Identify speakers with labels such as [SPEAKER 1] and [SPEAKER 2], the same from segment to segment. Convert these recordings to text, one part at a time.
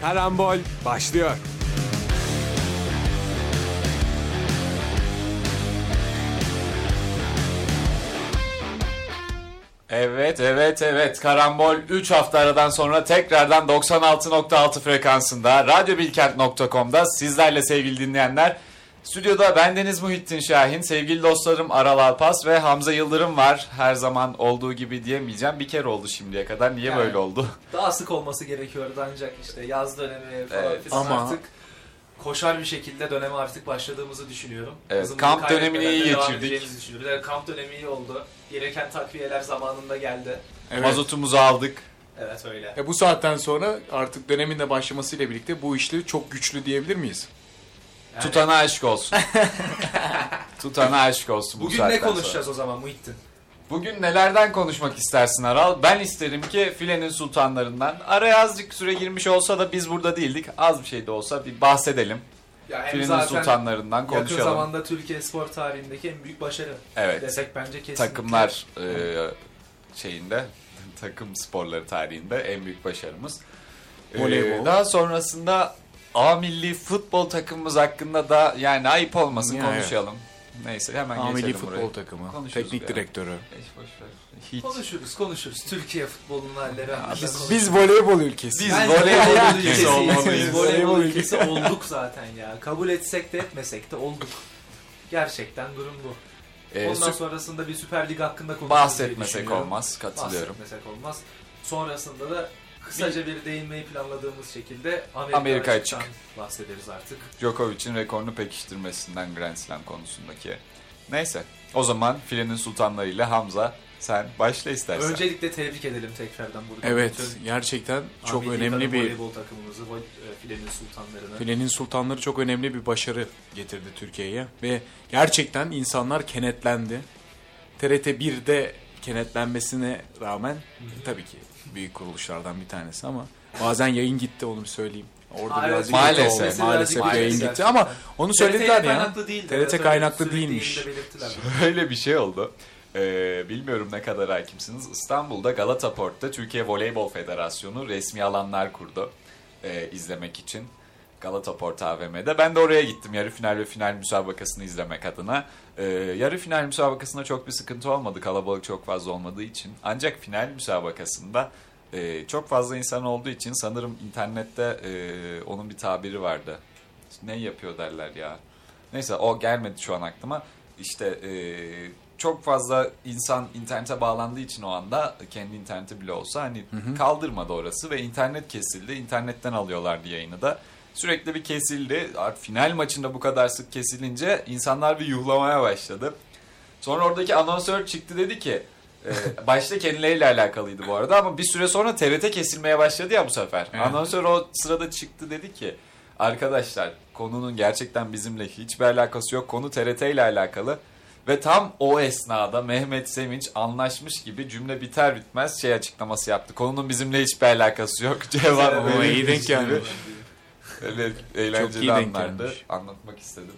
[SPEAKER 1] Karambol başlıyor.
[SPEAKER 2] Evet evet evet karambol 3 hafta aradan sonra tekrardan 96.6 frekansında radyobilkent.com'da sizlerle sevgili dinleyenler. Stüdyoda bendeniz Muhittin Şahin, sevgili dostlarım Aral Alpas ve Hamza Yıldırım var. Her zaman olduğu gibi diyemeyeceğim. Bir kere oldu şimdiye kadar. Niye
[SPEAKER 3] Yani.
[SPEAKER 2] böyle oldu?
[SPEAKER 3] Daha sık olması gerekiyordu ancak işte yaz dönemi falan
[SPEAKER 2] Evet.
[SPEAKER 3] filan
[SPEAKER 2] Ama-
[SPEAKER 3] artık koşar bir şekilde döneme artık başladığımızı düşünüyorum.
[SPEAKER 2] Evet,
[SPEAKER 3] Hızımızı
[SPEAKER 2] kamp
[SPEAKER 3] kaybetmeden
[SPEAKER 2] dönemini iyi
[SPEAKER 3] devam
[SPEAKER 2] geçirdik.
[SPEAKER 3] edeceğimizi düşünüyoruz. Evet, kamp dönemi iyi oldu. Gereken takviyeler zamanında geldi.
[SPEAKER 2] Mazotumuzu aldık.
[SPEAKER 3] Evet öyle.
[SPEAKER 4] E bu saatten sonra artık dönemin de başlamasıyla birlikte bu işleri çok güçlü diyebilir miyiz?
[SPEAKER 3] Yani
[SPEAKER 2] Tutana aşk olsun. Tutana aşk olsun. bu
[SPEAKER 3] bugün ne
[SPEAKER 2] saatten sonra.
[SPEAKER 3] konuşacağız o zaman Muhittin?
[SPEAKER 2] Bugün nelerden konuşmak istersin Aral? Ben isterim ki filenin sultanlarından. Araya azıcık süre girmiş olsa da biz burada değildik. Az bir şey de olsa bir bahsedelim.
[SPEAKER 3] Ya hem
[SPEAKER 2] Filenin
[SPEAKER 3] zaten
[SPEAKER 2] sultanlarından
[SPEAKER 3] yakın
[SPEAKER 2] konuşalım.
[SPEAKER 3] zamanda Türkiye spor tarihindeki en büyük başarı
[SPEAKER 2] evet.
[SPEAKER 3] desek bence kesinlikle.
[SPEAKER 2] Takımlar e, şeyinde takım sporları tarihinde en büyük başarımız. E,
[SPEAKER 4] Voleybol.
[SPEAKER 2] daha sonrasında A milli futbol takımımız hakkında da yani ayıp olmasın
[SPEAKER 4] Ya,
[SPEAKER 2] konuşalım. Neyse hemen
[SPEAKER 4] Ameli
[SPEAKER 2] geçelim
[SPEAKER 4] futbol
[SPEAKER 2] buraya.
[SPEAKER 4] takımı,
[SPEAKER 2] Konuşuruz
[SPEAKER 4] teknik
[SPEAKER 2] bir ara.
[SPEAKER 4] direktörü.
[SPEAKER 2] Hiç boş ver. Hiç.
[SPEAKER 3] Konuşuruz konuşuruz. Türkiye futbolunun halleri hakkında konuşuruz.
[SPEAKER 4] Biz voleybol ülkesi.
[SPEAKER 2] Biz
[SPEAKER 3] Bence
[SPEAKER 2] voleybol ülkesi
[SPEAKER 3] ülkesiyiz.
[SPEAKER 2] olmalıyız.
[SPEAKER 3] Biz Voleybol ülkesi olduk zaten ya. Kabul etsek de etmesek de olduk. Gerçekten durum bu.
[SPEAKER 2] E,
[SPEAKER 3] Ondan
[SPEAKER 2] süper-
[SPEAKER 3] sonrasında bir Süper Lig hakkında konuşuruz diye
[SPEAKER 2] Bahsetmesek
[SPEAKER 3] düşünüyorum.
[SPEAKER 2] olmaz. Katılıyorum.
[SPEAKER 3] Bahsetmesek olmaz. Sonrasında da kısaca bir değinmeyi planladığımız şekilde Amerika,
[SPEAKER 2] Amerika açık.
[SPEAKER 3] açıktan bahsederiz artık.
[SPEAKER 2] Djokovic'in rekorunu pekiştirmesinden Grand Slam konusundaki. Neyse. O zaman filenin sultanları ile Hamza sen başla istersen.
[SPEAKER 3] Öncelikle tebrik edelim tekrardan burada.
[SPEAKER 4] Evet,
[SPEAKER 3] Bütün
[SPEAKER 4] gerçekten çok
[SPEAKER 3] Milli
[SPEAKER 4] önemli
[SPEAKER 3] Kadın
[SPEAKER 4] bir
[SPEAKER 3] voleybol takımımızı, vol- e, filenin sultanlarını.
[SPEAKER 4] Filenin sultanları çok önemli bir başarı getirdi Türkiye'ye ve gerçekten insanlar kenetlendi. TRT 1'de kenetlenmesine rağmen tabii ki büyük kuruluşlardan bir tanesi ama bazen yayın gitti onu bir söyleyeyim. Orada
[SPEAKER 3] Aa, evet,
[SPEAKER 4] birazcık
[SPEAKER 2] maalesef.
[SPEAKER 4] kötü oldu.
[SPEAKER 2] Maalesef
[SPEAKER 4] maalesef
[SPEAKER 2] birazcık
[SPEAKER 4] yayın
[SPEAKER 2] kötü
[SPEAKER 4] gitti
[SPEAKER 3] gerçekten.
[SPEAKER 4] ama onu söylediler ya.
[SPEAKER 3] kaynaklı değildi.
[SPEAKER 4] TRT
[SPEAKER 3] evet, öyle
[SPEAKER 4] kaynaklı
[SPEAKER 3] sürekli
[SPEAKER 4] değilmiş.
[SPEAKER 3] yayında belirttiler.
[SPEAKER 2] Böyle bir şey oldu. Ee, bilmiyorum ne kadar hakimsiniz. İstanbul'da Galataport'ta Türkiye Voleybol Federasyonu resmi alanlar kurdu ee, izlemek için. Galataport AVM'de. Ben de oraya gittim yarı final ve final müsabakasını izlemek adına. Ee, yarı final müsabakasında çok bir sıkıntı olmadı. Kalabalık çok fazla olmadığı için. Ancak final müsabakasında e, çok fazla insan olduğu için sanırım internette e, onun bir tabiri vardı. Ne yapıyor derler ya. Neyse o gelmedi şu an aklıma. İşte e, çok fazla insan internete bağlandığı için o anda kendi interneti bile olsa hani kaldırmadı orası ve internet kesildi. İnternetten alıyorlardı yayını da. Sürekli bir kesildi. Art- Final maçında bu kadar sık kesilince insanlar bir yuhlamaya başladı. Sonra oradaki anonsör çıktı dedi ki e, başta kendileriyle alakalıydı bu arada ama bir süre sonra TRT kesilmeye başladı ya bu sefer.
[SPEAKER 4] Evet.
[SPEAKER 2] Anonsör o sırada çıktı dedi ki arkadaşlar konunun gerçekten bizimle hiçbir alakası yok. Konu TRT ile alakalı. Ve tam o esnada Mehmet Sevinç anlaşmış gibi cümle biter bitmez şey açıklaması yaptı. Konunun bizimle hiçbir alakası yok. Cevap
[SPEAKER 3] Ama
[SPEAKER 4] Ama iyi
[SPEAKER 2] verilmiş
[SPEAKER 4] denk
[SPEAKER 2] gibi.
[SPEAKER 4] gelmiş.
[SPEAKER 2] Evet, eğlenceli
[SPEAKER 4] iyi denk
[SPEAKER 2] anlardı.
[SPEAKER 4] gelmiş.
[SPEAKER 2] Anlatmak istedim.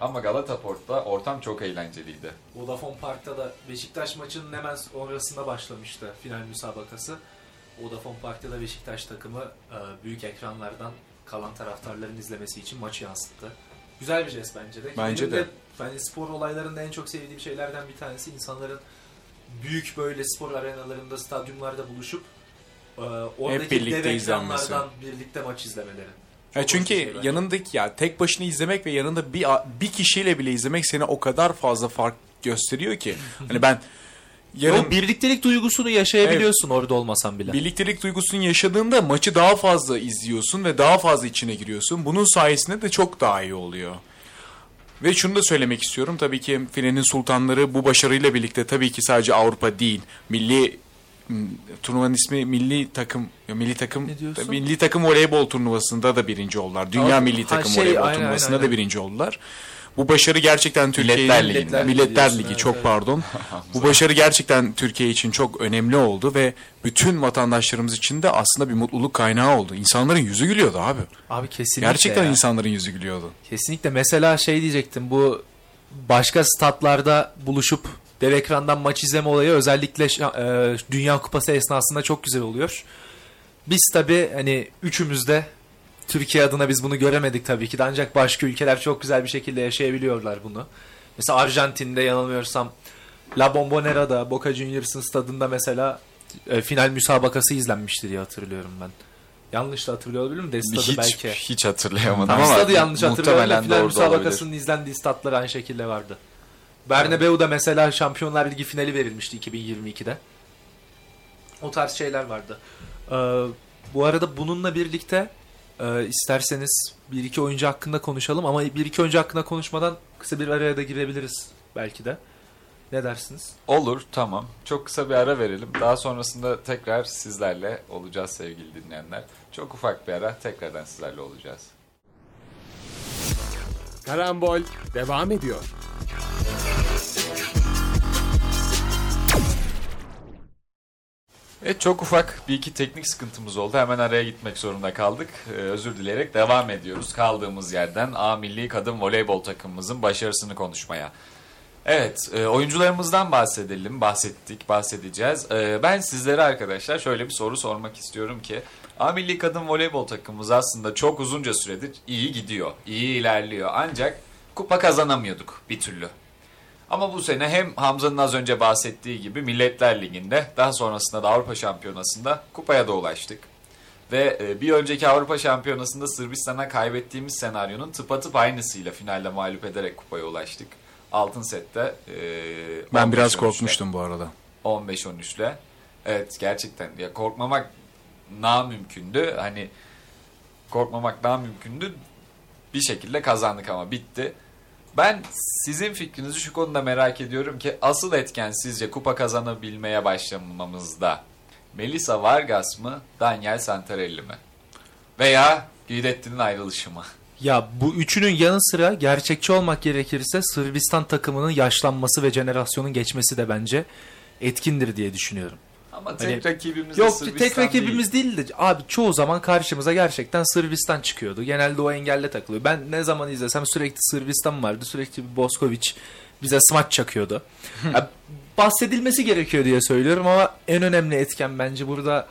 [SPEAKER 2] Ama Galataport'ta ortam çok eğlenceliydi.
[SPEAKER 3] Vodafone Park'ta da Beşiktaş maçının hemen sonrasında başlamıştı final müsabakası. Vodafone Park'ta da Beşiktaş takımı e, büyük ekranlardan kalan taraftarların izlemesi için maçı yansıttı. Güzel bir jest bence de. Ki
[SPEAKER 4] Bence
[SPEAKER 3] benim
[SPEAKER 4] de.
[SPEAKER 3] Yani spor olaylarında en çok sevdiğim şeylerden bir tanesi insanların büyük böyle spor arenalarında, stadyumlarda buluşup e, oradaki
[SPEAKER 4] Hep birlikte
[SPEAKER 3] dev
[SPEAKER 4] izlenmesi.
[SPEAKER 3] ekranlardan birlikte maç izlemeleri.
[SPEAKER 4] Ya
[SPEAKER 3] Çok
[SPEAKER 4] çünkü
[SPEAKER 3] hoş bir şey bence.
[SPEAKER 4] yanındaki ya tek başına izlemek ve yanında bir bir kişiyle bile izlemek seni o kadar fazla fark gösteriyor ki. hani ben yarın
[SPEAKER 5] O birliktelik duygusunu yaşayabiliyorsun orada olmasan bile.
[SPEAKER 4] Birliktelik duygusunu yaşadığında maçı daha fazla izliyorsun ve daha fazla içine giriyorsun. Bunun sayesinde de çok daha iyi oluyor. Ve şunu da söylemek istiyorum. Tabii ki filenin sultanları bu başarıyla birlikte tabii ki sadece Avrupa değil. Milli m, turnuvanın ismi milli takım ya milli takım
[SPEAKER 5] Ne diyorsun?
[SPEAKER 4] milli takım voleybol turnuvasında da birinci oldular. Dünya
[SPEAKER 5] Avrupa-
[SPEAKER 4] milli
[SPEAKER 5] Ha,
[SPEAKER 4] takım
[SPEAKER 5] şey,
[SPEAKER 4] voleybol
[SPEAKER 5] aynen,
[SPEAKER 4] turnuvasında
[SPEAKER 5] aynen,
[SPEAKER 4] da birinci oldular. Bu başarı gerçekten Türkiye'nin
[SPEAKER 2] Milletler Ligi'nde.
[SPEAKER 4] Milletler,
[SPEAKER 3] Diyorsun,
[SPEAKER 4] Ligi
[SPEAKER 3] evet,
[SPEAKER 4] çok
[SPEAKER 3] evet.
[SPEAKER 4] pardon. Bu başarı gerçekten Türkiye için çok önemli oldu ve bütün vatandaşlarımız için de aslında bir mutluluk kaynağı oldu. İnsanların yüzü gülüyordu abi.
[SPEAKER 5] Abi kesinlikle.
[SPEAKER 4] Gerçekten
[SPEAKER 5] ya.
[SPEAKER 4] insanların yüzü gülüyordu.
[SPEAKER 5] Kesinlikle. Mesela şey diyecektim bu başka statlarda buluşup dev ekrandan maç izleme olayı özellikle şa- e, Dünya Kupası esnasında çok güzel oluyor. Biz tabi hani üçümüz de
[SPEAKER 3] Türkiye adına biz bunu göremedik tabii ki de ancak başka ülkeler çok güzel bir şekilde yaşayabiliyorlar bunu. Mesela Arjantin'de yanılmıyorsam La Bombonera'da Boca Juniors'ın stadında mesela e, final müsabakası izlenmişti diye hatırlıyorum ben. Yanlış da hatırlıyor olabilirim de stadı
[SPEAKER 2] hiç,
[SPEAKER 3] belki.
[SPEAKER 2] hiç hatırlayamadım
[SPEAKER 3] Tamam,
[SPEAKER 2] ama
[SPEAKER 3] stadı yanlış hatırlıyorum. da
[SPEAKER 2] muhtemelen de
[SPEAKER 3] Final
[SPEAKER 2] orada olabilir.
[SPEAKER 3] müsabakasının izlendiği statlar aynı şekilde vardı. Bernabeu'da mesela Şampiyonlar Ligi finali verilmişti 2022'de. O tarz şeyler vardı. Ee, bu arada bununla birlikte e, isterseniz bir iki oyuncu hakkında konuşalım ama bir iki oyuncu hakkında konuşmadan kısa bir araya da girebiliriz belki de. Ne dersiniz?
[SPEAKER 2] Olur tamam. Çok kısa bir ara verelim. Daha sonrasında tekrar sizlerle olacağız sevgili dinleyenler. Çok ufak bir ara tekrardan sizlerle olacağız.
[SPEAKER 1] Karambol devam ediyor.
[SPEAKER 2] Evet çok ufak bir iki teknik sıkıntımız oldu. Hemen araya gitmek zorunda kaldık. Ee, özür dileyerek devam ediyoruz. Kaldığımız yerden A Milli Kadın Voleybol takımımızın başarısını konuşmaya. Evet e, oyuncularımızdan bahsedelim. Bahsettik, bahsedeceğiz. E, ben sizlere arkadaşlar şöyle bir soru sormak istiyorum ki A Milli Kadın Voleybol takımımız aslında çok uzunca süredir iyi gidiyor. iyi ilerliyor. Ancak kupa kazanamıyorduk bir türlü. Ama bu sene hem Hamza'nın az önce bahsettiği gibi Milletler Ligi'nde daha sonrasında da Avrupa Şampiyonası'nda kupaya da ulaştık. Ve e, bir önceki Avrupa Şampiyonası'nda Sırbistan'a kaybettiğimiz senaryonun tıpatıp aynısıyla finalde mağlup ederek kupaya ulaştık. Altın sette. e,
[SPEAKER 4] Ben
[SPEAKER 2] 15-13'le.
[SPEAKER 4] biraz korkmuştum bu arada.
[SPEAKER 2] 15-13'le. Evet gerçekten ya korkmamak na mümkündü. Hani korkmamak daha mümkündü. Bir şekilde kazandık ama bitti. Ben sizin fikrinizi şu konuda merak ediyorum ki asıl etken sizce kupa kazanabilmeye başlamamızda Melisa Vargas mı, Daniel Santarelli mi? Veya Guidetti'nin ayrılışı mı?
[SPEAKER 3] Ya bu üçünün yanı sıra gerçekçi olmak gerekirse Sırbistan takımının yaşlanması ve jenerasyonun geçmesi de bence etkindir diye düşünüyorum.
[SPEAKER 2] Ama tek
[SPEAKER 3] Hani-
[SPEAKER 2] rakibimiz de
[SPEAKER 3] Yok
[SPEAKER 2] Sırbistan
[SPEAKER 3] tek rakibimiz değil. de abi çoğu zaman karşımıza gerçekten Sırbistan çıkıyordu. Genelde o engelle takılıyor. Ben ne zaman izlesem sürekli Sırbistan vardı. Sürekli bir Boskoviç bize smaç çakıyordu. Ya, bahsedilmesi gerekiyor diye söylüyorum ama en önemli etken bence burada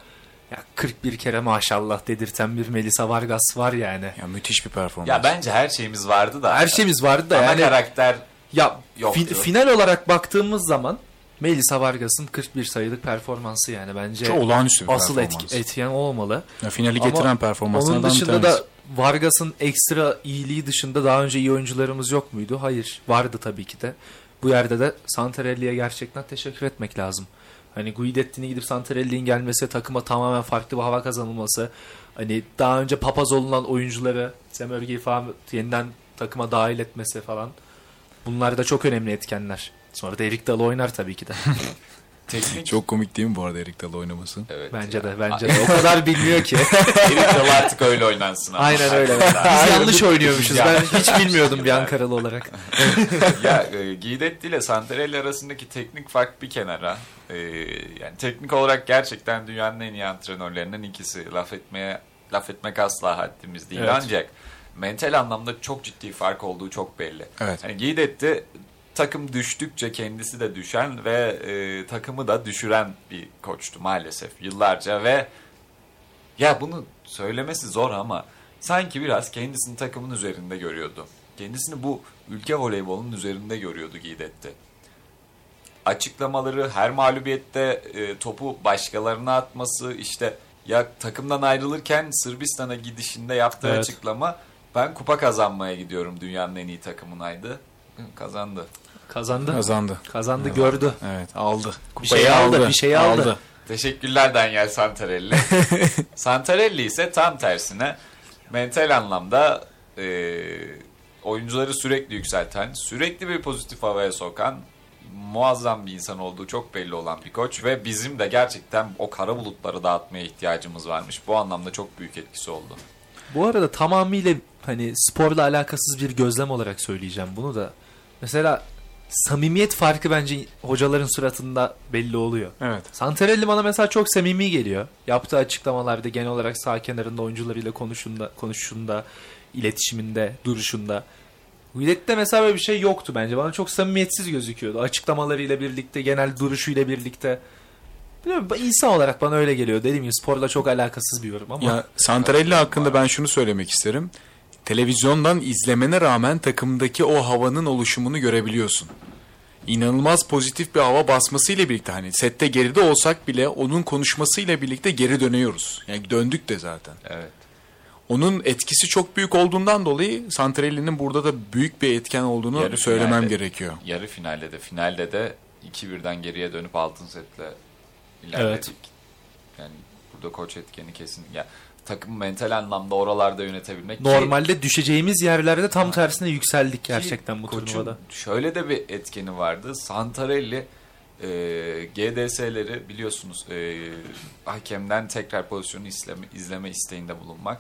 [SPEAKER 3] ya 41 kere maşallah dedirten bir Melisa Vargas var yani.
[SPEAKER 4] Ya müthiş bir performans.
[SPEAKER 2] Ya bence her şeyimiz vardı da.
[SPEAKER 3] Her şeyimiz vardı da
[SPEAKER 2] Ana
[SPEAKER 3] yani
[SPEAKER 2] karakter
[SPEAKER 3] ya
[SPEAKER 2] Yoktu.
[SPEAKER 3] fin- final olarak baktığımız zaman Melisa Vargas'ın 41 sayılık performansı yani bence
[SPEAKER 4] Çok olağanüstü bir
[SPEAKER 3] asıl
[SPEAKER 4] performans.
[SPEAKER 3] etki, etken o olmalı.
[SPEAKER 4] Ya finali
[SPEAKER 3] Ama
[SPEAKER 4] getiren performanslardan
[SPEAKER 3] Onun
[SPEAKER 4] bir
[SPEAKER 3] dışında
[SPEAKER 4] tanesi.
[SPEAKER 3] da Vargas'ın ekstra iyiliği dışında daha önce iyi oyuncularımız yok muydu? Hayır, vardı tabii ki de. Bu yerde de Santarelli'ye gerçekten teşekkür etmek lazım. Hani Guidetti'nin gidip Santarelli'nin gelmesi, takıma tamamen farklı bir hava kazanılması. Hani daha önce papaz olunan oyuncuları, Semörge'yi falan yeniden takıma dahil etmesi falan. Bunlar da çok önemli etkenler. Sonra da Erik Dalı oynar tabii ki de.
[SPEAKER 2] teknik.
[SPEAKER 4] Çok komik değil mi bu arada Erik Dalı oynaması?
[SPEAKER 2] Evet
[SPEAKER 3] Bence
[SPEAKER 2] ya.
[SPEAKER 3] de, bence de. O kadar bilmiyor ki.
[SPEAKER 2] Erik Dalı artık öyle oynansın ama.
[SPEAKER 3] Aynen öyle. Biz yanlış oynuyormuşuz. Ben hiç bilmiyordum bir Ankaralı olarak.
[SPEAKER 2] ya e, Guidetti ile Santarelli arasındaki teknik fark bir kenara. E, yani teknik olarak gerçekten dünyanın en iyi antrenörlerinden ikisi. Laf etmeye laf etmek asla haddimiz değil.
[SPEAKER 3] Evet.
[SPEAKER 2] Ancak mental anlamda çok ciddi fark olduğu çok belli.
[SPEAKER 4] Evet.
[SPEAKER 2] Yani Guidetti takım düştükçe kendisi de düşen ve e, takımı da düşüren bir koçtu maalesef yıllarca ve ya bunu söylemesi zor ama sanki biraz kendisini takımın üzerinde görüyordu. Kendisini bu ülke voleybolunun üzerinde görüyordu Gidetti. Açıklamaları her mağlubiyette e, topu başkalarına atması işte ya takımdan ayrılırken Sırbistan'a gidişinde yaptığı
[SPEAKER 3] Evet.
[SPEAKER 2] açıklama ben kupa kazanmaya gidiyorum dünyanın en iyi takımınaydı. Hı, Kazandı.
[SPEAKER 3] Kazandı.
[SPEAKER 4] Kazandı.
[SPEAKER 3] Kazandı gördü.
[SPEAKER 4] Evet aldı.
[SPEAKER 3] Bir şey aldı, bir şey aldı.
[SPEAKER 2] Teşekkürler Daniel Santarelli. Santarelli ise tam tersine mental anlamda e, oyuncuları sürekli yükselten, sürekli bir pozitif havaya sokan, muazzam bir insan olduğu çok belli olan bir koç ve bizim de gerçekten o kara bulutları dağıtmaya ihtiyacımız varmış. Bu anlamda çok büyük etkisi oldu.
[SPEAKER 3] Bu arada tamamıyla hani sporla alakasız bir gözlem olarak söyleyeceğim bunu da. Mesela samimiyet farkı bence hocaların suratında belli oluyor.
[SPEAKER 4] Evet.
[SPEAKER 3] Santarelli bana mesela çok samimi geliyor. Yaptığı açıklamalarda genel olarak sağ kenarında oyuncularıyla konuşunda, konuşunda, iletişiminde, duruşunda. Guidetti'de mesela böyle bir şey yoktu bence. Bana çok samimiyetsiz gözüküyordu. Açıklamalarıyla birlikte, genel duruşuyla birlikte. Bilmiyorum, ba- İsa olarak bana öyle geliyor. Dediğim gibi sporla çok alakasız bir yorum ama.
[SPEAKER 4] Ya Santarelli hakkında ben şunu söylemek isterim. Televizyondan izlemene rağmen takımdaki o havanın oluşumunu görebiliyorsun. İnanılmaz pozitif bir hava basmasıyla birlikte hani sette geride olsak bile onun konuşmasıyla birlikte geri dönüyoruz. Yani döndük de zaten.
[SPEAKER 2] Evet.
[SPEAKER 4] Onun etkisi çok büyük olduğundan dolayı Santarelli'nin burada da büyük bir etken olduğunu
[SPEAKER 2] Yarı
[SPEAKER 4] söylemem
[SPEAKER 2] finalde.
[SPEAKER 4] gerekiyor.
[SPEAKER 2] Yarı finalde de finalde de 2-1'den geriye dönüp altın setle ilerledik.
[SPEAKER 3] Evet.
[SPEAKER 2] Yani burada koç etkeni kesin. Ya takım mental anlamda oralarda yönetebilmek ki-
[SPEAKER 3] Normalde düşeceğimiz yerlerde tam tersine yükseldik gerçekten bu
[SPEAKER 2] Koçun
[SPEAKER 3] turnuvada.
[SPEAKER 2] Şöyle de bir etkeni vardı. Santarelli e, GDS'leri biliyorsunuz e, hakemden tekrar pozisyonu izleme, izleme isteğinde bulunmak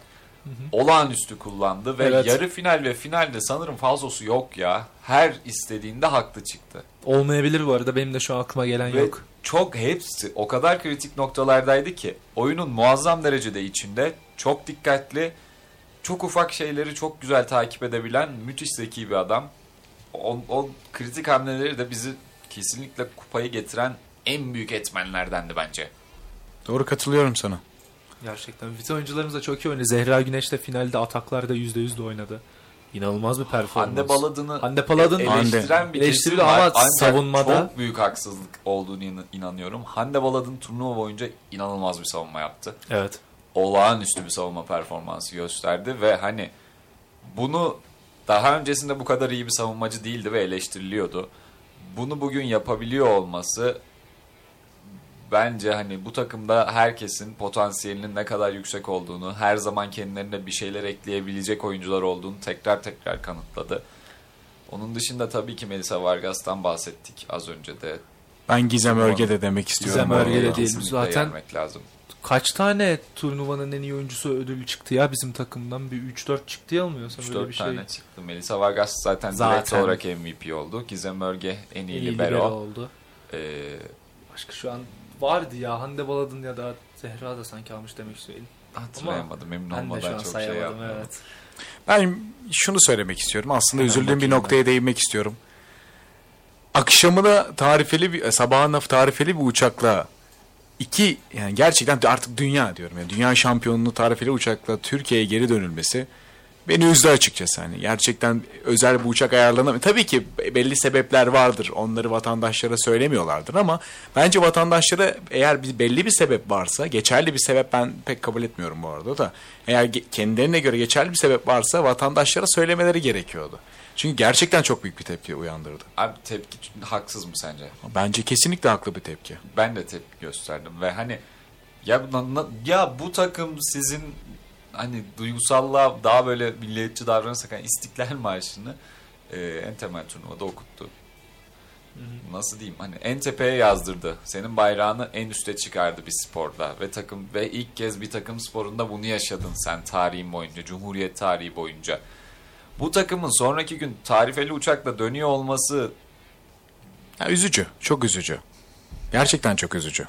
[SPEAKER 2] olağanüstü kullandı ve
[SPEAKER 3] Evet.
[SPEAKER 2] yarı final ve finalde sanırım fazlası yok ya. Her istediğinde haklı çıktı.
[SPEAKER 3] Olmayabilir bu arada benim de şu an aklıma gelen
[SPEAKER 2] Ve
[SPEAKER 3] yok.
[SPEAKER 2] çok hepsi o kadar kritik noktalardaydı ki oyunun muazzam derecede içinde çok dikkatli, çok ufak şeyleri çok güzel takip edebilen müthiş zeki bir adam. O, o kritik hamleleri de bizi kesinlikle kupayı getiren en büyük etmenlerdendi bence.
[SPEAKER 4] Doğru katılıyorum sana.
[SPEAKER 3] Gerçekten. Vize oyuncularımız da çok iyi oynadı. Zehra Güneş de finalde ataklarda %100 de oynadı. İnanılmaz bir performans.
[SPEAKER 2] Hande Baladın'ı
[SPEAKER 3] Hande Baladın
[SPEAKER 2] eleştiren bir
[SPEAKER 3] eleştirildi
[SPEAKER 2] kesim var.
[SPEAKER 3] ama
[SPEAKER 2] Ancak
[SPEAKER 3] savunmada-
[SPEAKER 2] çok büyük haksızlık olduğunu inan- inanıyorum. Hande Baladın turnuva boyunca inanılmaz bir savunma yaptı.
[SPEAKER 3] Evet.
[SPEAKER 2] olağanüstü bir savunma performansı gösterdi ve hani bunu daha öncesinde bu kadar iyi bir savunmacı değildi ve eleştiriliyordu. Bunu bugün yapabiliyor olması bence hani bu takımda herkesin potansiyelinin ne kadar yüksek olduğunu, her zaman kendilerine bir şeyler ekleyebilecek oyuncular olduğunu tekrar tekrar kanıtladı. Onun dışında tabii ki Melisa Vargas'tan bahsettik az önce de.
[SPEAKER 4] Ben Gizem Örge'de demek istiyorum.
[SPEAKER 3] Gizem Örge de
[SPEAKER 2] Oraya
[SPEAKER 3] değil,
[SPEAKER 2] kesinlikle
[SPEAKER 3] zaten-
[SPEAKER 2] gelmek lazım.
[SPEAKER 3] Kaç tane turnuvanın en iyi oyuncusu ödülü çıktı ya bizim takımdan? Bir 3-4 çıktı ya almıyorsam öyle
[SPEAKER 2] 3-4
[SPEAKER 3] bir şey.
[SPEAKER 2] tane çıktı. Melisa Vargas zaten, direkt
[SPEAKER 3] Zaten.
[SPEAKER 2] olarak MVP oldu. Gizem Örge en iyi,
[SPEAKER 3] İyi libero
[SPEAKER 2] libero.
[SPEAKER 3] oldu.
[SPEAKER 2] Ee,
[SPEAKER 3] Başka şu an vardı ya Hande Baladın ya da Zehra da sanki almış demek istiyorum.
[SPEAKER 2] hatırlayamadım. Memnun
[SPEAKER 3] Ben de şu
[SPEAKER 2] olmadan
[SPEAKER 3] an
[SPEAKER 2] çok şey
[SPEAKER 3] sayamadım
[SPEAKER 2] yaptım.
[SPEAKER 3] evet.
[SPEAKER 4] Ben şunu söylemek istiyorum. Aslında
[SPEAKER 2] Hemen
[SPEAKER 4] üzüldüğüm bir
[SPEAKER 2] bakayım
[SPEAKER 4] noktaya değinmek istiyorum. Akşamına tarifeli bir sabahına tarifeli bir uçakla iki yani gerçekten artık dünya diyorum. Yani dünya şampiyonluğu tarifeli uçakla Türkiye'ye geri dönülmesi beni üzdü açıkçası. Hani gerçekten özel bir uçak ayarlanamıyor. Tabii ki belli sebepler vardır. Onları vatandaşlara söylemiyorlardır ama bence vatandaşlara eğer bir belli bir sebep varsa, geçerli bir sebep ben pek kabul etmiyorum bu arada da. Eğer ge- kendilerine göre geçerli bir sebep varsa vatandaşlara söylemeleri gerekiyordu. Çünkü gerçekten çok büyük bir tepki uyandırdı.
[SPEAKER 2] Abi tepki ç- haksız mı sence?
[SPEAKER 4] Bence kesinlikle haklı bir tepki.
[SPEAKER 2] Ben de tepki gösterdim ve hani ya, na- na- ya bu takım sizin hani duygusallığa daha böyle milliyetçi davranırsak hani İstiklal Marşı'nı e, en temel turnuvada okuttu. Nasıl diyeyim hani en tepeye yazdırdı. Senin bayrağını en üste çıkardı bir sporda ve takım ve ilk kez bir takım sporunda bunu yaşadın sen tarihin boyunca, Cumhuriyet tarihi boyunca. Bu takımın sonraki gün tarifeli uçakla dönüyor olması
[SPEAKER 4] Ya üzücü, çok üzücü. Gerçekten çok üzücü.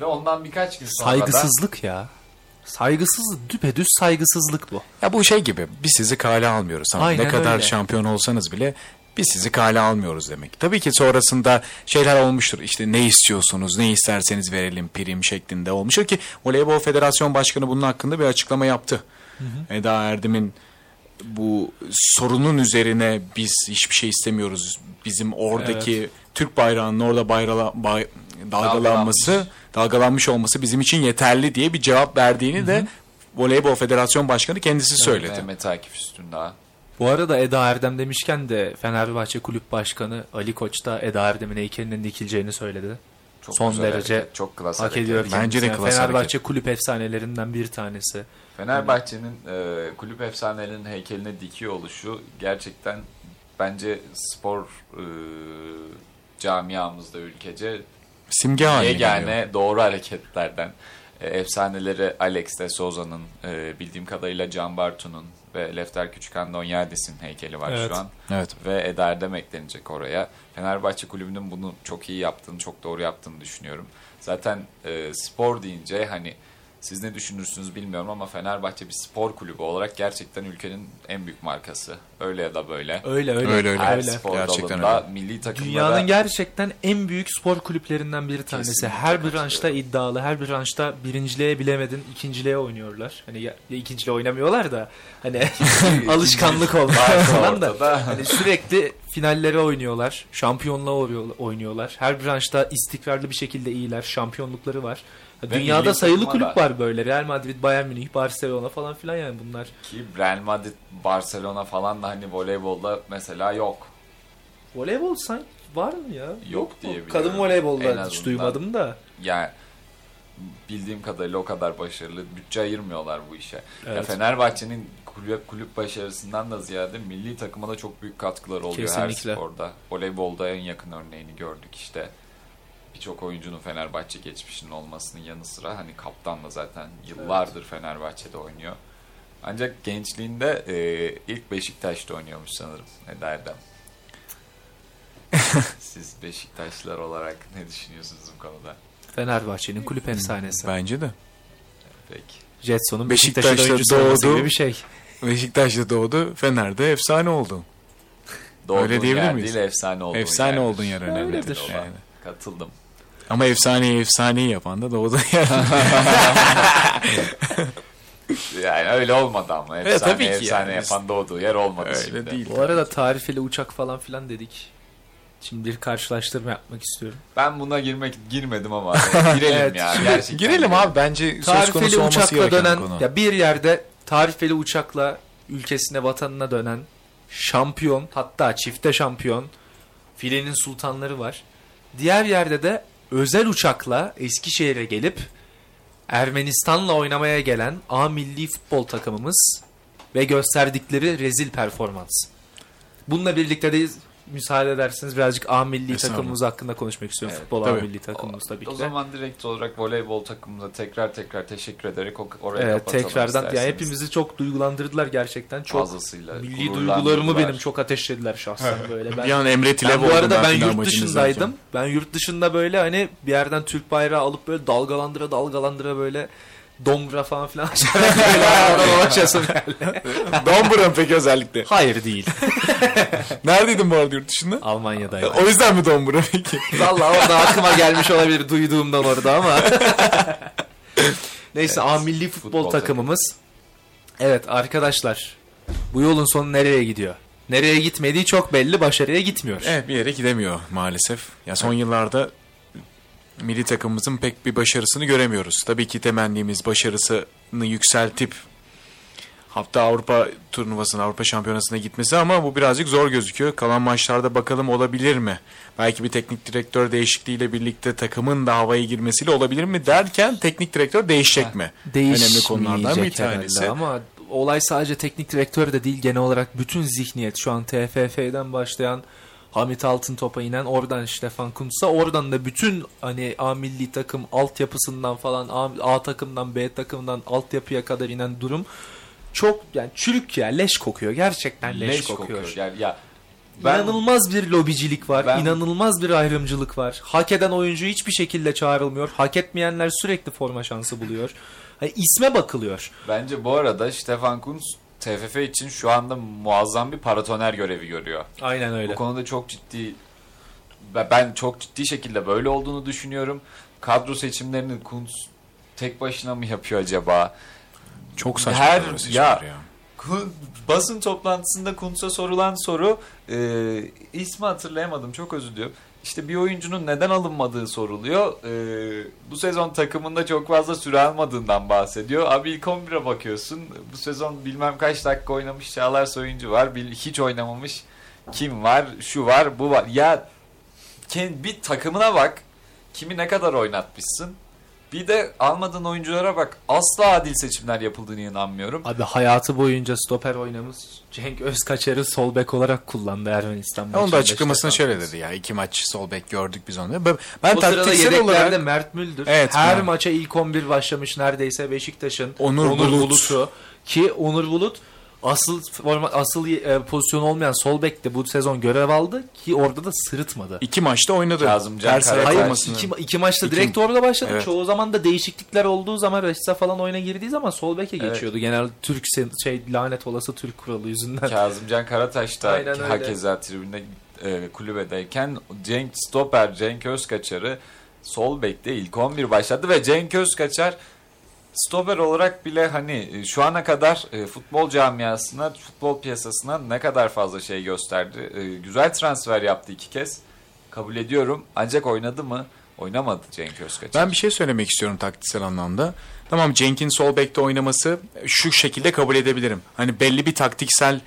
[SPEAKER 2] ve ondan birkaç gün sonra da-
[SPEAKER 3] Saygısızlık ya. Saygısız, düpedüz saygısızlık bu.
[SPEAKER 4] Ya bu şey gibi biz sizi kale almıyoruz. Tamam, ne
[SPEAKER 3] Aynen
[SPEAKER 4] kadar
[SPEAKER 3] öyle.
[SPEAKER 4] şampiyon olsanız bile biz sizi kale almıyoruz demek. Tabii ki sonrasında şeyler olmuştur. İşte ne istiyorsunuz, ne isterseniz verelim prim şeklinde olmuştur ki Voleybol Federasyon Başkanı bunun hakkında bir açıklama yaptı. Eda Erdem'in bu sorunun üzerine biz hiçbir şey istemiyoruz. Bizim oradaki Türk bayrağının orada bayrala, bay- dalgalanması, dalgalanmış olması bizim için yeterli diye bir cevap verdiğini de Voleybol Federasyon Başkanı kendisi söyledi.
[SPEAKER 2] Mehmet Akif Üstündağ.
[SPEAKER 3] Bu arada Eda Erdem demişken de Fenerbahçe Kulüp Başkanı Ali Koç da Eda Erdem'in heykelinin dikileceğini söyledi.
[SPEAKER 2] Çok
[SPEAKER 3] Son
[SPEAKER 2] güzel
[SPEAKER 3] derece
[SPEAKER 2] hareket, çok klas
[SPEAKER 3] Hak
[SPEAKER 2] hareket.
[SPEAKER 3] ediyor.
[SPEAKER 4] Bence de
[SPEAKER 3] kendisi. Yani
[SPEAKER 4] klas
[SPEAKER 3] Fenerbahçe
[SPEAKER 4] hareket.
[SPEAKER 3] kulüp efsanelerinden bir tanesi.
[SPEAKER 2] Fenerbahçe'nin e, kulüp efsanelerinin heykeline dikiyor oluşu gerçekten bence spor e, camiamızda ülkece
[SPEAKER 4] Simge haline geliyor.
[SPEAKER 2] yegane doğru hareketlerden. E, efsaneleri Alex de Souza'nın, e, bildiğim kadarıyla Can Bartu'nun ve Lefter Küçükan Donyadis'in heykeli var
[SPEAKER 3] Evet.
[SPEAKER 2] şu an.
[SPEAKER 4] Evet.
[SPEAKER 2] ve Eda Erdem eklenecek oraya. Fenerbahçe kulübünün bunu çok iyi yaptığını, çok doğru yaptığını düşünüyorum. Zaten e, spor deyince hani Siz ne düşünürsünüz bilmiyorum ama Fenerbahçe bir spor kulübü olarak gerçekten ülkenin en büyük markası. Öyle ya da böyle.
[SPEAKER 3] Öyle öyle.
[SPEAKER 4] Öyle, öyle.
[SPEAKER 2] Her spor
[SPEAKER 4] Gerçekten
[SPEAKER 2] dalında milli takımlara
[SPEAKER 3] Dünyanın gerçekten en büyük spor kulüplerinden bir tanesi.
[SPEAKER 2] Kesinlikle
[SPEAKER 3] her branşta iddialı, her branşta birinciliğe bilemedin, ikinciliğe oynuyorlar. Hani ya, ya ikinciliğe oynamıyorlar da hani alışkanlık oldu falan da.
[SPEAKER 2] ortada.
[SPEAKER 3] Hani sürekli finallere oynuyorlar, şampiyonluğa uğruyor- oynuyorlar. Her branşta istikrarlı bir şekilde iyiler, şampiyonlukları var. Ya
[SPEAKER 2] Ve
[SPEAKER 3] Dünyada
[SPEAKER 2] milli
[SPEAKER 3] sayılı
[SPEAKER 2] takıma
[SPEAKER 3] kulüp
[SPEAKER 2] da.
[SPEAKER 3] var böyle. Real Madrid, Bayern Münih, Barcelona falan filan yani bunlar.
[SPEAKER 2] Ki Real Madrid, Barcelona falan da hani voleybolda mesela yok.
[SPEAKER 3] Voleybol sanki var mı ya?
[SPEAKER 2] Yok
[SPEAKER 3] mu?
[SPEAKER 2] diye biliyorum.
[SPEAKER 3] Kadın
[SPEAKER 2] En
[SPEAKER 3] voleybolda hiç
[SPEAKER 2] azından.
[SPEAKER 3] duymadım da.
[SPEAKER 2] Yani bildiğim kadarıyla o kadar başarılı bütçe ayırmıyorlar bu işe. Ya
[SPEAKER 3] Evet.
[SPEAKER 2] Fenerbahçe'nin kulüp kulüp başarısından da ziyade milli takıma da çok büyük katkılar oluyor
[SPEAKER 3] Kesinlikle.
[SPEAKER 2] her sporda. Voleybolda en yakın örneğini gördük işte. Birçok oyuncunun Fenerbahçe geçmişinin olmasının yanı sıra hani kaptan da zaten yıllardır Fenerbahçe'de oynuyor. Ancak gençliğinde e, ilk Beşiktaş'ta oynuyormuş sanırım Eda Erdem. Siz Beşiktaşlılar olarak ne düşünüyorsunuz bu konuda?
[SPEAKER 3] Fenerbahçe'nin kulüp efsanesi.
[SPEAKER 4] Bence de.
[SPEAKER 2] Peki.
[SPEAKER 3] Jetson'un
[SPEAKER 4] Beşiktaş'ta
[SPEAKER 3] Beşiktaş'ta oyuncusu olması
[SPEAKER 4] doğdu.
[SPEAKER 3] gibi bir şey.
[SPEAKER 4] Beşiktaş'ta doğdu. Fener'de efsane oldu.
[SPEAKER 2] Doğduğun
[SPEAKER 4] Öyle diyebilir
[SPEAKER 2] yer
[SPEAKER 4] miyiz?
[SPEAKER 2] değil, efsane olduğun
[SPEAKER 4] efsane
[SPEAKER 2] yer.
[SPEAKER 4] olduğun yer önemlidir.
[SPEAKER 3] Öyledir.
[SPEAKER 4] Yani.
[SPEAKER 2] Katıldım.
[SPEAKER 4] Ama efsaneyi efsaneyi yapan da doğdu yani.
[SPEAKER 2] Yani öyle olmadı ama. Efsane,
[SPEAKER 4] tabii ki
[SPEAKER 2] efsane
[SPEAKER 4] yani.
[SPEAKER 2] yapan doğduğu yer olmadı şimdi.
[SPEAKER 4] Öyle değil.
[SPEAKER 3] Bu arada tarifiyle uçak falan filan dedik. Şimdi bir karşılaştırma yapmak istiyorum.
[SPEAKER 2] Ben buna girmek girmedim ama yani girelim
[SPEAKER 3] Evet.
[SPEAKER 2] ya. Gerçekten
[SPEAKER 4] Girelim abi bence söz
[SPEAKER 3] Tarifeli
[SPEAKER 4] konusu olması
[SPEAKER 3] uçakla
[SPEAKER 4] gereken
[SPEAKER 3] dönen,
[SPEAKER 4] konu.
[SPEAKER 3] ya bir yerde tarifeli uçakla ülkesine, vatanına dönen şampiyon, hatta çifte şampiyon filenin sultanları var. Diğer yerde de özel uçakla Eskişehir'e gelip Ermenistan'la oynamaya gelen A milli futbol takımımız ve gösterdikleri rezil performans. Bununla birlikte de müsaade ederseniz birazcık A milli
[SPEAKER 4] Estağfurullah.
[SPEAKER 3] takımımız hakkında konuşmak istiyorum.
[SPEAKER 2] Evet,
[SPEAKER 3] Futbol A
[SPEAKER 4] tabii.
[SPEAKER 3] milli takımımız tabii ki
[SPEAKER 2] O
[SPEAKER 3] de.
[SPEAKER 2] zaman direkt olarak voleybol takımımıza tekrar tekrar teşekkür ederek o- oraya
[SPEAKER 3] Evet,
[SPEAKER 2] kapatalım
[SPEAKER 3] tekrardan yani
[SPEAKER 2] isterseniz.
[SPEAKER 3] hepimizi çok duygulandırdılar gerçekten. Çok
[SPEAKER 2] fazlasıyla
[SPEAKER 3] milli
[SPEAKER 2] gururlandılar.
[SPEAKER 3] duygularımı benim çok ateşlediler şahsen böyle. Ben,
[SPEAKER 4] bir an Emre
[SPEAKER 3] ben
[SPEAKER 4] Tilep
[SPEAKER 3] bu
[SPEAKER 4] oldum
[SPEAKER 3] arada ben
[SPEAKER 4] final
[SPEAKER 3] yurt
[SPEAKER 4] maçını
[SPEAKER 3] dışındaydım.
[SPEAKER 4] izlerken.
[SPEAKER 3] Ben yurt dışında böyle hani bir yerden Türk bayrağı alıp böyle dalgalandıra dalgalandıra böyle domra falan filan açarak böyle oradan dolaşasım geldi.
[SPEAKER 4] Domburun peki özellikle.
[SPEAKER 3] Hayır değil.
[SPEAKER 4] Neredeydin bu arada yurt dışında?
[SPEAKER 3] Almanya'dayım.
[SPEAKER 4] O yüzden mi Domburun peki?
[SPEAKER 3] Valla orada aklıma gelmiş olabilir duyduğumdan orada ama. Neyse A milli futbol,
[SPEAKER 2] futbol
[SPEAKER 3] takımımız. Evet arkadaşlar bu yolun sonu nereye gidiyor? Nereye gitmediği çok belli başarıya gitmiyor.
[SPEAKER 4] Evet bir yere gidemiyor maalesef. Ya son yıllarda milli takımımızın pek bir başarısını göremiyoruz. Tabii ki temennimiz başarısını yükseltip hatta Avrupa turnuvasına, Avrupa şampiyonasına gitmesi ama bu birazcık zor gözüküyor. Kalan maçlarda bakalım olabilir mi? Belki bir teknik direktör değişikliğiyle birlikte takımın da havaya girmesiyle olabilir mi derken teknik direktör değişecek mi? Önemli konulardan bir
[SPEAKER 3] Değişmeyecek herhalde
[SPEAKER 4] tanesi.
[SPEAKER 3] Ama olay sadece teknik direktör de değil genel olarak bütün zihniyet şu an TFF'den başlayan Hamit Altıntop'a inen oradan Stefan Kuntz'a oradan da bütün hani A milli takım altyapısından falan A, A takımdan B takımdan altyapıya kadar inen durum çok yani çürük ya leş kokuyor gerçekten leş, kokuyor.
[SPEAKER 2] Yani ya ben
[SPEAKER 3] İnanılmaz bir lobicilik var,
[SPEAKER 2] Ben-
[SPEAKER 3] inanılmaz bir ayrımcılık var. Hak eden oyuncu hiçbir şekilde çağrılmıyor. Hak etmeyenler sürekli forma şansı buluyor. Hani isme bakılıyor.
[SPEAKER 2] bence bu arada Stefan Kunz TFF için şu anda muazzam bir paratoner görevi görüyor.
[SPEAKER 3] Aynen öyle.
[SPEAKER 2] Bu konuda çok ciddi ve ben çok ciddi şekilde böyle olduğunu düşünüyorum. Kadro seçimlerini Kuntz tek başına mı yapıyor acaba?
[SPEAKER 4] Çok saçma.
[SPEAKER 2] Her-
[SPEAKER 4] kadro seçimleri
[SPEAKER 2] ya. Kun- Basın toplantısında Kuntz'a sorulan soru e, ismi hatırlayamadım çok özür diliyorum. İşte bir oyuncunun neden alınmadığı soruluyor. E, bu sezon takımında çok fazla süre almadığından bahsediyor. Abi ilk 11'e bakıyorsun. Bu sezon bilmem kaç dakika oynamış Çağlar Soyuncu var. Bil, hiç oynamamış kim var, şu var, bu var. Ya kend, bir takımına bak. Kimi ne kadar oynatmışsın. Bir de almadığın oyunculara bak. Asla adil seçimler yapıldığını inanmıyorum.
[SPEAKER 3] Abi hayatı boyunca stoper oynamış Cenk Özkaçar'ı sol bek olarak kullandı Ermenistan
[SPEAKER 4] Ya Onun da
[SPEAKER 3] maçında
[SPEAKER 4] açıklamasını
[SPEAKER 3] işte.
[SPEAKER 4] şöyle dedi ya. iki maç sol bek gördük biz onu. Ben, ben
[SPEAKER 3] O sırada
[SPEAKER 4] taktiksel
[SPEAKER 3] yedeklerde
[SPEAKER 4] olarak
[SPEAKER 3] Mert Müldür.
[SPEAKER 4] Evet,
[SPEAKER 3] Her
[SPEAKER 4] Mert.
[SPEAKER 3] maça ilk 11 başlamış neredeyse Beşiktaş'ın.
[SPEAKER 4] Onur Bulut.
[SPEAKER 3] Bulut'u. Ki Onur Bulut asıl forma, asıl e, pozisyon olmayan sol bek de bu sezon görev aldı ki orada da sırıtmadı.
[SPEAKER 4] İki maçta oynadı.
[SPEAKER 2] Kazımcan
[SPEAKER 4] Ters ayak
[SPEAKER 2] Karakay.
[SPEAKER 3] Hayır
[SPEAKER 4] olmasın.
[SPEAKER 3] iki, iki maçta
[SPEAKER 4] İki-
[SPEAKER 3] direkt orada başladı.
[SPEAKER 4] Evet.
[SPEAKER 3] Çoğu zaman da değişiklikler olduğu zaman Raşit'e falan oyuna girdiği zaman sol beke
[SPEAKER 2] Evet.
[SPEAKER 3] geçiyordu. Genel Türk se- şey lanet olası Türk kuralı yüzünden.
[SPEAKER 2] Kazımcan Karataş
[SPEAKER 3] Aynen öyle.
[SPEAKER 2] da hakeza tribünde e, kulübedeyken Cenk Stoper, Cenk Özkaçar'ı sol bekte ilk 11 başladı ve Cenk Özkaçar stoper olarak bile hani e, şu ana kadar e, futbol camiasına, futbol piyasasına ne kadar fazla şey gösterdi. E, güzel transfer yaptı iki kez. Kabul ediyorum. Ancak oynadı mı? Oynamadı Cenk Özkaçar.
[SPEAKER 4] Ben bir şey söylemek istiyorum taktiksel anlamda. Tamam Cenk'in sol bekte oynaması şu şekilde kabul edebilirim. Hani belli bir taktiksel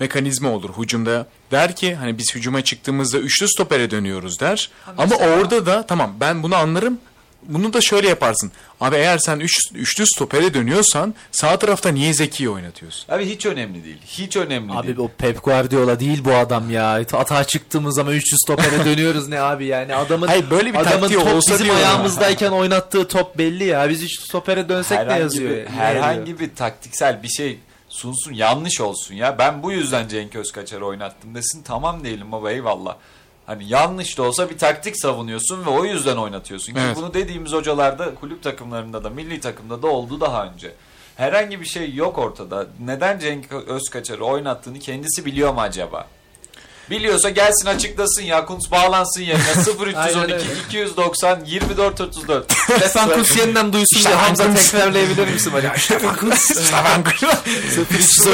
[SPEAKER 4] mekanizma olur hücumda. Der ki hani biz hücuma çıktığımızda üçlü stopere dönüyoruz der. Ama orada da tamam ben bunu anlarım. Bunu da şöyle yaparsın. Abi eğer sen üç, üçlü stopere dönüyorsan sağ tarafta niye Zeki'yi oynatıyorsun?
[SPEAKER 2] Abi hiç önemli değil. Hiç önemli değil.
[SPEAKER 3] Abi o Pep Guardiola değil bu adam ya. Atağa çıktığımız zaman 300 stopere dönüyoruz ne abi yani. Adamın
[SPEAKER 4] Hayır, böyle bir
[SPEAKER 3] adamın
[SPEAKER 4] taktiği
[SPEAKER 3] top
[SPEAKER 4] olsa
[SPEAKER 3] bizim
[SPEAKER 4] diyorum.
[SPEAKER 3] ayağımızdayken oynattığı top belli ya. Biz 300 stopere dönsek ne yazıyor?
[SPEAKER 2] bir,
[SPEAKER 3] Ne yarıyor?
[SPEAKER 2] herhangi bir taktiksel bir şey sunsun yanlış olsun ya. Ben bu yüzden Cenk Özkaçar'ı oynattım desin tamam değilim baba eyvallah. Hani yanlış da olsa bir taktik savunuyorsun ve o yüzden oynatıyorsun. Ki
[SPEAKER 4] Evet.
[SPEAKER 2] bunu dediğimiz hocalarda kulüp takımlarında da milli takımda da oldu daha önce. Herhangi bir şey yok ortada. Neden Cenk Özkaçar'ı oynattığını kendisi biliyor mu acaba? Biliyorsa gelsin açıklasın ya Kuntz bağlansın yerine
[SPEAKER 3] Aynen
[SPEAKER 2] 0312
[SPEAKER 3] öyle.
[SPEAKER 2] 290 24 34.
[SPEAKER 3] Stefan Kuntz yeniden duysun diye Hamza
[SPEAKER 4] Kuntz.
[SPEAKER 3] tekrarlayabilir misin? Hani?
[SPEAKER 4] Stefan Kuntz.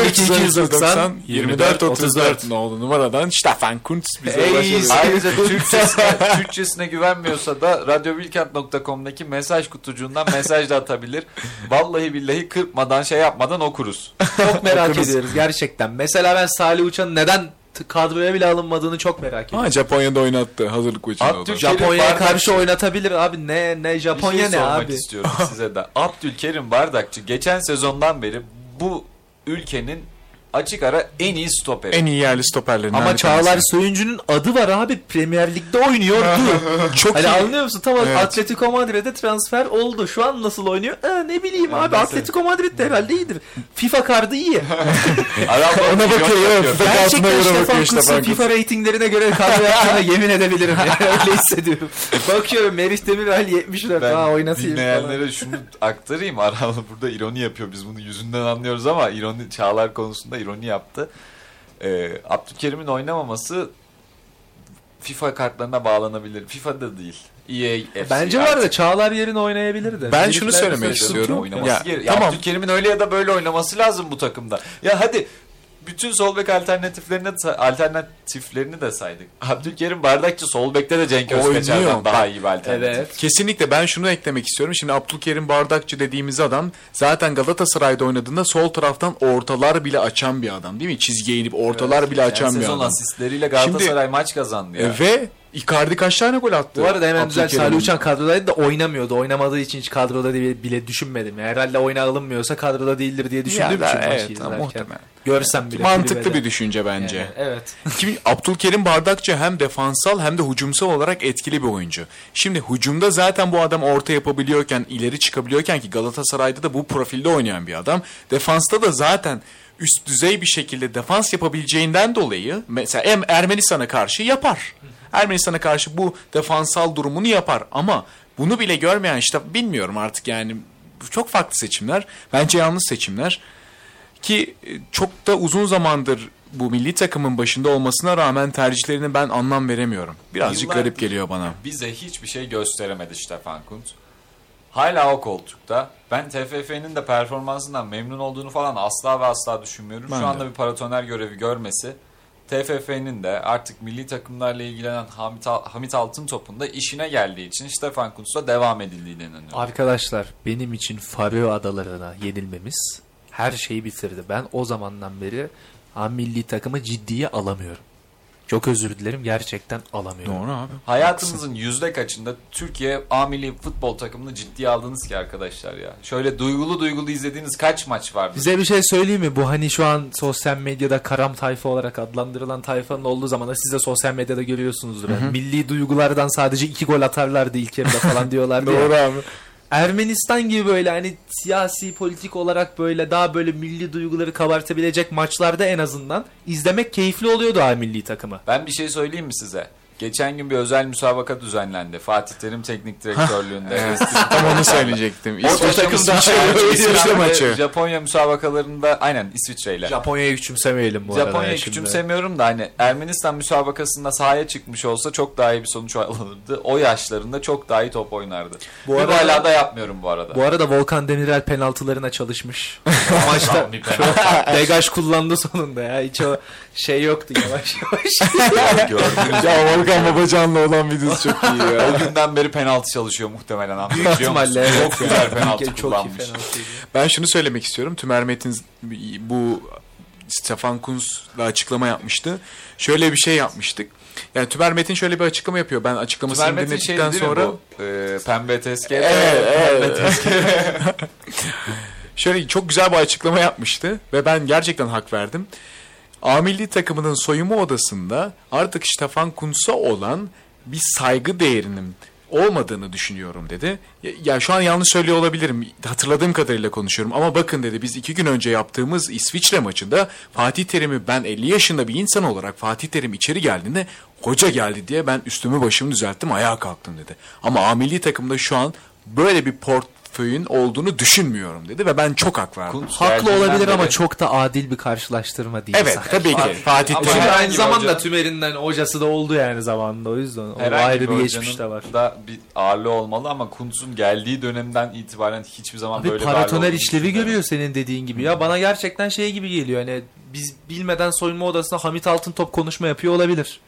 [SPEAKER 3] 290
[SPEAKER 4] 24 34 nolu numaradan Stefan Kuntz bize ulaşabilir.
[SPEAKER 2] Ayrıca Türkçesine, Türkçesine güvenmiyorsa da radyobilkent.com'daki mesaj kutucuğundan mesaj da atabilir. Vallahi billahi kırpmadan şey yapmadan okuruz.
[SPEAKER 3] çok merak ediyoruz gerçekten. Mesela ben Salih Uçan'ın neden t- kadroya bile alınmadığını çok merak ediyorum.
[SPEAKER 4] Ha Japonya'da oynattı hazırlık maçında.
[SPEAKER 2] At
[SPEAKER 4] o da.
[SPEAKER 2] Türkiye-
[SPEAKER 3] Japonya'ya
[SPEAKER 2] Bardak-
[SPEAKER 3] karşı oynatabilir abi. Ne ne
[SPEAKER 2] Bir
[SPEAKER 3] Japonya
[SPEAKER 2] şey
[SPEAKER 3] ne
[SPEAKER 2] sormak
[SPEAKER 3] abi?
[SPEAKER 2] istiyorum size de. Abdülkerim Bardakçı geçen sezondan beri bu ülkenin açık ara en iyi stoperi.
[SPEAKER 4] En iyi yerli stoperlerinden
[SPEAKER 3] Ama
[SPEAKER 4] bir
[SPEAKER 3] Çağlar
[SPEAKER 4] tanesi.
[SPEAKER 3] Soyuncu'nun adı var abi. Premier Lig'de oynuyordu.
[SPEAKER 4] çok
[SPEAKER 3] hani
[SPEAKER 4] iyi.
[SPEAKER 3] anlıyor musun? Tamam
[SPEAKER 4] Evet.
[SPEAKER 3] Atletico Madrid'e transfer oldu. Şu an nasıl oynuyor? Ee, ne bileyim abi. Atletico Madrid de herhalde iyidir. FIFA kartı iyi.
[SPEAKER 2] Araba
[SPEAKER 4] Ona bakıyor. evet. Altına
[SPEAKER 3] Gerçekten
[SPEAKER 4] göre
[SPEAKER 3] Stefan
[SPEAKER 4] bakıyor
[SPEAKER 3] Kuntz'un
[SPEAKER 4] Stefan Kuntz.
[SPEAKER 3] FIFA reytinglerine göre kadro yaptığına yemin edebilirim. Yani öyle hissediyorum. Bakıyorum Merih Demirel 74.
[SPEAKER 2] Ben
[SPEAKER 3] ha oynatayım falan.
[SPEAKER 2] dinleyenlere şunu aktarayım. Aral burada ironi yapıyor. Biz bunu yüzünden anlıyoruz ama ironi Çağlar konusunda ironi yaptı. Ee, Abdülkerim'in oynamaması FIFA kartlarına bağlanabilir. FIFA'da değil. E EA FC
[SPEAKER 3] Bence var da Çağlar yerine oynayabilirdi.
[SPEAKER 4] Ben
[SPEAKER 3] Herifler
[SPEAKER 4] şunu söylemek
[SPEAKER 3] mesela-
[SPEAKER 4] istiyorum.
[SPEAKER 2] Oynaması
[SPEAKER 4] Ya,
[SPEAKER 2] gere- ya
[SPEAKER 4] tamam.
[SPEAKER 2] Abdülkerim'in öyle ya da böyle oynaması lazım bu takımda. Ya hadi bütün sol bek alternatiflerini alternatiflerini de saydık. Abdülkerim Bardakçı sol bekte de Cenk
[SPEAKER 4] Oynuyor.
[SPEAKER 2] Özkaçar'dan daha iyi bir alternatif.
[SPEAKER 3] Evet.
[SPEAKER 4] Kesinlikle ben şunu eklemek istiyorum. Şimdi Abdülkerim Bardakçı dediğimiz adam zaten Galatasaray'da oynadığında sol taraftan ortalar bile açan bir adam değil mi? Çizgiye inip ortalar bile
[SPEAKER 2] Yani
[SPEAKER 4] açan bir
[SPEAKER 2] sezon
[SPEAKER 4] adam.
[SPEAKER 2] asistleriyle Galatasaray maç kazandı ya.
[SPEAKER 4] E, Ve Icardi kaç tane gol attı?
[SPEAKER 3] Bu arada hemen güzel
[SPEAKER 4] Abdülkerim'in?
[SPEAKER 3] Salih Uçan kadrodaydı da oynamıyordu. Oynamadığı için hiç kadroda diye bile düşünmedim. Yani herhalde oyuna alınmıyorsa kadroda değildir diye
[SPEAKER 4] Ya
[SPEAKER 3] düşündüğüm
[SPEAKER 4] da-
[SPEAKER 3] için maçı
[SPEAKER 4] evet,
[SPEAKER 3] izlerken.
[SPEAKER 4] muhtemelen.
[SPEAKER 3] Görsem bile.
[SPEAKER 4] Mantıklı
[SPEAKER 3] kulübede.
[SPEAKER 4] bir düşünce bence.
[SPEAKER 3] Yani, evet.
[SPEAKER 4] Kim Abdülkerim Bardakçı hem defansal hem de hücumsal olarak etkili bir oyuncu. Şimdi hücumda zaten bu adam orta yapabiliyorken, ileri çıkabiliyorken ki Galatasaray'da da bu profilde oynayan bir adam. Defansta da zaten üst düzey bir şekilde defans yapabileceğinden dolayı mesela hem Ermenistan'a karşı yapar. Ermenistan'a karşı bu defansal durumunu yapar ama bunu bile görmeyen işte bilmiyorum artık yani çok farklı seçimler. Bence yanlış seçimler ki e, çok da uzun zamandır bu milli takımın başında olmasına rağmen tercihlerine ben anlam veremiyorum. Birazcık
[SPEAKER 2] Yıllardır-
[SPEAKER 4] garip geliyor bana.
[SPEAKER 2] Bize hiçbir şey gösteremedi Stefan Kuntz. Hala o koltukta. Ben TFF'nin de performansından memnun olduğunu falan asla ve asla düşünmüyorum.
[SPEAKER 4] Ben
[SPEAKER 2] Şu
[SPEAKER 4] de.
[SPEAKER 2] anda bir paratoner görevi görmesi TFF'nin de artık milli takımlarla ilgilenen Hamit, Al- Hamit Altıntop'un da işine geldiği için Stefan Kuntz'a devam edildiğine inanıyorum.
[SPEAKER 3] Arkadaşlar benim için Faroe Adaları'na yenilmemiz her şeyi bitirdi. Ben o zamandan beri ha, milli takımı ciddiye alamıyorum. Çok özür dilerim gerçekten alamıyorum.
[SPEAKER 4] Doğru abi.
[SPEAKER 2] Hayatınızın yüzde kaçında Türkiye A milli futbol takımını ciddiye aldınız ki arkadaşlar ya. Şöyle duygulu duygulu izlediğiniz kaç maç vardı?
[SPEAKER 3] Bize bir şey söyleyeyim mi? Bu hani şu an sosyal medyada karam tayfa olarak adlandırılan tayfanın olduğu zaman da siz de sosyal medyada görüyorsunuzdur. Yani milli duygulardan sadece iki gol atarlardı ilk yarıda falan diyorlardı ya.
[SPEAKER 4] Doğru abi.
[SPEAKER 3] Ermenistan gibi böyle hani siyasi politik olarak böyle daha böyle milli duyguları kabartabilecek maçlarda en azından izlemek keyifli oluyordu ha milli takımı.
[SPEAKER 2] Ben bir şey söyleyeyim mi size? Geçen gün bir özel müsabaka düzenlendi. Fatih Terim teknik direktörlüğünde.
[SPEAKER 4] Tam onu söyleyecektim. İsveç
[SPEAKER 2] takım
[SPEAKER 4] İsviçre İsviçre maçı.
[SPEAKER 2] Japonya müsabakalarında aynen İsviçre'yle.
[SPEAKER 3] Japonya'yı küçümsemeyelim bu arada.
[SPEAKER 2] Japonya'yı
[SPEAKER 3] ya şimdi.
[SPEAKER 2] küçümsemiyorum da hani Ermenistan müsabakasında sahaya çıkmış olsa çok daha iyi bir sonuç alınırdı. O yaşlarında çok daha iyi top oynardı.
[SPEAKER 3] Bu
[SPEAKER 2] Bu
[SPEAKER 3] arada-
[SPEAKER 2] hala da yapmıyorum bu arada.
[SPEAKER 3] Bu arada Volkan Demirel penaltılarına çalışmış. O maçta
[SPEAKER 2] Bir penaltı
[SPEAKER 3] degaj kullandı sonunda ya. Hiç o şey yoktu yavaş yavaş.
[SPEAKER 2] gördüm.
[SPEAKER 4] Ya Volkan Babacan'la olan videosu çok iyi ya.
[SPEAKER 2] O günden beri penaltı çalışıyor muhtemelen. Büyük
[SPEAKER 3] ihtimalle, evet.
[SPEAKER 2] Çok güzel penaltı
[SPEAKER 3] Çok iyi
[SPEAKER 2] kullanmış.
[SPEAKER 3] penaltıydı.
[SPEAKER 4] Ben şunu söylemek istiyorum. Tümer Metin bu Stefan Kunz'la açıklama yapmıştı. Şöyle bir şey yapmıştık. Yani Tümer Metin şöyle bir açıklama yapıyor. Ben açıklamasını
[SPEAKER 2] Vermetin şey
[SPEAKER 4] dinledikten
[SPEAKER 2] değil
[SPEAKER 4] sonra...
[SPEAKER 2] sonra... mi bu? Ee, pembe tezkere.
[SPEAKER 4] Evet, evet. Şöyle çok güzel bir açıklama yapmıştı ve ben gerçekten hak verdim. A milli takımının soyunma odasında artık Stefan Kuntz'a olan bir saygı değerinin olmadığını düşünüyorum dedi. Ya, ya şu an yanlış söylüyor olabilirim. Hatırladığım kadarıyla konuşuyorum ama bakın dedi biz iki gün önce yaptığımız İsviçre maçında Fatih Terim'i ben 50 yaşında bir insan olarak Fatih Terim içeri geldiğinde hoca geldi diye ben üstümü başımı düzelttim ayağa kalktım dedi. Ama A milli takımda şu an böyle bir portföyün olduğunu düşünmüyorum dedi ve ben çok hak verdim.
[SPEAKER 2] Kuntz
[SPEAKER 3] Haklı
[SPEAKER 2] geldiğinden
[SPEAKER 3] olabilir ama
[SPEAKER 2] beri-
[SPEAKER 3] çok da adil bir karşılaştırma değil.
[SPEAKER 4] Evet
[SPEAKER 3] sanki.
[SPEAKER 4] tabii ki. Fatih
[SPEAKER 2] Ama
[SPEAKER 4] Terim.
[SPEAKER 3] Çünkü
[SPEAKER 2] herhangi
[SPEAKER 3] aynı
[SPEAKER 2] bir
[SPEAKER 3] zamanda
[SPEAKER 2] hoca-
[SPEAKER 3] Tümer'inden hocası da oldu yani zamanında o yüzden. O
[SPEAKER 2] Herhangi
[SPEAKER 3] ayrı bir
[SPEAKER 2] hocanın
[SPEAKER 3] geçmiş de var.
[SPEAKER 2] Da bir ağırlığı olmalı ama Kuntz'un geldiği dönemden itibaren hiçbir zaman
[SPEAKER 3] Abi
[SPEAKER 2] böyle bir ağırlığı
[SPEAKER 3] paratoner
[SPEAKER 2] olduğunu
[SPEAKER 3] işlevi
[SPEAKER 2] düşünmüyorum.
[SPEAKER 3] görüyor senin dediğin gibi ya. Bana gerçekten şey gibi geliyor hani biz bilmeden soyunma odasına Hamit Altıntop konuşma yapıyor olabilir.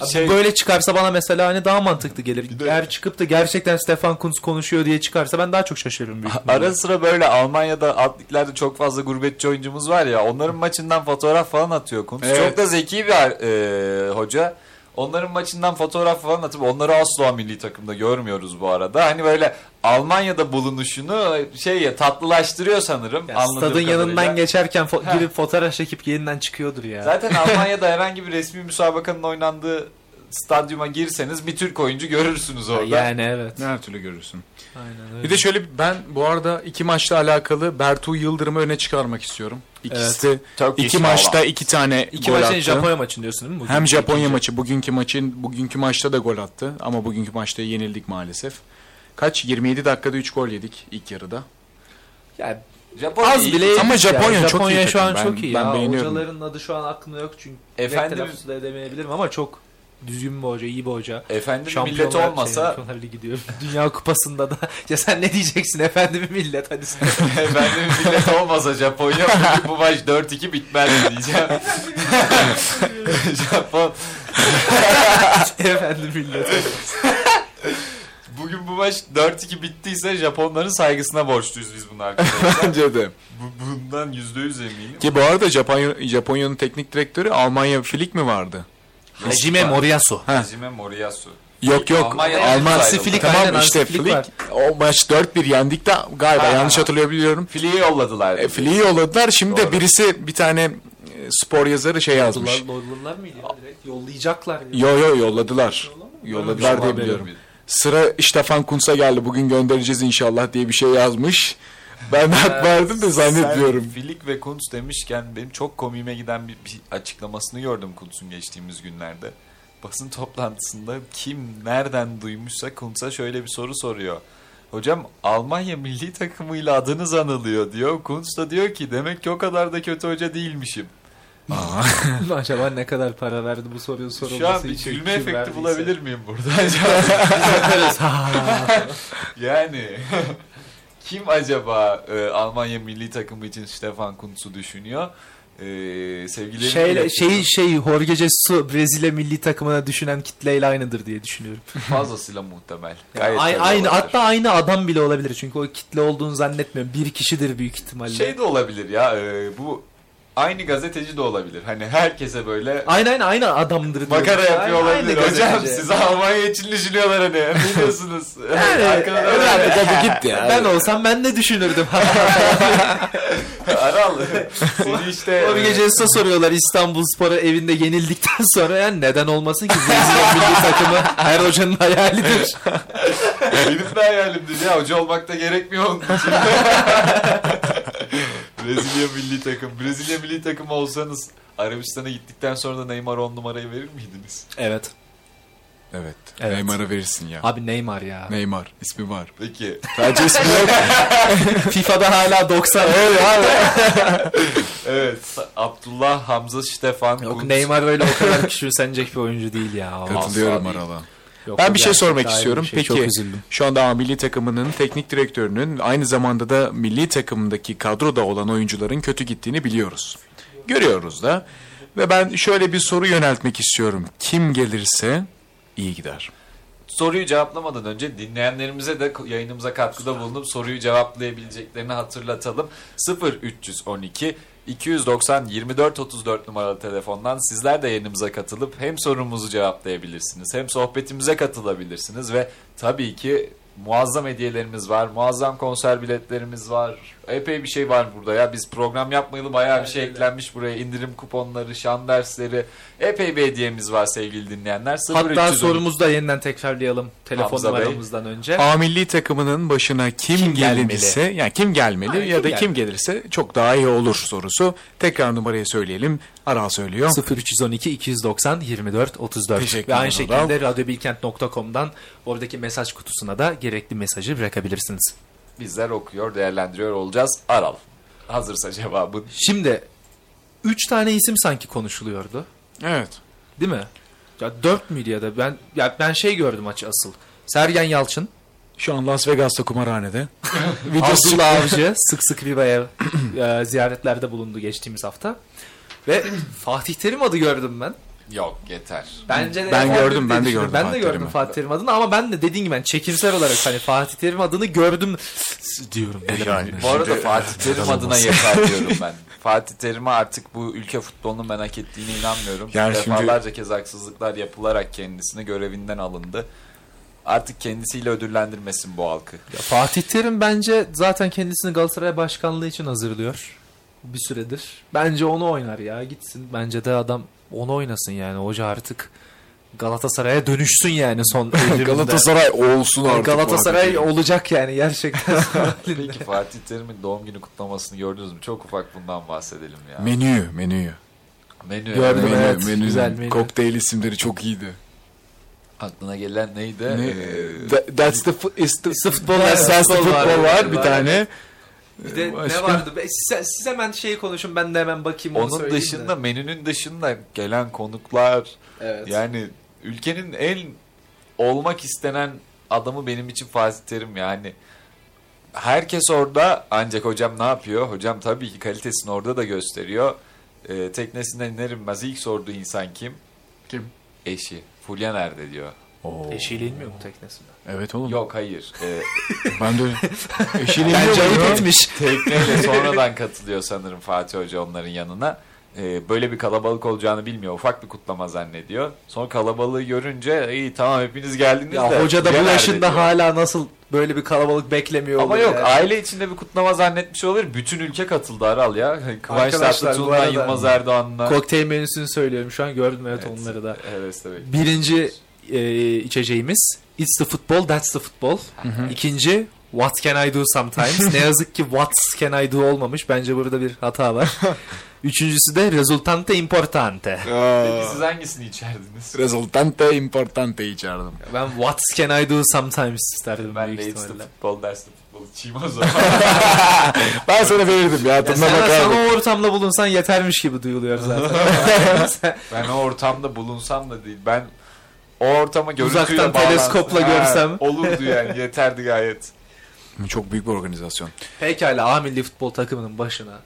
[SPEAKER 3] Abi
[SPEAKER 2] Şey-
[SPEAKER 3] Böyle çıkarsa bana mesela hani daha mantıklı gelir.
[SPEAKER 2] de-
[SPEAKER 3] Eğer çıkıp da gerçekten Stefan Kuntz konuşuyor diye çıkarsa ben daha çok şaşırırım büyük ihtimalle.
[SPEAKER 2] Ara sıra böyle Almanya'da atliklerde çok fazla gurbetçi oyuncumuz var ya onların maçından fotoğraf falan atıyor Kuntz.
[SPEAKER 4] Evet.
[SPEAKER 2] Çok da zeki bir e, hoca. Onların maçından fotoğraf falan atıp onları asla milli takımda görmüyoruz bu arada. Hani böyle Almanya'da bulunuşunu şey ya tatlılaştırıyor sanırım.
[SPEAKER 3] Ya
[SPEAKER 2] anladığım
[SPEAKER 3] stadın yanından
[SPEAKER 2] kadarıyla.
[SPEAKER 3] geçerken fo-
[SPEAKER 2] Ha.
[SPEAKER 3] girip fotoğraf çekip yeniden çıkıyordur ya.
[SPEAKER 2] Zaten Almanya'da herhangi bir resmi müsabakanın oynandığı stadyuma girseniz bir Türk oyuncu görürsünüz orada.
[SPEAKER 3] yani evet.
[SPEAKER 4] Her türlü görürsün.
[SPEAKER 3] Aynen öyle.
[SPEAKER 4] Bir de şöyle ben bu arada iki maçla alakalı Bertu Yıldırım'ı öne çıkarmak istiyorum. İkisi de
[SPEAKER 2] Turkish
[SPEAKER 4] iki
[SPEAKER 2] Hava.
[SPEAKER 4] maçta iki tane
[SPEAKER 3] İki
[SPEAKER 4] gol
[SPEAKER 3] maçın
[SPEAKER 4] attı.
[SPEAKER 3] Japonya maçın diyorsun değil mi? bugün?
[SPEAKER 4] Hem Japonya maçı bugünkü maçın bugünkü maçta da gol attı ama bugünkü maçta yenildik maalesef. Kaç 27 dakikada 3 gol yedik ilk yarıda.
[SPEAKER 3] Ya
[SPEAKER 2] Japonya
[SPEAKER 3] Az
[SPEAKER 2] iyi.
[SPEAKER 3] bile yemiş
[SPEAKER 4] Ama
[SPEAKER 3] ya.
[SPEAKER 4] Japonya çok iyi
[SPEAKER 3] Japonya şu
[SPEAKER 4] takım.
[SPEAKER 3] an
[SPEAKER 4] Ben-
[SPEAKER 3] çok iyi
[SPEAKER 4] ben
[SPEAKER 3] ya.
[SPEAKER 4] beğeniyorum.
[SPEAKER 3] Hocaların adı şu an aklımda yok çünkü
[SPEAKER 2] Efendim-
[SPEAKER 3] Efendim, telaffuz da edemeyebilirim ama çok düzgün bir hoca, iyi bir hoca.
[SPEAKER 2] Efendim bir
[SPEAKER 3] Şampiyonlar-
[SPEAKER 2] millet olmasa
[SPEAKER 3] Şampiyonlar Ligi diyorum. Dünya Kupası'nda da ya sen ne diyeceksin efendim millet hadi sen.
[SPEAKER 2] Efendim millet olmasa Japonya bugün bu maç 4-2 bitmez diyeceğim. Japon
[SPEAKER 3] efendim millet.
[SPEAKER 2] bugün bu maç 4-2 bittiyse Japonların saygısına borçluyuz biz bunu arkadaşlar.
[SPEAKER 4] Bence de.
[SPEAKER 2] Bu- bundan %100 eminim.
[SPEAKER 4] Ki bu arada Japonya, Japonya'nın teknik direktörü Almanya Flick mi vardı?
[SPEAKER 3] Hajime Moriyasu.
[SPEAKER 2] Hajime Moriyasu.
[SPEAKER 4] Yok yok.
[SPEAKER 2] Almanya'dan
[SPEAKER 4] Alman
[SPEAKER 2] ayrıldı.
[SPEAKER 4] Flick
[SPEAKER 3] Aynen,
[SPEAKER 4] tamam
[SPEAKER 3] Hansi
[SPEAKER 4] işte
[SPEAKER 3] Flick
[SPEAKER 4] Flick.
[SPEAKER 3] var.
[SPEAKER 4] O maç 4-1 yendik de galiba
[SPEAKER 2] Ha.
[SPEAKER 4] yanlış hatırlayabiliyorum.
[SPEAKER 2] Fili'yi yolladılar.
[SPEAKER 4] E, Flick'i yolladılar. Şimdi de
[SPEAKER 2] Doğru.
[SPEAKER 4] birisi bir tane e, spor yazarı şey yazmış.
[SPEAKER 3] Yolladılar mıydı ya direkt? Yollayacaklar. ya.
[SPEAKER 4] Yo yo yolladılar. Yolladılar diye biliyorum. Sıra Stefan Kuntz'a geldi. Bugün göndereceğiz inşallah diye bir şey yazmış. Ben hak verdim de zannetmiyorum.
[SPEAKER 2] Filik ve Kuntz demişken benim çok komiğime giden bir, bir açıklamasını gördüm Kuntz'un geçtiğimiz günlerde. Basın toplantısında kim nereden duymuşsa Kuntz'a şöyle bir soru soruyor. Hocam Almanya milli takımıyla adınız anılıyor diyor. Kuntz da diyor ki demek ki o kadar da kötü hoca değilmişim.
[SPEAKER 3] Acaba ne kadar para verdi bu soruyu sorulması
[SPEAKER 2] Şu an bir
[SPEAKER 3] için,
[SPEAKER 2] gülme
[SPEAKER 3] kim
[SPEAKER 2] efekti
[SPEAKER 3] verdiyse.
[SPEAKER 2] bulabilir miyim burada acaba?
[SPEAKER 3] Bakarız. Ha.
[SPEAKER 2] yani kim acaba e, Almanya milli takımı için Stefan Kuntz'u düşünüyor? E, sevgilerimi
[SPEAKER 3] Şeyle,
[SPEAKER 2] iletiyorum.
[SPEAKER 3] şey şey Jorge Jesus Brezilya milli takımına düşünen kitleyle aynıdır diye düşünüyorum.
[SPEAKER 2] Fazlasıyla muhtemel.
[SPEAKER 3] Yani
[SPEAKER 2] Gayet
[SPEAKER 3] ay-
[SPEAKER 2] tabii
[SPEAKER 3] aynı
[SPEAKER 2] olabilir.
[SPEAKER 3] hatta aynı adam bile olabilir çünkü o kitle olduğunu zannetmiyorum. Bir kişidir büyük ihtimalle.
[SPEAKER 2] şey de olabilir ya e, bu aynı gazeteci de olabilir. Hani herkese böyle
[SPEAKER 3] Aynı aynı aynı adamdır diyorum.
[SPEAKER 2] makara yapıyor
[SPEAKER 3] Aynı-
[SPEAKER 2] olabilir.
[SPEAKER 3] aynı
[SPEAKER 2] Hocam
[SPEAKER 3] gazeteci.
[SPEAKER 2] siz Almanya için düşünüyorlar hani biliyorsunuz. Arkada da
[SPEAKER 3] öyle
[SPEAKER 2] böyle-
[SPEAKER 4] Tabii gitti ya.
[SPEAKER 3] Ben olsam ben de düşünürdüm.
[SPEAKER 2] Aral seni işte
[SPEAKER 3] o bir gece size soruyorlar İstanbul Spor'a evinde yenildikten sonra yani neden olmasın ki Brezilya milli takımı her hocanın hayalidir.
[SPEAKER 2] Benim de hayalimdi ya hoca olmak da gerekmiyor onun için. Brezilya milli takım. Brezilya milli takımı olsanız Arabistan'a gittikten sonra da Neymar 10 numarayı verir miydiniz?
[SPEAKER 3] Evet.
[SPEAKER 4] Evet.
[SPEAKER 3] Evet.
[SPEAKER 4] Neymar'a verirsin ya.
[SPEAKER 3] Abi Neymar ya.
[SPEAKER 4] Neymar ismi var.
[SPEAKER 2] Peki.
[SPEAKER 4] Sadece ismi yok.
[SPEAKER 3] FIFA'da hala 90.
[SPEAKER 2] Evet. Abdullah Hamza Stefan.
[SPEAKER 3] Yok
[SPEAKER 2] Kuntz.
[SPEAKER 3] Neymar öyle o kadar küçümsenecek bir oyuncu değil ya.
[SPEAKER 4] Katılıyorum
[SPEAKER 2] Asla değil.
[SPEAKER 4] Aral'a.
[SPEAKER 3] Yok,
[SPEAKER 4] Ben
[SPEAKER 3] bu
[SPEAKER 4] bir şey
[SPEAKER 3] gerçekten
[SPEAKER 4] sormak
[SPEAKER 3] ayrı bir
[SPEAKER 4] istiyorum.
[SPEAKER 3] şey. Çok
[SPEAKER 4] Peki.
[SPEAKER 3] üzüldüm.
[SPEAKER 4] Şu anda A milli takımının teknik direktörünün aynı zamanda da milli takımdaki kadroda olan oyuncuların kötü gittiğini biliyoruz. Görüyoruz da. Ve ben şöyle bir soru yöneltmek istiyorum. Kim gelirse iyi gider.
[SPEAKER 2] Soruyu cevaplamadan önce dinleyenlerimize de yayınımıza katkıda bulunup soruyu cevaplayabileceklerini hatırlatalım. 0312 290 24 34 numaralı telefondan sizler de yayınımıza katılıp hem sorumuzu cevaplayabilirsiniz hem sohbetimize katılabilirsiniz ve tabii ki muazzam hediyelerimiz var, muazzam konser biletlerimiz var. Epey bir şey var burada ya. Biz program yapmayalı bayağı bir şey eklenmiş buraya. indirim kuponları, şan dersleri. Epey bir hediyemiz var sevgili dinleyenler.
[SPEAKER 3] Hatta
[SPEAKER 2] 0312
[SPEAKER 3] sorumuzu da yeniden tekrarlayalım telefon
[SPEAKER 2] Hamza Bey.
[SPEAKER 3] numaramızdan önce.
[SPEAKER 4] A milli takımının başına kim,
[SPEAKER 3] Kim
[SPEAKER 4] gelirse yani kim gelmeli
[SPEAKER 3] Hayır,
[SPEAKER 4] ya
[SPEAKER 3] kim
[SPEAKER 4] da kim gelirse çok daha iyi olur sorusu. Tekrar numarayı söyleyelim. Aral söylüyor.
[SPEAKER 3] 0312 290 24 34
[SPEAKER 4] Teşekkür
[SPEAKER 3] ve aynı
[SPEAKER 4] ederim.
[SPEAKER 3] şekilde radyobilkent.com'dan oradaki mesaj kutusuna da gerekli mesajı bırakabilirsiniz.
[SPEAKER 2] bizler okuyor, değerlendiriyor olacağız. Aral. Hazırsa cevabın.
[SPEAKER 3] Şimdi 3 tane isim sanki konuşuluyordu.
[SPEAKER 4] Evet.
[SPEAKER 3] Değil mi? Ya 4 müydü ya da ben ya ben şey gördüm açı asıl. Sergen Yalçın,
[SPEAKER 4] Şu an Las Vegas'ta kumarhanede. Videosu
[SPEAKER 3] Abdullah Avcı sık sık Riva'ya e, ziyaretlerde bulundu geçtiğimiz hafta. Ve Fatih Terim adı gördüm ben.
[SPEAKER 2] Yok yeter.
[SPEAKER 3] Bence de
[SPEAKER 4] Ben
[SPEAKER 3] yapabilir
[SPEAKER 4] gördüm,
[SPEAKER 3] diye
[SPEAKER 4] ben de gördüm
[SPEAKER 3] düşünüyorum. Ben de
[SPEAKER 4] Fatih
[SPEAKER 3] gördüm
[SPEAKER 4] Terim'i.
[SPEAKER 3] Fatih Terim adını ama ben de dediğin gibi ben çekimsel olarak hani Fatih Terim adını gördüm diyorum.
[SPEAKER 4] yani.
[SPEAKER 2] Bu arada Fatih Terim adına yeter diyorum ben. Fatih Terim'e artık bu ülke futbolunun ben hak ettiğine inanmıyorum.
[SPEAKER 4] Yani şimdi-
[SPEAKER 2] Defalarca kez haksızlıklar yapılarak kendisini görevinden alındı. Artık kendisiyle ödüllendirmesin bu halkı.
[SPEAKER 3] Ya Fatih Terim bence zaten kendisini Galatasaray başkanlığı için hazırlıyor bir süredir. Bence onu oynar ya gitsin. Bence de adam onu oynasın yani hoca artık Galatasaray'a dönüşsün yani son devrimde.
[SPEAKER 4] Galatasaray olsun artık.
[SPEAKER 3] Galatasaray olacak yani gerçekten.
[SPEAKER 2] Peki Fatih Terim'in doğum günü kutlamasını gördünüz mü? Çok ufak bundan bahsedelim ya.
[SPEAKER 4] Menü, menü.
[SPEAKER 2] Menü.
[SPEAKER 3] Gördüm.
[SPEAKER 4] menü,
[SPEAKER 3] evet,
[SPEAKER 4] menünün
[SPEAKER 3] güzel menü.
[SPEAKER 4] Kokteyl isimleri çok iyiydi.
[SPEAKER 2] Aklına gelen neydi?
[SPEAKER 4] Ne?
[SPEAKER 2] Ee,
[SPEAKER 4] That- That's the, fu- is the,
[SPEAKER 3] futbol var,
[SPEAKER 4] that's the
[SPEAKER 3] futbol
[SPEAKER 4] football
[SPEAKER 3] var,
[SPEAKER 4] var,
[SPEAKER 3] evet,
[SPEAKER 4] bir
[SPEAKER 3] var,
[SPEAKER 4] tane.
[SPEAKER 3] bir de ne
[SPEAKER 4] Başka?
[SPEAKER 3] vardı? Be- Siz, siz hemen şeyi konuşun ben de hemen bakayım onu
[SPEAKER 2] Onun
[SPEAKER 3] söyleyeyim de.
[SPEAKER 2] dışında menünün dışında gelen konuklar
[SPEAKER 3] Evet.
[SPEAKER 2] yani ülkenin en olmak istenen adamı benim için Fatih Terim yani. Herkes orada ancak hocam ne yapıyor? Hocam tabii ki kalitesini orada da gösteriyor. Ee, teknesinden iner inmez ilk sorduğu insan kim?
[SPEAKER 4] Kim?
[SPEAKER 2] Eşi. Fulya nerede diyor.
[SPEAKER 4] Oo.
[SPEAKER 3] Eşiyle inmiyor mu teknesinde?
[SPEAKER 4] Evet oğlum.
[SPEAKER 2] Yok hayır. Ee,
[SPEAKER 4] Ben de eşiyle
[SPEAKER 3] Bence
[SPEAKER 4] iniyorum ya.
[SPEAKER 3] ayıp etmiş.
[SPEAKER 2] tekneyle sonradan katılıyor sanırım Fatih Hoca onların yanına. Ee, böyle bir kalabalık olacağını bilmiyor. Ufak bir kutlama zannediyor. Sonra kalabalığı görünce iyi tamam hepiniz geldiniz
[SPEAKER 3] Ya
[SPEAKER 2] de.
[SPEAKER 3] hoca da
[SPEAKER 2] Fulya
[SPEAKER 3] bu
[SPEAKER 2] nerede?"
[SPEAKER 3] yaşında
[SPEAKER 2] diyor.
[SPEAKER 3] hala nasıl böyle bir kalabalık beklemiyor
[SPEAKER 2] Ama
[SPEAKER 3] olur
[SPEAKER 2] yok
[SPEAKER 3] yani.
[SPEAKER 2] aile içinde bir kutlama zannetmiş olabilir. Bütün ülke katıldı Aral ya. Hani Kıvanç
[SPEAKER 3] Arkadaşlar, bu
[SPEAKER 2] Tatlıtuğ'undan
[SPEAKER 3] arada-
[SPEAKER 2] Yılmaz Erdoğan'la.
[SPEAKER 3] Kokteyl menüsünü söylüyorum şu an gördüm evet,
[SPEAKER 2] Ee, Evet.
[SPEAKER 3] onları da.
[SPEAKER 2] Hevesle bekliyor.
[SPEAKER 3] Birinci e, içeceğimiz It's the football, that's the football. İkinci What can I do sometimes? ne yazık ki what can I do olmamış. Bence burada bir hata var. Üçüncüsü de resultante importante.
[SPEAKER 2] Peki siz hangisini içerdiniz?
[SPEAKER 4] Resultante importante içerdim.
[SPEAKER 3] Ben what can I do sometimes isterdim
[SPEAKER 2] Ben
[SPEAKER 3] büyük
[SPEAKER 2] de it's the
[SPEAKER 3] ihtimalle.
[SPEAKER 2] futbol dersi futbol içeyim o zaman.
[SPEAKER 4] Ben sana verirdim ya.
[SPEAKER 3] Ya
[SPEAKER 4] Tadına
[SPEAKER 3] sen, sen
[SPEAKER 4] bakardım.
[SPEAKER 3] o ortamda bulunsan yetermiş gibi duyuluyor zaten.
[SPEAKER 2] ben o ortamda bulunsam da değil. Ben o ortamı görüntüyle
[SPEAKER 3] Uzaktan
[SPEAKER 2] bağlansam-
[SPEAKER 3] teleskopla
[SPEAKER 2] Ha,
[SPEAKER 3] görsem.
[SPEAKER 2] Olurdu yani yeterdi gayet.
[SPEAKER 4] Çok büyük bir organizasyon.
[SPEAKER 3] Pekala A milli futbol takımının başına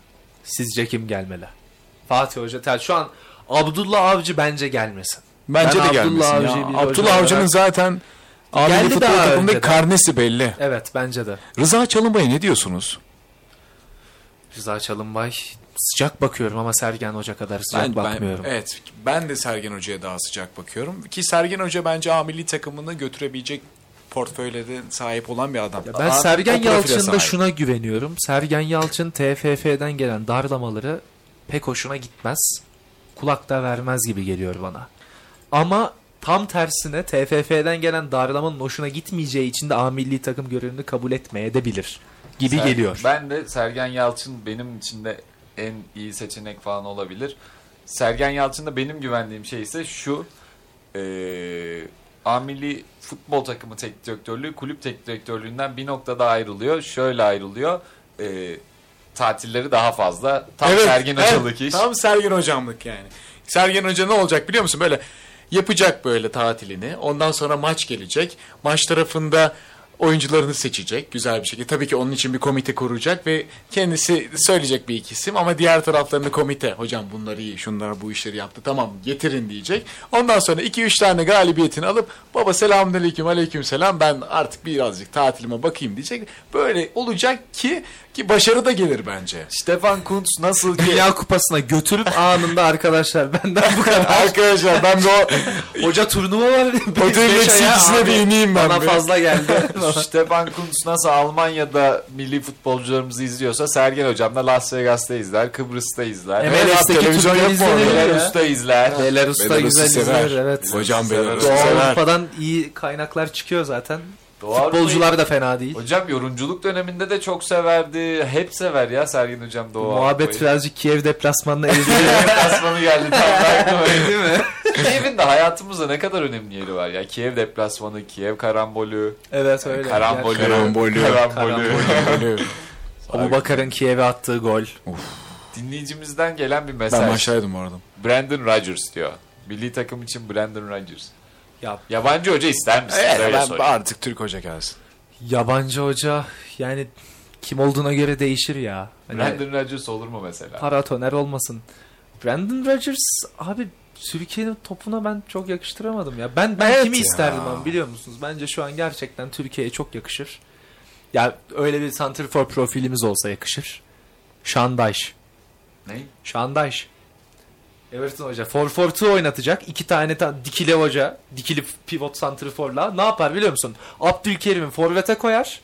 [SPEAKER 3] sizce kim gelmeli? Fatih Hoca. Tel- Şu an Abdullah Avcı bence gelmesin.
[SPEAKER 4] Bence
[SPEAKER 3] Ben
[SPEAKER 4] de gelmesin
[SPEAKER 3] Abdullah
[SPEAKER 4] ya.
[SPEAKER 3] Avcı'yı bir
[SPEAKER 4] Abdullah
[SPEAKER 3] hoca
[SPEAKER 4] Avcı'nın
[SPEAKER 3] olarak-
[SPEAKER 4] zaten
[SPEAKER 3] Geldi
[SPEAKER 4] Abi futbol
[SPEAKER 3] daha önceden.
[SPEAKER 4] takımındaki karnesi belli.
[SPEAKER 3] Evet bence de.
[SPEAKER 4] Rıza Çalınbay'a ne diyorsunuz?
[SPEAKER 3] Rıza Çalınbay sıcak bakıyorum ama Sergen Hoca kadar sıcak bakmıyorum.
[SPEAKER 4] evet, ben de Sergen Hoca'ya daha sıcak bakıyorum. Ki Sergen Hoca bence A milli takımını götürebilecek portföyle de sahip olan bir adam.
[SPEAKER 3] Ya
[SPEAKER 4] Aa,
[SPEAKER 3] ben Sergen
[SPEAKER 4] o profile
[SPEAKER 3] Yalçın'da
[SPEAKER 4] sahip.
[SPEAKER 3] şuna güveniyorum. Sergen Yalçın TFF'den gelen darlamaları pek hoşuna gitmez. Kulak da vermez gibi geliyor bana. Ama Tam tersine TFF'den gelen darlamanın hoşuna gitmeyeceği için de A milli takım görevini kabul etmeye de bilir gibi
[SPEAKER 2] Ser-
[SPEAKER 3] geliyor.
[SPEAKER 2] Ben de Sergen Yalçın benim için de en iyi seçenek falan olabilir. Sergen Yalçın'da benim güvendiğim şey ise şu. eee A milli futbol takımı teknik direktörlüğü kulüp teknik direktörlüğünden bir noktada ayrılıyor. Şöyle ayrılıyor. eee, tatilleri daha fazla. Tam Sergen
[SPEAKER 4] evet,
[SPEAKER 2] Hocalık iş.
[SPEAKER 4] Tam Sergen hocamlık yani. Sergen hoca ne olacak biliyor musun? Böyle yapacak böyle tatilini. Ondan sonra maç gelecek. Maç tarafında oyuncularını seçecek güzel bir şekilde. Tabii ki onun için bir komite kuracak ve kendisi söyleyecek bir iki isim ama diğer taraflarını komite hocam bunları iyi şunlar bu işleri yaptı tamam getirin diyecek. Ondan sonra iki üç tane galibiyetini alıp baba selamünaleyküm aleyküm selam ben artık birazcık tatilime bakayım diyecek. Böyle olacak ki ki başarı da gelir bence.
[SPEAKER 2] Stefan Kuntz nasıl ki
[SPEAKER 3] Dünya Kupası'na götürüp anında arkadaşlar benden bu kadar.
[SPEAKER 4] Arkadaşlar ben de o
[SPEAKER 3] Hoca turnuva var.
[SPEAKER 4] ödül
[SPEAKER 3] Beşe ya
[SPEAKER 4] eksicisine
[SPEAKER 3] abi.
[SPEAKER 4] bir ineyim ben.
[SPEAKER 3] Bana
[SPEAKER 4] bir.
[SPEAKER 3] fazla geldi.
[SPEAKER 2] Stefan Kuntz nasıl Almanya'da milli futbolcularımızı izliyorsa Sergen Hocam da Las Vegas'ta izler, Kıbrıs'ta izler.
[SPEAKER 3] Evet, Belarus'taki
[SPEAKER 4] televizyon yok mu
[SPEAKER 3] Türkler
[SPEAKER 4] orada?
[SPEAKER 3] izleniyor ya.
[SPEAKER 2] Belarus'ta izler.
[SPEAKER 3] Belarus'ta
[SPEAKER 4] Belarus'u
[SPEAKER 3] güzel
[SPEAKER 4] sever.
[SPEAKER 3] izler evet.
[SPEAKER 4] Hocam
[SPEAKER 2] Sever.
[SPEAKER 4] Belarus'u
[SPEAKER 3] Doğu
[SPEAKER 4] sever.
[SPEAKER 3] Avrupa'dan iyi kaynaklar çıkıyor zaten.
[SPEAKER 2] Doğru.
[SPEAKER 3] Futbolcular da fena değil.
[SPEAKER 2] Hocam yorumculuk döneminde de çok severdi. Hep sever ya Sergen Hocam Doğu
[SPEAKER 3] Muhabbet
[SPEAKER 2] Avrupa'yı.
[SPEAKER 3] birazcık Kiev deplasmanına evrildi.
[SPEAKER 2] Deplasmanı geldi tam aklıma.
[SPEAKER 3] değil mi?
[SPEAKER 2] Kiev'in de hayatımızda ne kadar önemli yeri var ya. Kiev deplasmanı, Kiev karambolü,
[SPEAKER 3] Evet öyle.
[SPEAKER 2] karambolü,
[SPEAKER 4] Karambolü.
[SPEAKER 2] karambolü.
[SPEAKER 4] Böyle-
[SPEAKER 3] Abu Bakar'ın Kiev'e attığı gol.
[SPEAKER 2] Dinleyicimizden gelen bir
[SPEAKER 4] ben
[SPEAKER 2] mesaj.
[SPEAKER 4] maçtaydım bu arada.
[SPEAKER 2] Brandon Rodgers diyor. Milli takım için Brandon Rodgers.
[SPEAKER 3] Ya-
[SPEAKER 2] Yabancı hoca ister misin? Öyle sorayım.
[SPEAKER 4] artık Türk hoca gelsin.
[SPEAKER 3] Yabancı hoca yani kim olduğuna göre değişir ya. Hani
[SPEAKER 2] Brandon Rodgers olur mu mesela?
[SPEAKER 3] paratoner olmasın. Brandon Rodgers abi Türkiye'nin topuna ben çok yakıştıramadım ya. Ben ben
[SPEAKER 4] Evet
[SPEAKER 3] kimi
[SPEAKER 4] ya.
[SPEAKER 3] isterdim ama biliyor musunuz? Bence şu an gerçekten Türkiye'ye çok yakışır. Ya öyle bir santrfor profilimiz olsa yakışır. Şandaş.
[SPEAKER 2] Ne?
[SPEAKER 3] Şandaş. Everton Hoca. 4-4-2 oynatacak. iki tane ta- dikili hoca. Dikili pivot santriforla. Ne yapar biliyor musun? Abdülkerim'i forvete koyar.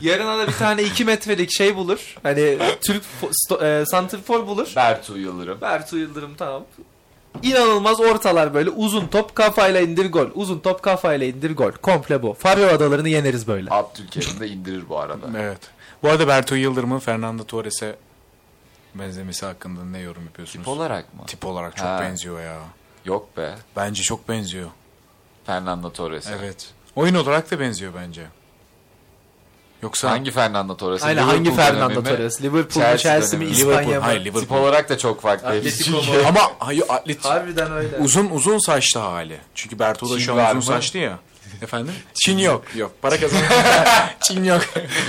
[SPEAKER 3] Yarına da bir tane 2 metrelik şey bulur. Hani Türk fo- sto- e, santrifor bulur.
[SPEAKER 2] Bertu Yıldırım.
[SPEAKER 3] Bertu Yıldırım tamam. İnanılmaz ortalar böyle. Uzun top kafayla indir gol. Uzun top kafayla indir gol. Komple bu. Faro Adaları'nı yeneriz böyle.
[SPEAKER 2] Abdülkerim de indirir bu arada.
[SPEAKER 4] Evet. Bu arada Berto Yıldırım'ın Fernando Torres'e benzemesi hakkında ne yorum yapıyorsunuz?
[SPEAKER 2] Tip olarak mı?
[SPEAKER 4] Tip olarak çok
[SPEAKER 2] Ha.
[SPEAKER 4] benziyor ya.
[SPEAKER 2] Yok be.
[SPEAKER 4] Bence çok benziyor.
[SPEAKER 2] Fernando Torres'e.
[SPEAKER 4] Evet. Oyun olarak da benziyor bence. Yoksa
[SPEAKER 2] Hangi Fernando Torres?
[SPEAKER 3] Aynen hangi Fernando Torres? Liverpool mu
[SPEAKER 2] Chelsea
[SPEAKER 3] Chelsea mi
[SPEAKER 2] dönemi.
[SPEAKER 3] İspanya mı?
[SPEAKER 4] Hayır
[SPEAKER 2] Tip
[SPEAKER 4] Liverpool.
[SPEAKER 2] olarak da çok farklı.
[SPEAKER 3] Atletico
[SPEAKER 2] Hepsi.
[SPEAKER 3] mu?
[SPEAKER 4] Ama hayır atlet.
[SPEAKER 3] Harbiden öyle.
[SPEAKER 4] Uzun uzun saçlı hali. Çünkü Berto da
[SPEAKER 2] Çin
[SPEAKER 4] şu
[SPEAKER 2] var
[SPEAKER 4] an uzun
[SPEAKER 2] mı?
[SPEAKER 4] saçlı ya. Efendim? Çin yok. Yok. Para kazan. Çin yok.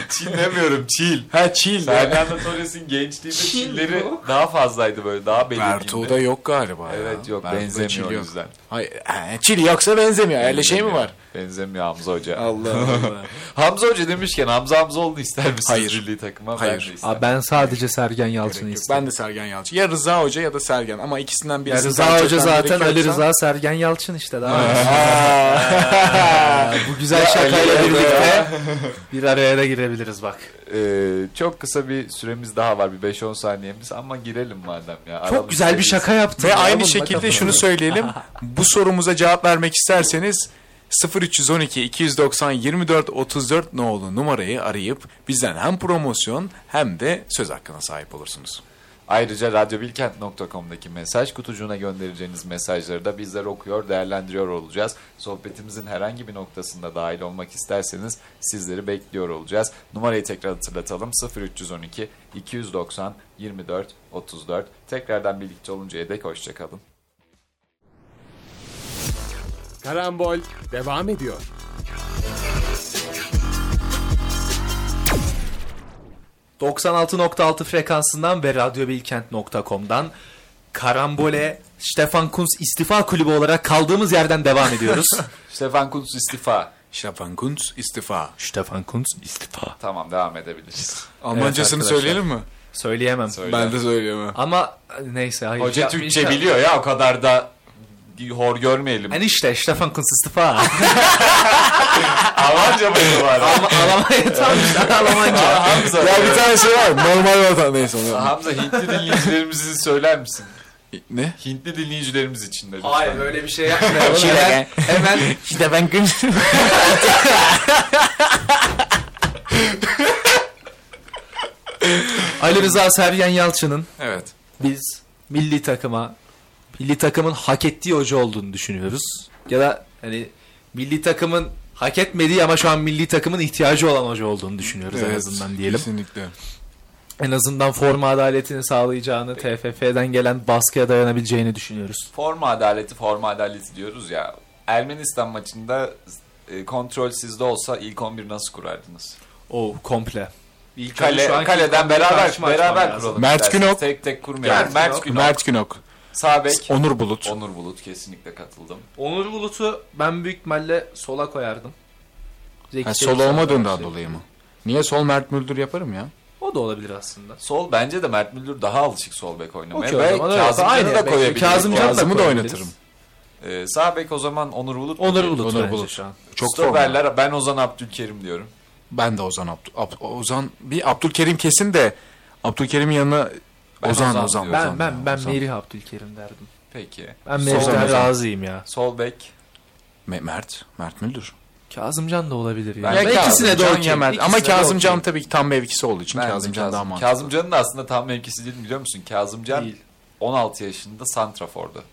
[SPEAKER 2] Çinlemiyorum. Çil.
[SPEAKER 4] Ha Çil.
[SPEAKER 2] Fernando Torres'in gençliğinde
[SPEAKER 3] Çil
[SPEAKER 2] çilleri
[SPEAKER 3] bu.
[SPEAKER 2] daha fazlaydı böyle. Daha belirgindi.
[SPEAKER 4] Berto'da yok galiba ya.
[SPEAKER 2] Evet yok
[SPEAKER 4] Berto'da Çil
[SPEAKER 2] benzemiyor o
[SPEAKER 4] yok.
[SPEAKER 2] yüzden.
[SPEAKER 4] Hayır, e, Çil yoksa benzemiyor. Öyle şey mi
[SPEAKER 2] Benzemiyor.
[SPEAKER 4] var?
[SPEAKER 2] Benzemiyor Hamza Hoca.
[SPEAKER 4] Allah Allah.
[SPEAKER 2] Hamza Hoca demişken Hamza Hamzoğlu'nu ister misiniz
[SPEAKER 4] Hayır.
[SPEAKER 2] milli takıma?
[SPEAKER 4] Hayır.
[SPEAKER 2] Ben de isterim.
[SPEAKER 3] Abi ben sadece Sergen Yalçın'ı istedim.
[SPEAKER 4] ben de Sergen Yalçın. Ya Rıza Hoca ya da Sergen ama ikisinden
[SPEAKER 3] Ya
[SPEAKER 4] birisi.
[SPEAKER 3] Rıza Hoca zaten Ali Rıza Sergen Yalçın işte daha. Bu güzel şakayla birlikte bir araya da girebiliriz bak.
[SPEAKER 2] Ee, çok kısa bir süremiz daha var. Bir 5-10 saniyemiz ama girelim madem ya. Aralık
[SPEAKER 3] Çok güzel bir
[SPEAKER 2] serisi.
[SPEAKER 3] şaka yaptın.
[SPEAKER 4] Ve
[SPEAKER 3] ya,
[SPEAKER 4] aynı
[SPEAKER 3] bunu
[SPEAKER 4] şekilde
[SPEAKER 3] bakalım.
[SPEAKER 4] şunu söyleyelim. Bu sorumuza cevap vermek isterseniz 0312 290 24 34 no'lu numarayı arayıp bizden hem promosyon hem de söz hakkına sahip olursunuz.
[SPEAKER 2] Ayrıca radyobilkent.com'daki mesaj kutucuğuna göndereceğiniz mesajları da bizler okuyor, değerlendiriyor olacağız. Sohbetimizin herhangi bir noktasında dahil olmak isterseniz sizleri bekliyor olacağız. Numarayı tekrar hatırlatalım. 0312 290 24 34. Tekrardan birlikte oluncaya dek hoşçakalın.
[SPEAKER 1] Karambol devam ediyor.
[SPEAKER 3] Evet. 96.6 frekansından ve radyobilkent.com'dan Karambole Stefan Kunz istifa kulübü olarak kaldığımız yerden devam ediyoruz.
[SPEAKER 2] Stefan Kuntz istifa.
[SPEAKER 4] Stefan Kuntz istifa.
[SPEAKER 3] Stefan Kunz istifa.
[SPEAKER 2] Tamam devam edebiliriz.
[SPEAKER 4] Almancasını
[SPEAKER 3] arkadaşlar.
[SPEAKER 4] söyleyelim mi?
[SPEAKER 3] Söyleyemem.
[SPEAKER 2] Söyle.
[SPEAKER 4] Ben de söyleyemem.
[SPEAKER 3] Ama neyse hayır.
[SPEAKER 2] Hoca
[SPEAKER 3] Ya,
[SPEAKER 2] Türkçe
[SPEAKER 3] inşallah-
[SPEAKER 2] biliyor ya o kadar da hor görmeyelim.
[SPEAKER 3] Yani Hani işte Stefan Kunz istifa.
[SPEAKER 2] Almanca mı var?
[SPEAKER 3] Ama Almanya tam işte Almanca.
[SPEAKER 2] Hamza.
[SPEAKER 4] Ya bir tane şey var. Normal vatan neyse. onu yapma.
[SPEAKER 2] Hamza Hintli dinleyicilerimizi söyler misin?
[SPEAKER 4] Ne?
[SPEAKER 2] Hintli dinleyicilerimiz için de lütfen.
[SPEAKER 6] Hayır böyle bir şey yapmayalım.
[SPEAKER 3] Şile
[SPEAKER 6] hemen, hemen
[SPEAKER 3] İşte ben Ali Rıza Sergen Yalçın'ın
[SPEAKER 4] Evet.
[SPEAKER 3] biz milli takıma milli takımın hak ettiği hoca olduğunu düşünüyoruz. Ya da hani milli takımın hak etmediği ama şu an milli takımın ihtiyacı olan hoca olduğunu düşünüyoruz en
[SPEAKER 4] Evet,
[SPEAKER 3] azından diyelim.
[SPEAKER 4] Kesinlikle.
[SPEAKER 3] En azından forma adaletini sağlayacağını, TFF'den gelen baskıya dayanabileceğini düşünüyoruz.
[SPEAKER 2] Forma adaleti forma adaleti diyoruz ya. Ermenistan maçında e, kontrol sizde olsa ilk 11 nasıl kurardınız?
[SPEAKER 3] O komple.
[SPEAKER 2] İlk
[SPEAKER 6] önce şu
[SPEAKER 2] Kale,
[SPEAKER 6] anki
[SPEAKER 2] kaleden
[SPEAKER 6] ilk
[SPEAKER 2] beraber
[SPEAKER 6] karşıma açmam
[SPEAKER 2] beraber
[SPEAKER 6] lazım.
[SPEAKER 2] kuralım.
[SPEAKER 4] Mert
[SPEAKER 2] isterseniz.
[SPEAKER 4] Günok.
[SPEAKER 2] Tek tek kurmayalım.
[SPEAKER 6] Mert
[SPEAKER 2] Mert
[SPEAKER 6] Günok.
[SPEAKER 2] Günok.
[SPEAKER 4] Mert Günok,
[SPEAKER 2] Sağ bek.
[SPEAKER 4] Onur Bulut.
[SPEAKER 2] Onur Bulut kesinlikle katıldım.
[SPEAKER 3] Onur Bulut'u ben büyük ihtimalle sola koyardım. Zeki
[SPEAKER 4] Ha,
[SPEAKER 3] Çelik
[SPEAKER 4] sol olmadığından
[SPEAKER 3] başlayıp-
[SPEAKER 4] dolayı mı? Niye sol Mert Müldür yaparım ya?
[SPEAKER 3] O da olabilir aslında.
[SPEAKER 2] Sol bence de Mert Müldür daha alışık sol bek oynamaya.
[SPEAKER 3] Okey, o
[SPEAKER 2] Ve
[SPEAKER 3] zaman evet.
[SPEAKER 2] Kazımcan'ı
[SPEAKER 3] Aynen,
[SPEAKER 2] da
[SPEAKER 3] belki
[SPEAKER 2] koyabiliriz.
[SPEAKER 3] Kazımcan'ı
[SPEAKER 2] Kazım-
[SPEAKER 4] Kazım'ı da
[SPEAKER 3] koyabiliriz.
[SPEAKER 4] oynatırım.
[SPEAKER 2] Ee, sağ bek o zaman Onur Bulut.
[SPEAKER 3] Onur Bulut
[SPEAKER 4] Onur
[SPEAKER 3] bence
[SPEAKER 4] Bulut.
[SPEAKER 3] şu an.
[SPEAKER 4] Çok formal.
[SPEAKER 2] Stoperler ben Ozan Abdülkerim diyorum.
[SPEAKER 4] Ben de Ozan Abd Ab- Ozan bir Abdülkerim kesin de Abdülkerim'in yanına
[SPEAKER 2] Ben
[SPEAKER 4] Ozan
[SPEAKER 2] Ozan
[SPEAKER 4] Ozan. Ozan
[SPEAKER 2] diyorum.
[SPEAKER 3] Ben ben
[SPEAKER 4] ya,
[SPEAKER 3] ben
[SPEAKER 4] Ozan.
[SPEAKER 3] Merih Abdülkerim derdim.
[SPEAKER 2] Peki.
[SPEAKER 3] Ben
[SPEAKER 4] Sol
[SPEAKER 3] Merih'ten
[SPEAKER 4] Ozan.
[SPEAKER 3] razıyım ya.
[SPEAKER 2] Sol bek.
[SPEAKER 4] Me- Mert, Mert Müldür.
[SPEAKER 3] Kazımcan da olabilir ya.
[SPEAKER 2] Ben-
[SPEAKER 3] Ya
[SPEAKER 2] Ben
[SPEAKER 3] ikisine de
[SPEAKER 4] Kazımcan
[SPEAKER 3] okey.
[SPEAKER 4] ya Mert.
[SPEAKER 3] İkisine
[SPEAKER 4] Ama
[SPEAKER 3] de
[SPEAKER 4] Kazımcan
[SPEAKER 3] okey.
[SPEAKER 4] tabii ki tam mevkisi olduğu için
[SPEAKER 2] Bence
[SPEAKER 4] Kazımcan daha
[SPEAKER 2] Kazım-
[SPEAKER 4] mantıklı.
[SPEAKER 2] Kazımcan'ın da aslında tam mevkisi değil mi biliyor musun? Kazımcan
[SPEAKER 3] Değil.
[SPEAKER 2] 16 yaşında Santrafor'du.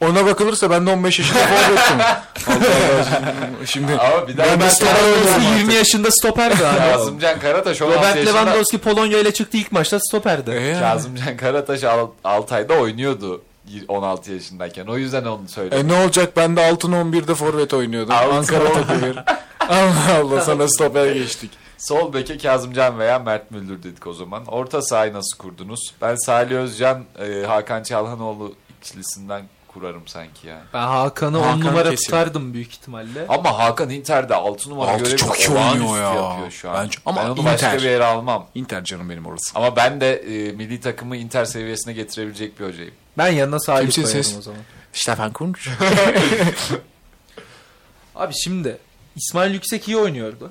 [SPEAKER 4] Ona bakılırsa ben de 15 yaşında forvetim. Şimdi- Şimdi
[SPEAKER 2] Ama bir daha
[SPEAKER 4] Ben de
[SPEAKER 2] ben
[SPEAKER 4] stoper oynuyorum artık.
[SPEAKER 3] 20 yaşında stoperdi abi.
[SPEAKER 2] Kazımcan Karataş 16
[SPEAKER 3] Robert
[SPEAKER 2] yaşında.
[SPEAKER 3] Lewandowski Polonya ile çıktı ilk maçta stoperdi.
[SPEAKER 4] Ee,
[SPEAKER 2] E? Kazımcan Karataş Al- Altay'da oynuyordu 16 yaşındayken. O yüzden onu söyledim.
[SPEAKER 4] E ne olacak ben de altın 11'de forvet oynuyordum.
[SPEAKER 2] Altın
[SPEAKER 4] Ankara takımı. Allah Allah sana stoper geçtik.
[SPEAKER 2] Sol beke Kazımcan veya Mert Müldür dedik o zaman. Orta sahayı nasıl kurdunuz? Ben Salih Özcan, e, Hakan Çalhanoğlu ikilisinden kurarım sanki yani.
[SPEAKER 3] Ben Hakan'ı 10
[SPEAKER 4] Hakan
[SPEAKER 3] numara
[SPEAKER 4] kesin.
[SPEAKER 3] tutardım büyük ihtimalle.
[SPEAKER 2] Ama Hakan Inter'de 6 numara
[SPEAKER 4] Altı
[SPEAKER 2] görevi
[SPEAKER 4] çok iyi
[SPEAKER 2] olağanüstü
[SPEAKER 4] oynuyor ya.
[SPEAKER 2] yapıyor şu an.
[SPEAKER 4] Bence- ama
[SPEAKER 2] ben onu
[SPEAKER 4] Inter-
[SPEAKER 2] başka bir yere almam.
[SPEAKER 4] Inter canım benim orası.
[SPEAKER 2] Ama ben de e, milli takımı Inter seviyesine getirebilecek bir hocayım.
[SPEAKER 3] Ben yanına Salih
[SPEAKER 4] Kimsin
[SPEAKER 3] koyarım
[SPEAKER 4] siz?
[SPEAKER 3] o zaman.
[SPEAKER 4] Stefan Kunç.
[SPEAKER 3] Abi şimdi İsmail Yüksek iyi oynuyordu.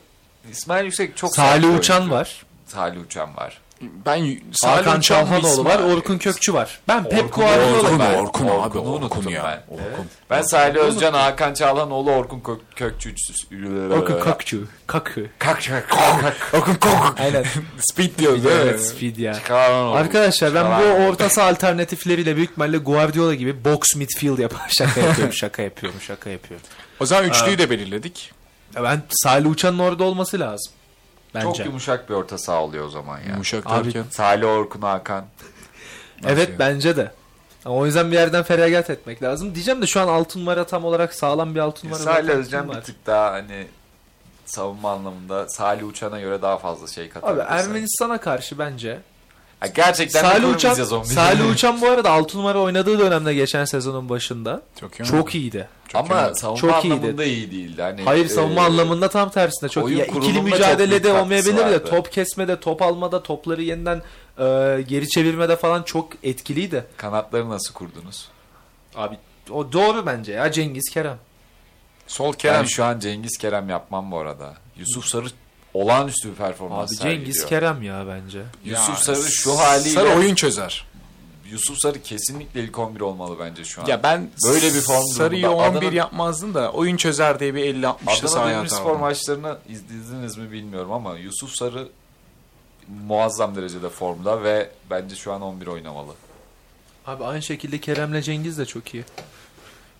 [SPEAKER 2] İsmail Yüksek çok sert
[SPEAKER 3] Salih
[SPEAKER 2] bir
[SPEAKER 3] Uçan
[SPEAKER 2] oyuncu.
[SPEAKER 3] var.
[SPEAKER 2] Salih Uçan var.
[SPEAKER 4] Ben
[SPEAKER 3] Hakan Çalhanoğlu var.
[SPEAKER 4] Orkun,
[SPEAKER 3] Orkun Kökçü var. Ben
[SPEAKER 2] Orkun-
[SPEAKER 3] Pep Guardiola
[SPEAKER 4] Orkun,
[SPEAKER 2] ben.
[SPEAKER 4] Orkun abi
[SPEAKER 2] Orkun'u
[SPEAKER 4] Orkun
[SPEAKER 2] unuttum
[SPEAKER 4] ya.
[SPEAKER 2] ben.
[SPEAKER 4] Orkun.
[SPEAKER 2] Ben Salih Özcan, Hakan Çalhanoğlu, Orkun Kök Kökçü üçlüsü.
[SPEAKER 3] Orkun Kökçü. Kakı.
[SPEAKER 4] Orkun Kok.
[SPEAKER 3] Aynen.
[SPEAKER 4] Speed diyor değil mi?
[SPEAKER 3] evet. Speed ya.
[SPEAKER 2] Çalhanoğlu.
[SPEAKER 3] Arkadaşlar ben
[SPEAKER 2] Çalhanoğlu.
[SPEAKER 3] bu orta saha alternatifleriyle büyük ihtimalle Guardiola gibi box midfield yapar. Şaka yapıyorum, şaka yapıyorum, şaka yapıyorum.
[SPEAKER 4] O zaman üçlüyü de belirledik.
[SPEAKER 3] Ya ben Salih Uçan'ın orada olması lazım.
[SPEAKER 2] Çok
[SPEAKER 3] Bence.
[SPEAKER 2] yumuşak bir orta saha oluyor o zaman ya.
[SPEAKER 4] Yumuşak
[SPEAKER 3] Abi-
[SPEAKER 4] derken.
[SPEAKER 2] Salih Orkun Hakan.
[SPEAKER 3] evet
[SPEAKER 4] ya?
[SPEAKER 3] bence de. Ama o yüzden bir yerden feragat etmek lazım. Diyeceğim de şu an altın numara tam olarak sağlam bir altın numara.
[SPEAKER 2] Salih
[SPEAKER 3] zaten
[SPEAKER 2] Özcan
[SPEAKER 3] kim
[SPEAKER 2] bir
[SPEAKER 3] var?
[SPEAKER 2] tık daha hani savunma anlamında Salih Uçan'a göre daha fazla şey katar.
[SPEAKER 3] Abi Ermenistan'a karşı bence
[SPEAKER 2] Ha, gerçekten
[SPEAKER 3] Salih
[SPEAKER 2] Salih
[SPEAKER 3] Uçan,
[SPEAKER 2] Uçan,
[SPEAKER 3] Salih Uçan bu arada 6 numara oynadığı dönemde geçen sezonun başında
[SPEAKER 4] Çok iyi.
[SPEAKER 3] çok iyiydi.
[SPEAKER 2] Ama
[SPEAKER 4] iyi.
[SPEAKER 2] savunma
[SPEAKER 3] Çok iyiydi.
[SPEAKER 2] anlamında iyi değildi. Hani,
[SPEAKER 3] Hayır savunma
[SPEAKER 2] e,
[SPEAKER 3] anlamında tam tersinde çok
[SPEAKER 2] oyun
[SPEAKER 3] iyi. Ya,
[SPEAKER 2] kurulumunda
[SPEAKER 3] İkili
[SPEAKER 2] çok büyük
[SPEAKER 3] mücadelede
[SPEAKER 2] katkısı
[SPEAKER 3] olmayabilir de
[SPEAKER 2] vardı.
[SPEAKER 3] top kesmede, top almada, topları yeniden e, geri çevirmede falan çok etkiliydi.
[SPEAKER 2] Kanatları nasıl kurdunuz?
[SPEAKER 3] Abi o doğru bence ya Cengiz Kerem.
[SPEAKER 4] Sol
[SPEAKER 2] Kerem.
[SPEAKER 4] Kerem.
[SPEAKER 2] şu an Cengiz Kerem yapmam bu arada. Yusuf Sarı olağanüstü bir performans
[SPEAKER 3] Abi Cengiz
[SPEAKER 2] sergiliyor.
[SPEAKER 3] Kerem ya bence.
[SPEAKER 2] Yusuf
[SPEAKER 4] Ya,
[SPEAKER 2] Sarı şu haliyle
[SPEAKER 4] Sarı oyun çözer.
[SPEAKER 2] Yusuf Sarı kesinlikle ilk 11 olmalı bence şu an.
[SPEAKER 4] Ya ben
[SPEAKER 2] Böyle bir form
[SPEAKER 4] Sarı'yı
[SPEAKER 2] durumunda
[SPEAKER 4] 11
[SPEAKER 2] Adana-
[SPEAKER 4] yapmazdım da oyun çözer diye bir 50 60'lı
[SPEAKER 2] Adana
[SPEAKER 4] sahaya
[SPEAKER 2] Demirspor
[SPEAKER 4] atardım.
[SPEAKER 2] maçlarını izlediniz mi bilmiyorum ama Yusuf Sarı muazzam derecede formda ve bence şu an 11 oynamalı.
[SPEAKER 3] Abi aynı şekilde Kerem'le Cengiz de çok iyi.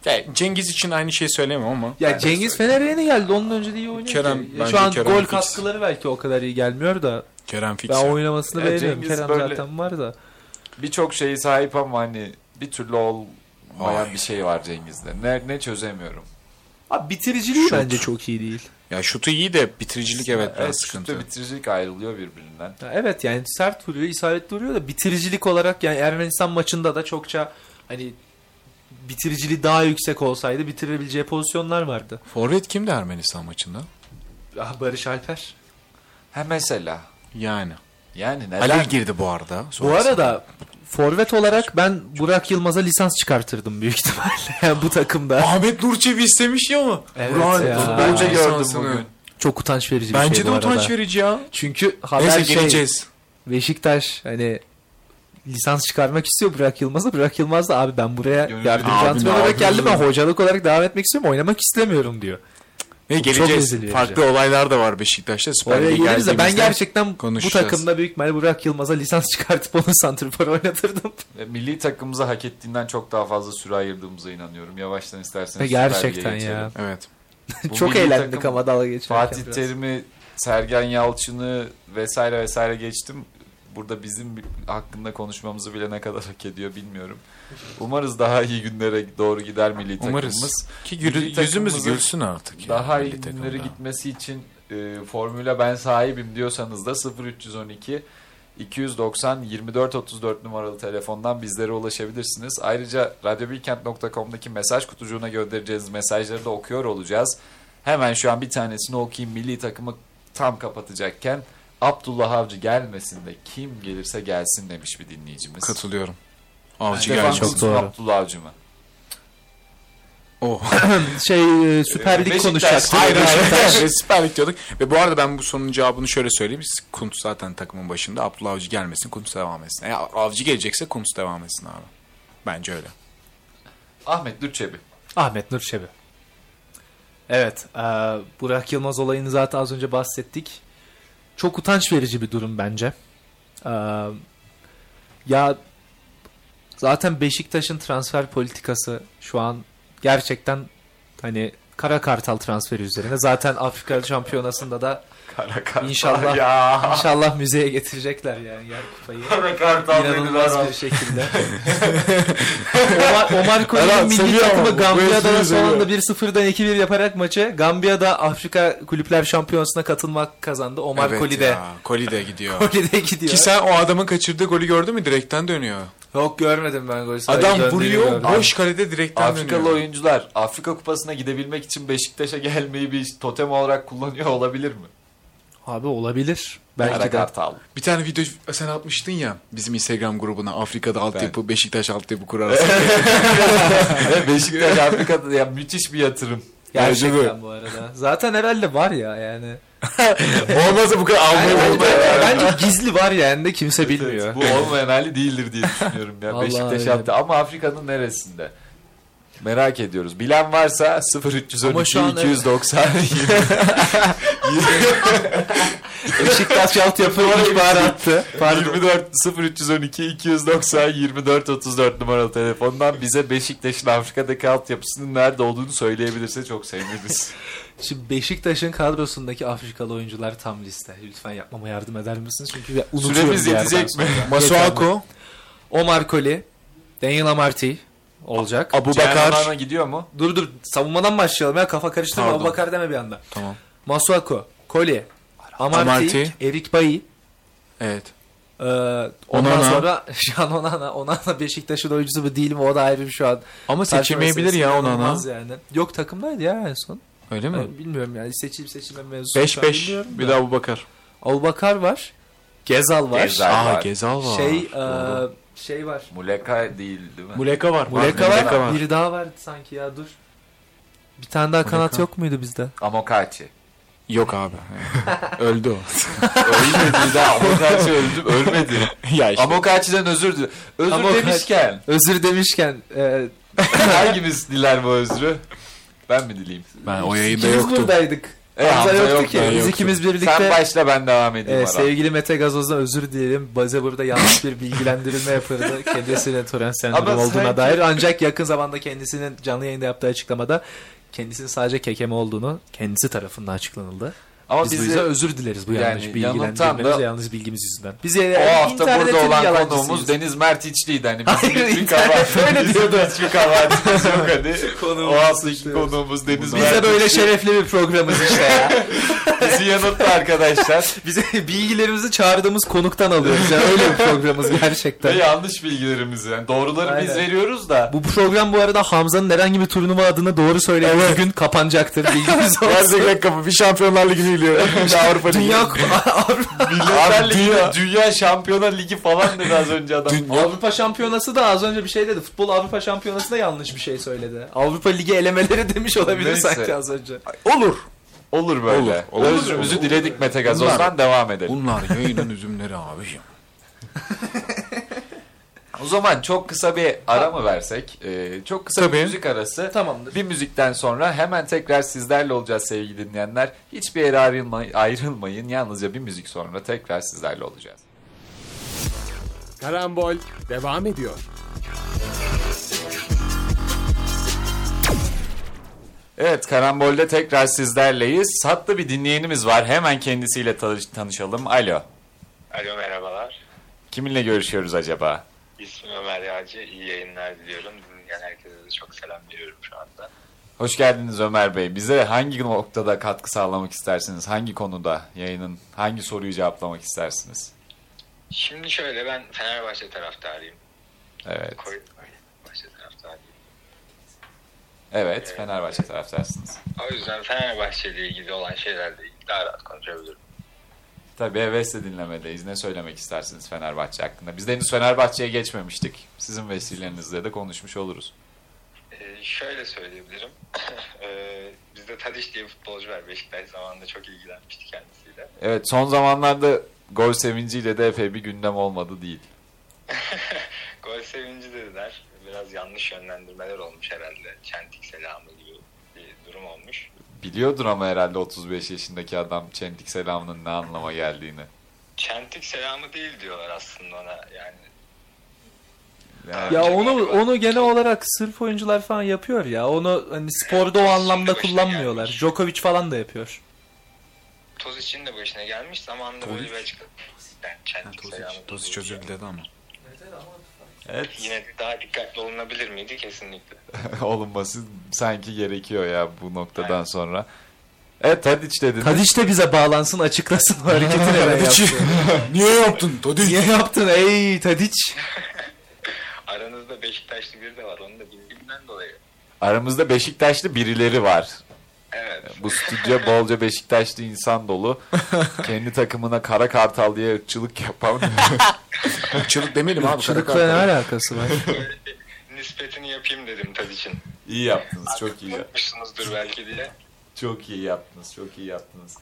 [SPEAKER 4] Ya, Cengiz için aynı şeyi söyleyemem ama.
[SPEAKER 3] Ya
[SPEAKER 2] Ben de
[SPEAKER 3] Cengiz Fener'e yeni geldi. Onun önce de iyi oynuyor.
[SPEAKER 4] Kerem,
[SPEAKER 3] ki.
[SPEAKER 4] bence
[SPEAKER 3] Şu an
[SPEAKER 4] Kerem
[SPEAKER 3] gol
[SPEAKER 4] fix.
[SPEAKER 3] katkıları belki o kadar iyi gelmiyor da
[SPEAKER 4] Kerem fix.
[SPEAKER 3] ben oynamasını
[SPEAKER 2] Ya
[SPEAKER 3] beğeniyorum.
[SPEAKER 2] Cengiz
[SPEAKER 3] Kerem
[SPEAKER 2] böyle-
[SPEAKER 3] zaten var da.
[SPEAKER 2] Birçok şeyi sahip ama hani bir türlü olmayan
[SPEAKER 4] Ay.
[SPEAKER 2] bir şey var Cengiz'de. Ne, ne çözemiyorum.
[SPEAKER 3] Abi bitiriciliği
[SPEAKER 4] Şut.
[SPEAKER 3] bence çok iyi değil.
[SPEAKER 4] Ya şutu iyi de bitiricilik evet biraz
[SPEAKER 2] Evet,
[SPEAKER 4] sıkıntı.
[SPEAKER 2] şutta bitiricilik e, ayrılıyor birbirinden.
[SPEAKER 3] Ya Evet yani sert vuruyor, isabetli vuruyor da bitiricilik olarak yani Ermenistan maçında da çokça hani bitiriciliği daha yüksek olsaydı bitirebileceği pozisyonlar vardı.
[SPEAKER 4] Forvet kimdi Ermenistan maçında?
[SPEAKER 3] Ah Barış Alper.
[SPEAKER 2] Ha mesela.
[SPEAKER 4] Yani.
[SPEAKER 2] Yani neden?
[SPEAKER 4] Halil girdi bu arada.
[SPEAKER 3] Bu
[SPEAKER 4] sonrasında.
[SPEAKER 3] arada forvet olarak ben Burak Yılmaz'a lisans çıkartırdım büyük ihtimalle yani bu takımda.
[SPEAKER 4] Ahmet Nurçevi istemiş ya mı?
[SPEAKER 3] Evet
[SPEAKER 4] Ulan,
[SPEAKER 3] ya.
[SPEAKER 2] Önce
[SPEAKER 4] futbolcu
[SPEAKER 2] gördüm
[SPEAKER 4] lisansını.
[SPEAKER 2] bugün.
[SPEAKER 3] Çok utanç verici bir
[SPEAKER 4] Bence
[SPEAKER 3] şey
[SPEAKER 4] de
[SPEAKER 3] bu arada.
[SPEAKER 4] utanç verici ya.
[SPEAKER 3] Çünkü haber
[SPEAKER 4] Neyse
[SPEAKER 3] şey
[SPEAKER 4] geleceğiz.
[SPEAKER 3] Beşiktaş hani lisans çıkarmak istiyor Burak Yılmaz'a. Burak Yılmaz da abi ben buraya
[SPEAKER 2] Gönüllü-
[SPEAKER 3] yardımcı
[SPEAKER 4] Abi ne
[SPEAKER 3] antrenör olarak geldim ben
[SPEAKER 4] yapıyorsun?
[SPEAKER 3] hocalık olarak devam etmek istiyorum oynamak istemiyorum diyor.
[SPEAKER 4] Ve
[SPEAKER 3] Çok
[SPEAKER 4] geleceğiz.
[SPEAKER 3] eziliyor
[SPEAKER 4] Farklı olaylar da var Beşiktaş'ta. Süper
[SPEAKER 3] Oraya
[SPEAKER 4] Lig'e
[SPEAKER 3] geliriz de ben
[SPEAKER 4] geldiğimizde-
[SPEAKER 3] gerçekten bu
[SPEAKER 4] konuşacağız.
[SPEAKER 3] takımda büyük ihtimalle Burak Yılmaz'a lisans çıkartıp onu santrfor oynatırdım.
[SPEAKER 2] Ve milli takımımıza hak ettiğinden çok daha fazla süre ayırdığımıza inanıyorum. Yavaştan isterseniz Süper Lig'e
[SPEAKER 3] Gerçekten ya.
[SPEAKER 2] geçelim.
[SPEAKER 4] Evet.
[SPEAKER 2] Bu
[SPEAKER 3] Çok
[SPEAKER 2] milli
[SPEAKER 3] eğlendik
[SPEAKER 2] takım-
[SPEAKER 3] ama dalga geçerken
[SPEAKER 2] Fatih
[SPEAKER 3] biraz.
[SPEAKER 2] Terim'i, Sergen Yalçın'ı vesaire vesaire geçtim. Burada bizim bi- hakkında konuşmamızı bile ne kadar hak ediyor bilmiyorum. Umarız daha iyi günlere doğru gider milli
[SPEAKER 4] Umarız.
[SPEAKER 2] takımımız.
[SPEAKER 4] Ki gülü-
[SPEAKER 2] Milli
[SPEAKER 4] yüzümüz
[SPEAKER 2] takımımızın
[SPEAKER 4] gülsün artık. ya,
[SPEAKER 2] Şey Daha
[SPEAKER 4] milli
[SPEAKER 2] iyi günlere
[SPEAKER 4] takımda.
[SPEAKER 2] gitmesi için e, formüle ben sahibim diyorsanız da 0312 290 24 34 numaralı telefondan bizlere ulaşabilirsiniz. Ayrıca radyobilkent.com'daki mesaj kutucuğuna göndereceğiniz mesajları da okuyor olacağız. Hemen şu an bir tanesini okuyayım. Milli takımı tam kapatacakken Abdullah Avcı gelmesin de kim gelirse gelsin demiş bir dinleyicimiz.
[SPEAKER 4] Katılıyorum. Avcı
[SPEAKER 2] Stefan
[SPEAKER 4] geldi.
[SPEAKER 3] Çok
[SPEAKER 2] Kuntz mu,
[SPEAKER 3] doğru.
[SPEAKER 2] Abdullah Avcı mı?
[SPEAKER 4] Oh.
[SPEAKER 3] Şey e, Süper Lig
[SPEAKER 2] Beşiktaş.
[SPEAKER 3] konuşacaktık.
[SPEAKER 4] Hayır hayır. Süper Lig diyorduk. Ve bu arada ben bu sorunun cevabını şöyle söyleyeyim. Biz Kuntz zaten takımın başında. Abdullah Avcı gelmesin Kuntz devam etsin. Eğer Avcı gelecekse Kuntz devam etsin abi. Bence öyle.
[SPEAKER 2] Ahmet Dürçebi.
[SPEAKER 3] Ahmet Nur Çebi. Evet, e, Burak Yılmaz olayını zaten az önce bahsettik. Çok utanç verici bir durum bence. E, ya zaten Beşiktaş'ın transfer politikası şu an gerçekten hani kara kartal transferi üzerine. Zaten Afrika Şampiyonası'nda da
[SPEAKER 2] Kara Kartal
[SPEAKER 3] İnşallah.
[SPEAKER 2] Ya.
[SPEAKER 3] inşallah müzeye getirecekler yani yer kupayı.
[SPEAKER 2] Kara Kartal dediler
[SPEAKER 3] İnanılmaz bir şekilde. Omar, Omar Koyun'un
[SPEAKER 4] Adam
[SPEAKER 3] milli
[SPEAKER 4] seviyor ama
[SPEAKER 3] takımı
[SPEAKER 4] bu espriyi
[SPEAKER 3] Gambiya'da son
[SPEAKER 4] seviyor.
[SPEAKER 3] anda 1-0'dan 2-1 yaparak maçı Gambiya'da Afrika Kulüpler Şampiyonası'na katılmak kazandı. Omar
[SPEAKER 4] Evet
[SPEAKER 3] Koli de
[SPEAKER 4] ya, Koli de gidiyor.
[SPEAKER 3] Koli de gidiyor.
[SPEAKER 4] Ki sen o adamın kaçırdığı golü gördün mü? Direkten dönüyor.
[SPEAKER 3] Yok görmedim ben golü. Sadece
[SPEAKER 4] Adam
[SPEAKER 3] döndüğünü
[SPEAKER 4] vuruyor.
[SPEAKER 3] gördüm.
[SPEAKER 4] Boş kalede direkten
[SPEAKER 2] Afrikalı
[SPEAKER 4] dönüyor.
[SPEAKER 2] oyuncular Afrika Kupası'na gidebilmek için Beşiktaş'a gelmeyi bir totem olarak kullanıyor olabilir mi?
[SPEAKER 3] Abi olabilir.
[SPEAKER 2] Kara
[SPEAKER 3] Belki de.
[SPEAKER 2] Kartal.
[SPEAKER 4] Bir tane video sen atmıştın ya bizim Instagram grubuna Afrika'da altyapı Beşiktaş altyapı kurarsın.
[SPEAKER 2] Ve Beşiktaş Afrika'da ya müthiş bir yatırım.
[SPEAKER 4] Bence
[SPEAKER 3] Gerçekten bu arada. Zaten herhalde var ya yani.
[SPEAKER 4] Olmazsa bu kadar almayı
[SPEAKER 3] Bence,
[SPEAKER 4] bulmayı.
[SPEAKER 3] bence gizli var yani de kimse bilmiyor.
[SPEAKER 2] Bu olmayan hali değildir diye düşünüyorum ya.
[SPEAKER 3] Vallahi
[SPEAKER 2] Beşiktaş
[SPEAKER 3] öyle.
[SPEAKER 2] yaptı ama Afrika'nın neresinde? Merak ediyoruz. Bilen varsa 0312
[SPEAKER 3] an-
[SPEAKER 2] 290
[SPEAKER 3] Beşiktaş altyapı ihbar attı. Pardon.
[SPEAKER 2] 24 0312 290 24 34 numaralı telefondan bize Beşiktaş'ın Afrika'daki altyapısının nerede olduğunu söyleyebilirse çok seviniriz.
[SPEAKER 3] Şimdi Beşiktaş'ın kadrosundaki Afrikalı oyuncular tam liste. Lütfen yapmama yardım eder misiniz? Çünkü ya- unutuyorum
[SPEAKER 2] Süremiz
[SPEAKER 3] bir yerden
[SPEAKER 2] yetecek mi?
[SPEAKER 3] sonra.
[SPEAKER 4] Masuako,
[SPEAKER 3] Omar Koli, Daniel Amarty olacak.
[SPEAKER 4] Abu Bakar.
[SPEAKER 2] Bakar gidiyor mu?
[SPEAKER 3] dur dur savunmadan başlayalım ya kafa karıştırma
[SPEAKER 4] Pardon.
[SPEAKER 3] Abu Bakar deme bir anda.
[SPEAKER 4] Tamam.
[SPEAKER 3] Masuako, Koli, Amarty,
[SPEAKER 4] Amarty.
[SPEAKER 3] Erik Bailly.
[SPEAKER 4] Evet.
[SPEAKER 3] Ee, ondan
[SPEAKER 4] Onana.
[SPEAKER 3] sonra Şan Onana, Onana Beşiktaş'ın oyuncusu mu değil mi o da ayrı bir şu an.
[SPEAKER 4] Ama
[SPEAKER 3] Tartışma
[SPEAKER 4] seçilmeyebilir
[SPEAKER 3] meselesi
[SPEAKER 4] ya ona.
[SPEAKER 3] inanılmaz Yani. Yok takımdaydı ya en son.
[SPEAKER 4] Öyle mi?
[SPEAKER 3] Ben bilmiyorum yani seçilip seçilmem mevzusu. ben
[SPEAKER 4] 5-5.
[SPEAKER 3] bilmiyorum
[SPEAKER 4] Bir
[SPEAKER 3] da.
[SPEAKER 4] daha Abu Bakar.
[SPEAKER 3] Abu Bakar var. Gezal
[SPEAKER 2] Gezal.
[SPEAKER 3] var.
[SPEAKER 2] Güzel
[SPEAKER 4] Aa
[SPEAKER 2] var.
[SPEAKER 4] Gezal var.
[SPEAKER 3] Şey e,
[SPEAKER 4] Doğru.
[SPEAKER 3] şey var.
[SPEAKER 2] Muleka değil değil mi?
[SPEAKER 4] Muleka var.
[SPEAKER 3] Muleka var.
[SPEAKER 4] Muleka var.
[SPEAKER 3] Biri daha vardı sanki ya dur. Bir tane daha kanat
[SPEAKER 4] Muleka.
[SPEAKER 3] yok muydu bizde?
[SPEAKER 2] Amokachi.
[SPEAKER 4] Yok abi. Öldü o.
[SPEAKER 2] Ölmedi daha. Amokachi öldü. Ölmedi.
[SPEAKER 4] ya işte.
[SPEAKER 2] Amokachi'den özür dilerim. Özür
[SPEAKER 3] Amokachi.
[SPEAKER 2] demişken
[SPEAKER 3] Özür demişken e,
[SPEAKER 2] hangimiz diler bu özrü? Ben mi dileyim?
[SPEAKER 4] Ben o yayında
[SPEAKER 3] ikimiz
[SPEAKER 4] yoktum.
[SPEAKER 3] buradaydık.
[SPEAKER 2] E,
[SPEAKER 3] Hamza
[SPEAKER 2] Hamza
[SPEAKER 3] yoktu
[SPEAKER 2] yok,
[SPEAKER 3] ki.
[SPEAKER 4] ben
[SPEAKER 3] Biz
[SPEAKER 4] yoktum.
[SPEAKER 3] ikimiz
[SPEAKER 2] Sen
[SPEAKER 3] birlikte
[SPEAKER 2] başla ben devam edeyim.
[SPEAKER 3] e,
[SPEAKER 2] Aram.
[SPEAKER 3] sevgili Mete Gazoz'dan özür dileyelim. Baze burada yanlış bir bilgilendirme yapıldı. Kendisine Torren sendromu
[SPEAKER 2] Ama
[SPEAKER 3] olduğuna
[SPEAKER 2] sanki-
[SPEAKER 3] dair. Ancak yakın zamanda kendisinin canlı yayında yaptığı açıklamada kendisinin sadece kekeme olduğunu kendisi tarafından açıklanıldı.
[SPEAKER 2] Ama
[SPEAKER 3] Biz
[SPEAKER 2] bizi-
[SPEAKER 3] bu yüzden özür dileriz bu
[SPEAKER 2] Yani
[SPEAKER 3] yanlış bilgilendirmemiz
[SPEAKER 2] yanıltan da-
[SPEAKER 3] ve yanlış bilgimiz yüzünden. Biz
[SPEAKER 2] o hafta
[SPEAKER 3] internetin
[SPEAKER 2] burada olan
[SPEAKER 3] yalancısıyız.
[SPEAKER 2] konuğumuz Deniz Mert İçli'ydi. Hani bizim
[SPEAKER 3] Hayır,
[SPEAKER 2] hiçbir
[SPEAKER 3] internet
[SPEAKER 2] kabahat-
[SPEAKER 3] öyle
[SPEAKER 2] bizim
[SPEAKER 3] diyordu.
[SPEAKER 2] Hiçbir kabahatimiz yok hani.
[SPEAKER 3] Konuğumuzu
[SPEAKER 2] o haftaki
[SPEAKER 3] suçluyoruz.
[SPEAKER 2] konuğumuz Deniz
[SPEAKER 3] Biz de
[SPEAKER 2] Mert
[SPEAKER 3] böyle şey-
[SPEAKER 2] İçli.
[SPEAKER 3] şerefli bir programız işte ya.
[SPEAKER 2] Bizi yanılttı arkadaşlar.
[SPEAKER 3] Bize bilgilerimizi çağırdığımız konuktan alıyoruz. Yani öyle bir programız
[SPEAKER 2] Ve
[SPEAKER 3] gerçekten.
[SPEAKER 2] yanlış bilgilerimizi. Yani doğruları biz
[SPEAKER 3] Aynen.
[SPEAKER 2] veriyoruz da.
[SPEAKER 3] Bu program bu arada Hamza'nın herhangi bir turnuva adını doğru söylediği gün kapanacaktır. Bilginiz olsun.
[SPEAKER 4] Gerçekten kapı. Bir Şampiyonlar Ligi'ne gidiyor. Bir de Avrupa Ligi.
[SPEAKER 3] Dünya Kupa- Avrupa-
[SPEAKER 2] Abi,
[SPEAKER 4] Abi
[SPEAKER 2] dünya, dünya Şampiyonlar Ligi falan dedi az önce adam.
[SPEAKER 4] Dün-
[SPEAKER 3] Avrupa Şampiyonası da az önce bir şey dedi. Futbol Avrupa Şampiyonası da yanlış bir şey söyledi. Avrupa Ligi elemeleri demiş olabilir
[SPEAKER 2] Neyse.
[SPEAKER 3] sanki az önce.
[SPEAKER 4] Olur.
[SPEAKER 2] Olur böyle.
[SPEAKER 4] Olur, olur.
[SPEAKER 2] Özrümüzü diledik Mete Gazoz'dan devam edelim.
[SPEAKER 4] Bunlar yayının üzümleri abiciğim.
[SPEAKER 2] O zaman çok kısa bir ara mı versek? Ee, çok kısa
[SPEAKER 4] Tabii.
[SPEAKER 2] bir müzik arası.
[SPEAKER 3] Tamamdır.
[SPEAKER 2] Bir müzikten sonra hemen tekrar sizlerle olacağız sevgili dinleyenler. Hiçbir yere ayrılma- ayrılmayın. Yalnızca bir müzik sonra tekrar sizlerle olacağız.
[SPEAKER 1] Karambol devam ediyor.
[SPEAKER 2] Evet Karambol'de tekrar sizlerleyiz. Tatlı bir dinleyenimiz var. Hemen kendisiyle tanış- tanışalım. Alo.
[SPEAKER 7] Alo merhabalar.
[SPEAKER 2] Kiminle görüşüyoruz acaba?
[SPEAKER 7] İsmim Ömer Yağcı. İyi yayınlar diliyorum. Dinleyen herkese de çok selam veriyorum şu anda.
[SPEAKER 2] Hoş geldiniz Ömer Bey. Bize hangi noktada katkı sağlamak istersiniz? Hangi konuda yayının hangi soruyu cevaplamak istersiniz?
[SPEAKER 7] Şimdi şöyle ben Fenerbahçe taraftarıyım.
[SPEAKER 2] Evet.
[SPEAKER 7] Koy- Fenerbahçe taraftarıyım.
[SPEAKER 2] Evet, Fenerbahçe taraftarsınız.
[SPEAKER 7] O yüzden Fenerbahçe ile ilgili olan şeylerle ilgili daha rahat konuşabilirim.
[SPEAKER 2] Tabii hevesle dinlemedeyiz. Ne söylemek istersiniz Fenerbahçe hakkında? Biz de henüz Fenerbahçe'ye geçmemiştik. Sizin vesilenizle de konuşmuş oluruz.
[SPEAKER 7] Ee, şöyle söyleyebilirim. ee, bizde Tadiş diye bir futbolcu var. Beşiktaş zamanında çok ilgilenmişti kendisiyle.
[SPEAKER 2] Evet, son zamanlarda gol sevinciyle de epey bir gündem olmadı değil.
[SPEAKER 7] Gol sevinci dediler. Biraz yanlış yönlendirmeler olmuş herhalde. Çentik selamı gibi bir durum olmuş.
[SPEAKER 2] Biliyordur ama herhalde 35 yaşındaki adam Çentik Selam'ın ne anlama geldiğini.
[SPEAKER 7] Çentik selamı değil diyorlar aslında ona. Yani
[SPEAKER 2] Yani
[SPEAKER 3] Ya onu onu gene olarak sırf oyuncular falan yapıyor ya. Onu hani sporda o anlamda kullanmıyorlar. Djokovic falan da yapıyor.
[SPEAKER 7] Toz için de başına gelmiş zamanında böyle bir açıklama. Yani Çentik selamı
[SPEAKER 4] Toz
[SPEAKER 7] değil diyor.
[SPEAKER 4] çözüldü dedi ama.
[SPEAKER 2] evet,
[SPEAKER 7] Yine de daha dikkatli olunabilir miydi kesinlikle.
[SPEAKER 2] olunması sanki gerekiyor ya bu noktadan sonra. Evet Tadiç dediniz.
[SPEAKER 3] Tadiç de bize bağlansın açıklasın o hareketi neden yaptı.
[SPEAKER 4] Niye yaptın? Tadiç.
[SPEAKER 3] Niye yaptın ey Tadiç?
[SPEAKER 7] Aranızda Beşiktaşlı biri de var onu da bildiğimden dolayı.
[SPEAKER 2] Aramızda Beşiktaşlı birileri var.
[SPEAKER 7] Evet.
[SPEAKER 2] Bu stüdyo bolca Beşiktaşlı insan dolu. Kendi takımına kara kartal diye ırkçılık yapan.
[SPEAKER 4] Çılık demeyelim abi.
[SPEAKER 3] Çılıkla
[SPEAKER 4] kara
[SPEAKER 3] ne
[SPEAKER 4] kartal.
[SPEAKER 3] alakası var?
[SPEAKER 7] Nispetini yapayım dedim Toz için.
[SPEAKER 2] iyi yaptınız, çok iyi.
[SPEAKER 7] Yapmışsınızdır belki diye.
[SPEAKER 2] Çok iyi yaptınız, çok iyi yaptınız.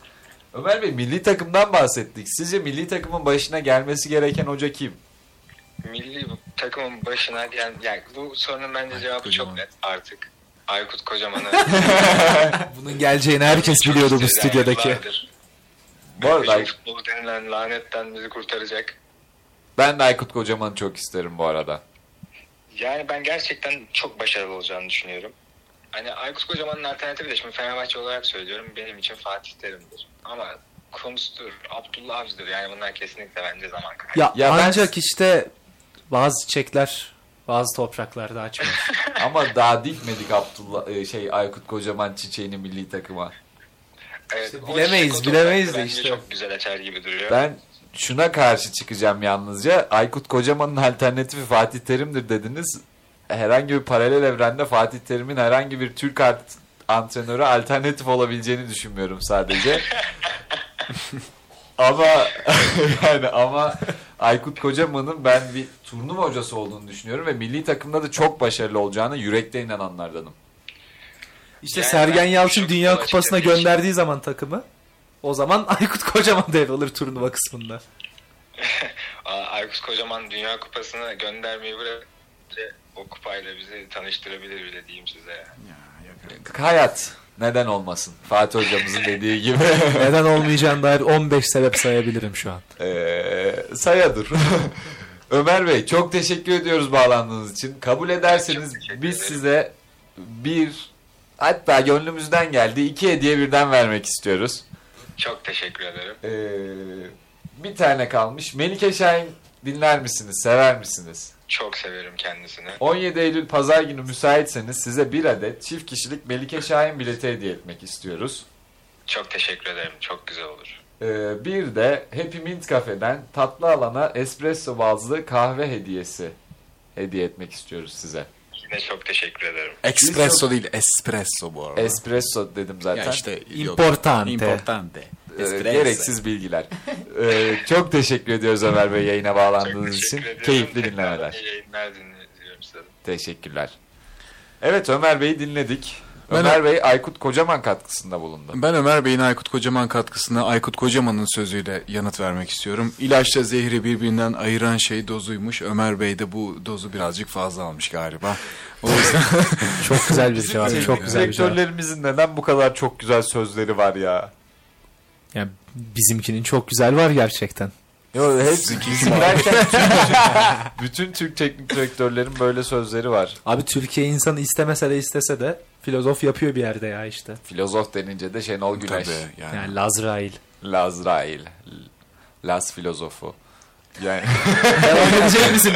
[SPEAKER 2] Ömer Bey milli takımdan bahsettik. Sizce milli takımın başına gelmesi gereken hoca kim?
[SPEAKER 7] Milli takımın başına gel... Yani bu sorunun bence cevabı çok net artık. Aykut Kocaman'ı...
[SPEAKER 3] Bunun geleceğini herkes biliyordu bu
[SPEAKER 7] Çok
[SPEAKER 3] stüdyodaki.
[SPEAKER 7] cezaevleri
[SPEAKER 2] Bu arada
[SPEAKER 7] vardır. Futbol denilen lanetten bizi kurtaracak.
[SPEAKER 2] ben de Aykut Kocaman'ı çok isterim bu arada.
[SPEAKER 7] Yani ben gerçekten çok başarılı olacağını düşünüyorum. Hani Aykut Kocaman'ın alternatifi de şimdi Fenerbahçe olarak söylüyorum benim için Fatih Terim'dir. Ama Kuntz'dur, Abdullah Avcı'dır yani bunlar kesinlikle bence zaman kaybı.
[SPEAKER 3] Ya,
[SPEAKER 2] Ya ben-
[SPEAKER 3] ancak işte bazı çiçekler bazı topraklarda açmıyor.
[SPEAKER 2] Ama daha dikmedik Abdullah e, şey Aykut Kocaman çiçeğini milli takıma.
[SPEAKER 7] Evet,
[SPEAKER 3] işte
[SPEAKER 7] o
[SPEAKER 3] bilemeyiz,
[SPEAKER 7] çiçek o
[SPEAKER 3] bilemeyiz
[SPEAKER 7] toprak
[SPEAKER 3] de
[SPEAKER 7] bence
[SPEAKER 3] işte.
[SPEAKER 7] çok güzel açar gibi duruyor.
[SPEAKER 2] Ben şuna karşı çıkacağım yalnızca. Aykut Kocaman'ın alternatifi Fatih Terim'dir dediniz. Herhangi bir paralel evrende Fatih Terim'in herhangi bir Türk art- antrenörü alternatif olabileceğini düşünmüyorum sadece. ama yani ama Aykut Kocaman'ın ben bir turnuva hocası olduğunu düşünüyorum ve milli takımda da çok başarılı olacağına yürekte inananlardanım.
[SPEAKER 3] İşte
[SPEAKER 7] Yani
[SPEAKER 3] Sergen
[SPEAKER 7] ben
[SPEAKER 3] Yalçın
[SPEAKER 7] çok
[SPEAKER 3] Dünya
[SPEAKER 7] kolay
[SPEAKER 3] Kupası'na
[SPEAKER 7] çıkabilir.
[SPEAKER 3] gönderdiği zaman takımı o zaman Aykut Kocaman devralır turnuva kısmında.
[SPEAKER 7] Aa, Aykut Kocaman Dünya Kupası'na göndermeyi bırak. O kupayla bizi tanıştırabilir bile diyeyim size. ya.
[SPEAKER 2] Hayat neden olmasın? Fatih hocamızın dediği gibi
[SPEAKER 3] Neden olmayacağına dair 15 sebep sayabilirim şu an.
[SPEAKER 2] Ee, sayadır. Ömer Bey çok teşekkür ediyoruz bağlandığınız için. Kabul ederseniz
[SPEAKER 7] Çok teşekkür
[SPEAKER 2] biz
[SPEAKER 7] ederim.
[SPEAKER 2] size bir hatta gönlümüzden geldi iki hediye birden vermek istiyoruz.
[SPEAKER 7] Çok teşekkür ederim.
[SPEAKER 2] Ee, bir tane kalmış. Melike Şahin dinler misiniz? Sever misiniz?
[SPEAKER 7] Çok severim kendisini.
[SPEAKER 2] 17 Eylül pazar günü müsaitseniz size bir adet çift kişilik Melike Şahin bileti hediye etmek istiyoruz.
[SPEAKER 7] Çok teşekkür ederim. Çok güzel olur.
[SPEAKER 2] Ee, bir de Happy Mint Cafe'den tatlı alana espresso bazlı kahve hediyesi hediye etmek istiyoruz size.
[SPEAKER 7] Yine çok teşekkür ederim.
[SPEAKER 4] Espresso değil. Espresso bu arada.
[SPEAKER 2] Espresso dedim zaten.
[SPEAKER 4] Ya işte yok.
[SPEAKER 3] Importante.
[SPEAKER 4] Importante.
[SPEAKER 2] Ee,
[SPEAKER 4] Espresso.
[SPEAKER 2] gereksiz bilgiler. Ee, çok teşekkür ediyoruz Ömer Bey yayına bağlandığınız
[SPEAKER 7] Teşekkür
[SPEAKER 2] için.
[SPEAKER 7] ediyorum.
[SPEAKER 2] Keyifli
[SPEAKER 7] Tekrar
[SPEAKER 2] dinlemeler.
[SPEAKER 7] iyi yayınlar dinliyorum size.
[SPEAKER 2] Teşekkürler. Evet Ömer Bey'i dinledik. Ömer Bey Aykut Kocaman katkısında bulundu.
[SPEAKER 4] Ben Ömer Bey'in Aykut Kocaman katkısına Aykut Kocaman'ın sözüyle yanıt vermek istiyorum. İlaçla zehri birbirinden ayıran şey dozuymuş. Ömer Bey de bu dozu birazcık fazla almış galiba. O yüzden
[SPEAKER 3] Çok güzel bir cevap.
[SPEAKER 2] Bizim
[SPEAKER 3] çok güzel bir cevap.
[SPEAKER 2] Direktörlerimizin neden bu kadar çok güzel sözleri var ya?
[SPEAKER 3] Yani bizimkinin çok güzel var gerçekten.
[SPEAKER 2] Yo,
[SPEAKER 4] Sizinki
[SPEAKER 2] bizim derken bütün- bütün Türk teknik direktörlerin böyle sözleri var.
[SPEAKER 3] Abi Türkiye insanı istemese de istese de filozof yapıyor bir yerde ya işte.
[SPEAKER 2] Filozof denince de Şenol Güneş,
[SPEAKER 4] Tabii yani.
[SPEAKER 3] Yani Lazrail.
[SPEAKER 2] Lazrail, L- Laz filozofu. Yani
[SPEAKER 3] Gelecek misin?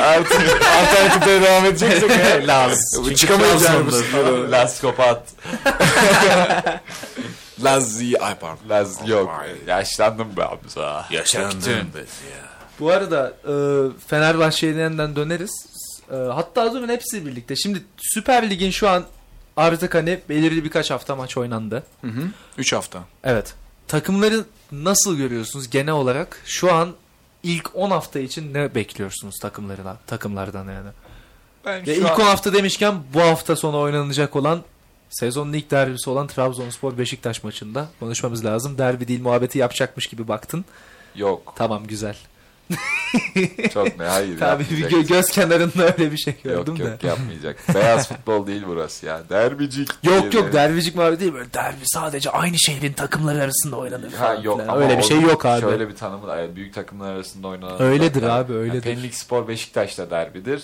[SPEAKER 2] artık
[SPEAKER 4] Alternatiflere devam edeceksek
[SPEAKER 3] Laz.
[SPEAKER 4] çıkamayız yani bu sefer.
[SPEAKER 2] Laz kopat,
[SPEAKER 4] Lazzi ay pardon.
[SPEAKER 2] Laz yok.
[SPEAKER 4] my.
[SPEAKER 2] Yaşlandım be abi sana.
[SPEAKER 4] Yaşandım.
[SPEAKER 3] Bu arada e, Fenerbahçe'ye yeniden döneriz. E, hatta az önce hepsi birlikte. Şimdi Süper Lig'in şu an artık hani belirli birkaç hafta maç oynandı.
[SPEAKER 4] Hı hı. Üç hafta.
[SPEAKER 3] Evet. Takımları nasıl görüyorsunuz genel olarak? Şu an ilk 10 hafta için ne bekliyorsunuz takımlarına, takımlardan yani?
[SPEAKER 2] Ben
[SPEAKER 3] Ve
[SPEAKER 2] şu
[SPEAKER 3] ilk
[SPEAKER 2] an-
[SPEAKER 3] 10 hafta demişken bu hafta sonu oynanacak olan sezonun ilk derbisi olan Trabzonspor Beşiktaş maçında konuşmamız lazım. Derbi değil muhabbeti yapacakmış gibi baktın.
[SPEAKER 2] Yok
[SPEAKER 3] Tamam güzel.
[SPEAKER 2] çok ne hayır.
[SPEAKER 3] Tabii bir
[SPEAKER 2] yapmayacak.
[SPEAKER 3] gö- göz kenarında öyle bir şey
[SPEAKER 2] Yok
[SPEAKER 3] gördüm de.
[SPEAKER 2] yok yapmayacak. Beyaz futbol değil burası ya. Derbicik.
[SPEAKER 3] Yok
[SPEAKER 2] diye-
[SPEAKER 3] yok derbicik mavi değil böyle derbi sadece aynı şehrin takımları arasında oynanır
[SPEAKER 2] Ha,
[SPEAKER 3] falan.
[SPEAKER 2] yok
[SPEAKER 3] filan.
[SPEAKER 2] ama
[SPEAKER 3] öyle bir şey
[SPEAKER 2] onun
[SPEAKER 3] yok abi.
[SPEAKER 2] Şöyle bir tanımı da yani büyük takımlar arasında oynanan.
[SPEAKER 3] Öyledir
[SPEAKER 2] zaten.
[SPEAKER 3] abi, öyledir.
[SPEAKER 2] Yani Pendik Spor Beşiktaş'la derbidir.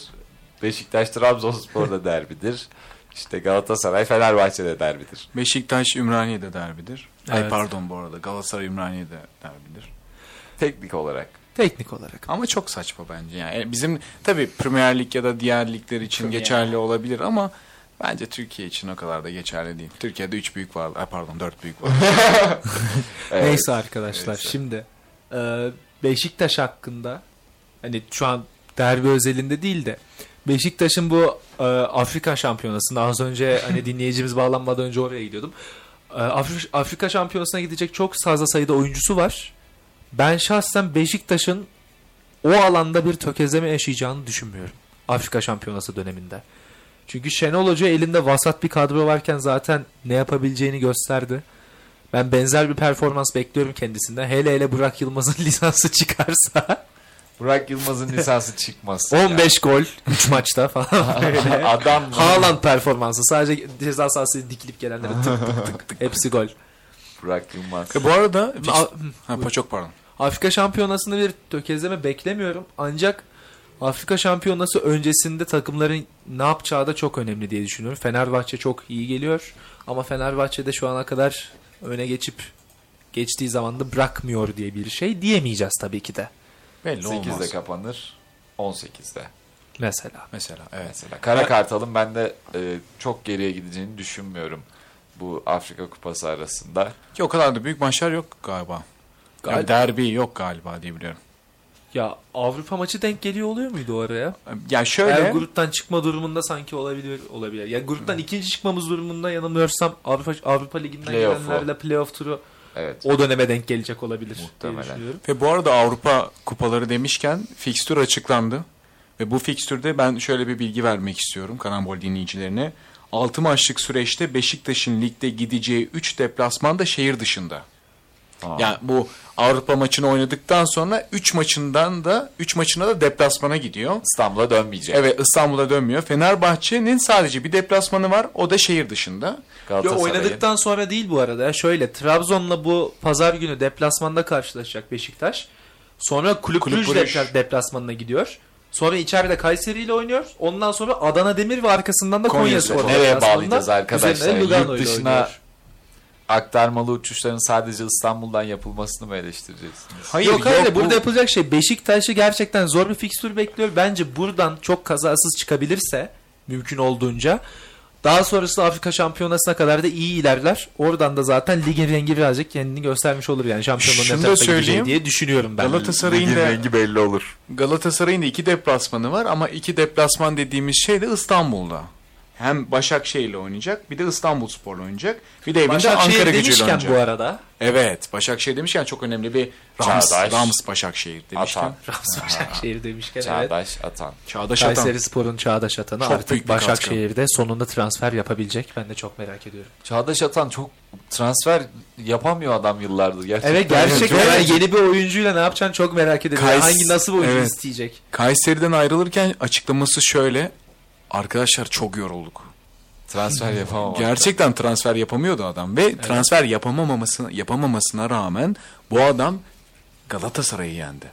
[SPEAKER 2] Beşiktaş Trabzonspor da derbidir. İşte Galatasaray Fenerbahçe'de derbidir.
[SPEAKER 4] Beşiktaş Ümraniye'de derbidir. Ay
[SPEAKER 3] Evet.
[SPEAKER 4] pardon bu arada Galatasaray Ümraniye'de derbidir.
[SPEAKER 2] Teknik olarak.
[SPEAKER 3] Teknik olarak.
[SPEAKER 4] Ama çok saçma bence yani. E, Bizim tabii Premier Lig ya da diğer ligler için geçerli olabilir ama bence Türkiye için o kadar da geçerli değil. Türkiye'de üç büyük var. Ay pardon dört büyük var.
[SPEAKER 2] Evet.
[SPEAKER 3] Neyse arkadaşlar
[SPEAKER 2] neyse.
[SPEAKER 3] şimdi e, Beşiktaş hakkında hani şu an derbi özelinde değil de Beşiktaş'ın bu e, Afrika şampiyonasında az önce hani dinleyicimiz bağlanmadan önce oraya gidiyordum. E, Afri- Afrika şampiyonasına gidecek çok fazla sayıda oyuncusu var. Ben şahsen Beşiktaş'ın o alanda bir tökezleme yaşayacağını düşünmüyorum. Afrika şampiyonası döneminde. Çünkü Şenol Hoca elinde vasat bir kadro varken zaten ne yapabileceğini gösterdi. Ben benzer bir performans bekliyorum kendisinden. Hele hele Burak Yılmaz'ın lisansı çıkarsa
[SPEAKER 2] Burak Yılmaz'ın lisansı çıkmasın. ya.
[SPEAKER 3] 15 gol 3 maçta falan. böyle.
[SPEAKER 2] Adam
[SPEAKER 3] Haaland performansı. Sadece ceza sahası dikilip gelenlere tık tık tık tık. Hepsi gol.
[SPEAKER 2] Burak Yılmaz.
[SPEAKER 4] E, bu arada
[SPEAKER 3] A-
[SPEAKER 4] ha, pa- çok pardon.
[SPEAKER 3] Afrika şampiyonasında bir tökezleme beklemiyorum. Ancak Afrika şampiyonası öncesinde takımların ne yapacağı da çok önemli diye düşünüyorum. Fenerbahçe çok iyi geliyor. Ama Fenerbahçe de şu ana kadar öne geçip geçtiği zaman da bırakmıyor diye bir şey diyemeyeceğiz tabii ki de.
[SPEAKER 4] Belli
[SPEAKER 2] 8'de
[SPEAKER 4] olmaz.
[SPEAKER 2] kapanır. 18'de.
[SPEAKER 3] Mesela.
[SPEAKER 4] Mesela evet.
[SPEAKER 2] Mesela Kara Kartal'ın ben de e, çok geriye gideceğini düşünmüyorum. Bu Afrika Kupası arasında.
[SPEAKER 4] Ki o kadar da büyük maçlar yok galiba. Yani
[SPEAKER 3] Gal-
[SPEAKER 4] derbi yok galiba diye biliyorum.
[SPEAKER 3] Ya Avrupa maçı denk geliyor oluyor muydu oraya?
[SPEAKER 4] Ya yani şöyle
[SPEAKER 3] Eğer gruptan çıkma durumunda sanki olabilir olabilir. Ya gruptan ikinci çıkmamız durumunda yanılmıyorsam Avrupa Avrupa Ligi'nden
[SPEAKER 2] Playoff'u.
[SPEAKER 3] gelenlerle playoff turu
[SPEAKER 2] Evet.
[SPEAKER 3] o döneme denk gelecek olabilir
[SPEAKER 2] Muhtemelen.
[SPEAKER 3] diye düşünüyorum.
[SPEAKER 4] Ve bu arada Avrupa kupaları demişken fikstür açıklandı. Ve bu fikstürde ben şöyle bir bilgi vermek istiyorum Karambol dinleyicilerine. 6 maçlık süreçte Beşiktaş'ın ligde gideceği 3 deplasman da şehir dışında.
[SPEAKER 2] Aa.
[SPEAKER 4] Yani bu Avrupa maçını oynadıktan sonra 3 maçından da 3 maçına da deplasmana gidiyor.
[SPEAKER 2] İstanbul'a dönmeyecek.
[SPEAKER 4] Evet İstanbul'a dönmüyor. Fenerbahçe'nin sadece bir deplasmanı var. O da şehir dışında.
[SPEAKER 3] Yo,
[SPEAKER 2] Galatasaray'ın-
[SPEAKER 3] oynadıktan sonra değil bu arada. ya. Şöyle Trabzon'la bu pazar günü deplasmanda karşılaşacak Beşiktaş. Sonra Kulüp,
[SPEAKER 4] Kulüp
[SPEAKER 3] Kulüp
[SPEAKER 4] Brugge.
[SPEAKER 3] deplasmanına gidiyor. Sonra içeride Kayseri ile oynuyor. Ondan sonra Adana Demir ve arkasından da
[SPEAKER 4] Konya
[SPEAKER 3] Konya
[SPEAKER 4] Spor.
[SPEAKER 3] Spor.
[SPEAKER 2] Nereye
[SPEAKER 3] deplasmanına.
[SPEAKER 2] bağlayacağız arkadaşlar?
[SPEAKER 3] Üzerine de
[SPEAKER 2] Yurt
[SPEAKER 3] Lugano ile
[SPEAKER 2] dışına-
[SPEAKER 3] oynuyor.
[SPEAKER 2] aktarmalı uçuşların sadece İstanbul'dan yapılmasını mı eleştireceksiniz?
[SPEAKER 4] Hayır
[SPEAKER 3] yok hayır burada
[SPEAKER 4] bu-
[SPEAKER 3] yapılacak şey Beşiktaş'ı gerçekten zor bir fikstür bekliyor. Bence buradan çok kazasız çıkabilirse mümkün olduğunca daha sonrası Afrika Şampiyonası'na kadar da iyi ilerler. Oradan da zaten ligin rengi birazcık kendini göstermiş olur yani şampiyonluğun
[SPEAKER 4] Şunu da
[SPEAKER 3] etrafta gideceği
[SPEAKER 4] söyleyeyim.
[SPEAKER 3] diye düşünüyorum ben.
[SPEAKER 4] Galatasaray'ın da
[SPEAKER 2] belli olur.
[SPEAKER 4] Galatasaray'ın da iki deplasmanı var ama iki deplasman dediğimiz şey de İstanbul'da. Hem Başakşehir'le oynayacak bir de İstanbulspor'la oynayacak. Bir de evinde
[SPEAKER 3] Başakşehir
[SPEAKER 4] Ankara gücüyle
[SPEAKER 3] demişken
[SPEAKER 4] oynayacak.
[SPEAKER 3] bu arada.
[SPEAKER 4] Evet Başakşehir demişken çok önemli bir Rams,
[SPEAKER 2] Çağdaş.
[SPEAKER 4] Rams Başakşehir demişken.
[SPEAKER 2] Atan.
[SPEAKER 3] Rams Başakşehir demişken evet.
[SPEAKER 2] Çağdaş Atan.
[SPEAKER 4] Çağdaş Atan.
[SPEAKER 3] Kayseri Spor'un Çağdaş Atan'ı
[SPEAKER 4] Çok büyük
[SPEAKER 3] artık
[SPEAKER 4] bir katkı.
[SPEAKER 3] Başakşehir'de sonunda transfer yapabilecek. Ben de çok merak ediyorum.
[SPEAKER 2] Çağdaş Atan çok transfer yapamıyor adam yıllardır. Gerçekten.
[SPEAKER 3] Evet gerçekten yani yeni bir oyuncuyla ne yapacaksın çok merak ediyorum.
[SPEAKER 4] Kays-
[SPEAKER 3] Hangi nasıl bir oyuncu
[SPEAKER 4] Evet.
[SPEAKER 3] isteyecek?
[SPEAKER 4] Kayseri'den ayrılırken açıklaması şöyle. Arkadaşlar çok yorulduk.
[SPEAKER 2] Transfer yapamam.
[SPEAKER 4] Gerçekten transfer yapamıyordu adam ve transfer yapamamasına, yapamamasına rağmen bu adam Galatasaray'ı yendi.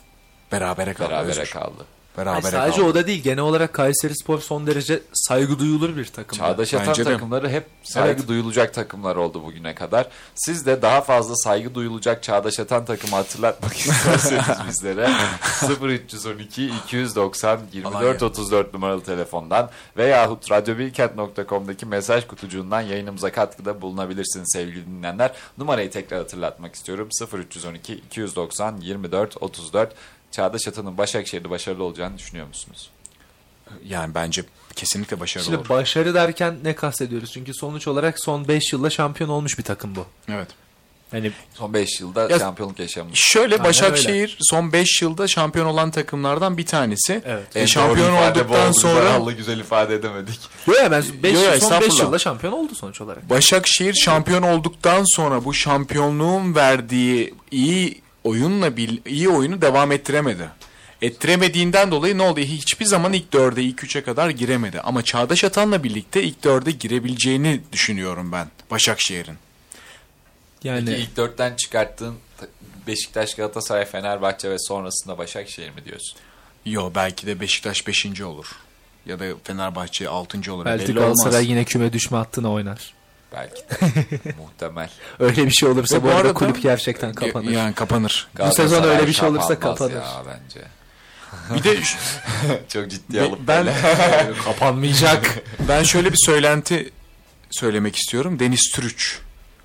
[SPEAKER 4] Berabere kaldı.
[SPEAKER 2] Berabere
[SPEAKER 4] Özgür.
[SPEAKER 2] kaldı.
[SPEAKER 4] Berabere
[SPEAKER 3] sadece
[SPEAKER 4] kaldı.
[SPEAKER 3] o da değil. Genel olarak Kayseri Spor son derece saygı duyulur bir takım.
[SPEAKER 2] Çağdaş atan
[SPEAKER 4] Bence de.
[SPEAKER 2] takımları hep saygı duyulacak takımlar oldu bugüne kadar. Siz de daha fazla saygı duyulacak Çağdaş atan takımı hatırlatmak isterseniz bizlere 0312 290 24 34 numaralı telefondan veyahut radyobilkent.com'daki mesaj kutucuğundan yayınımıza katkıda bulunabilirsiniz sevgili dinleyenler. Numarayı tekrar hatırlatmak istiyorum. 0312 290 24 34 Çağdaş Atan'ın Başakşehir'de başarılı olacağını düşünüyor musunuz?
[SPEAKER 4] Yani bence kesinlikle başarılı
[SPEAKER 3] Şimdi
[SPEAKER 4] olur.
[SPEAKER 3] başarı derken ne kastediyoruz? Çünkü sonuç olarak son 5 yılda şampiyon olmuş bir takım bu.
[SPEAKER 4] Evet.
[SPEAKER 3] Hani
[SPEAKER 2] Son 5 yılda
[SPEAKER 4] Ya-
[SPEAKER 2] şampiyonluk yaşamını
[SPEAKER 4] Şöyle
[SPEAKER 3] Aynen
[SPEAKER 4] Başakşehir son 5 yılda şampiyon olan takımlardan bir tanesi.
[SPEAKER 3] Evet.
[SPEAKER 4] E, şampiyon olduktan sonra
[SPEAKER 2] Allah güzel ifade edemedik.
[SPEAKER 3] Yo ya ben beş
[SPEAKER 4] yo,
[SPEAKER 3] yıl- son
[SPEAKER 4] estağfurullah.
[SPEAKER 3] 5 yılda şampiyon oldu sonuç olarak.
[SPEAKER 4] Başakşehir şampiyon olduktan sonra bu şampiyonluğun verdiği iyi oyunla bil- iyi oyunu devam ettiremedi. Ettiremediğinden dolayı ne oldu? Hiçbir zaman ilk dörde, ilk üçe kadar giremedi. Ama Çağdaş Atan'la birlikte ilk dörde girebileceğini düşünüyorum ben Başakşehir'in. Hani-
[SPEAKER 3] Yani
[SPEAKER 2] İlk dörtten çıkarttığın ta- Beşiktaş, Galatasaray, Fenerbahçe ve sonrasında Başakşehir mi diyorsun?
[SPEAKER 4] Yo belki de Beşiktaş 5. olur. Ya da Fenerbahçe 6. olur.
[SPEAKER 3] belki
[SPEAKER 4] Belli olmaz.
[SPEAKER 3] Galatasaray yine küme düşme hattına oynar.
[SPEAKER 2] Belki de. Muhtemel.
[SPEAKER 3] Öyle bir şey olursa
[SPEAKER 4] Ve
[SPEAKER 3] bu
[SPEAKER 4] bu
[SPEAKER 3] arada
[SPEAKER 4] arada-
[SPEAKER 3] kulüp gerçekten kapanır.
[SPEAKER 4] Yani kapanır.
[SPEAKER 3] Bu sezon
[SPEAKER 2] Galatasaray
[SPEAKER 3] öyle bir şey olursa
[SPEAKER 2] kapanmaz
[SPEAKER 3] kapanır.
[SPEAKER 2] Ya bence.
[SPEAKER 4] Bir de şu-
[SPEAKER 2] Çok ciddi alıp
[SPEAKER 4] ben
[SPEAKER 3] Kapanmayacak.
[SPEAKER 4] Ben şöyle bir söylenti söylemek istiyorum. Deniz Türüç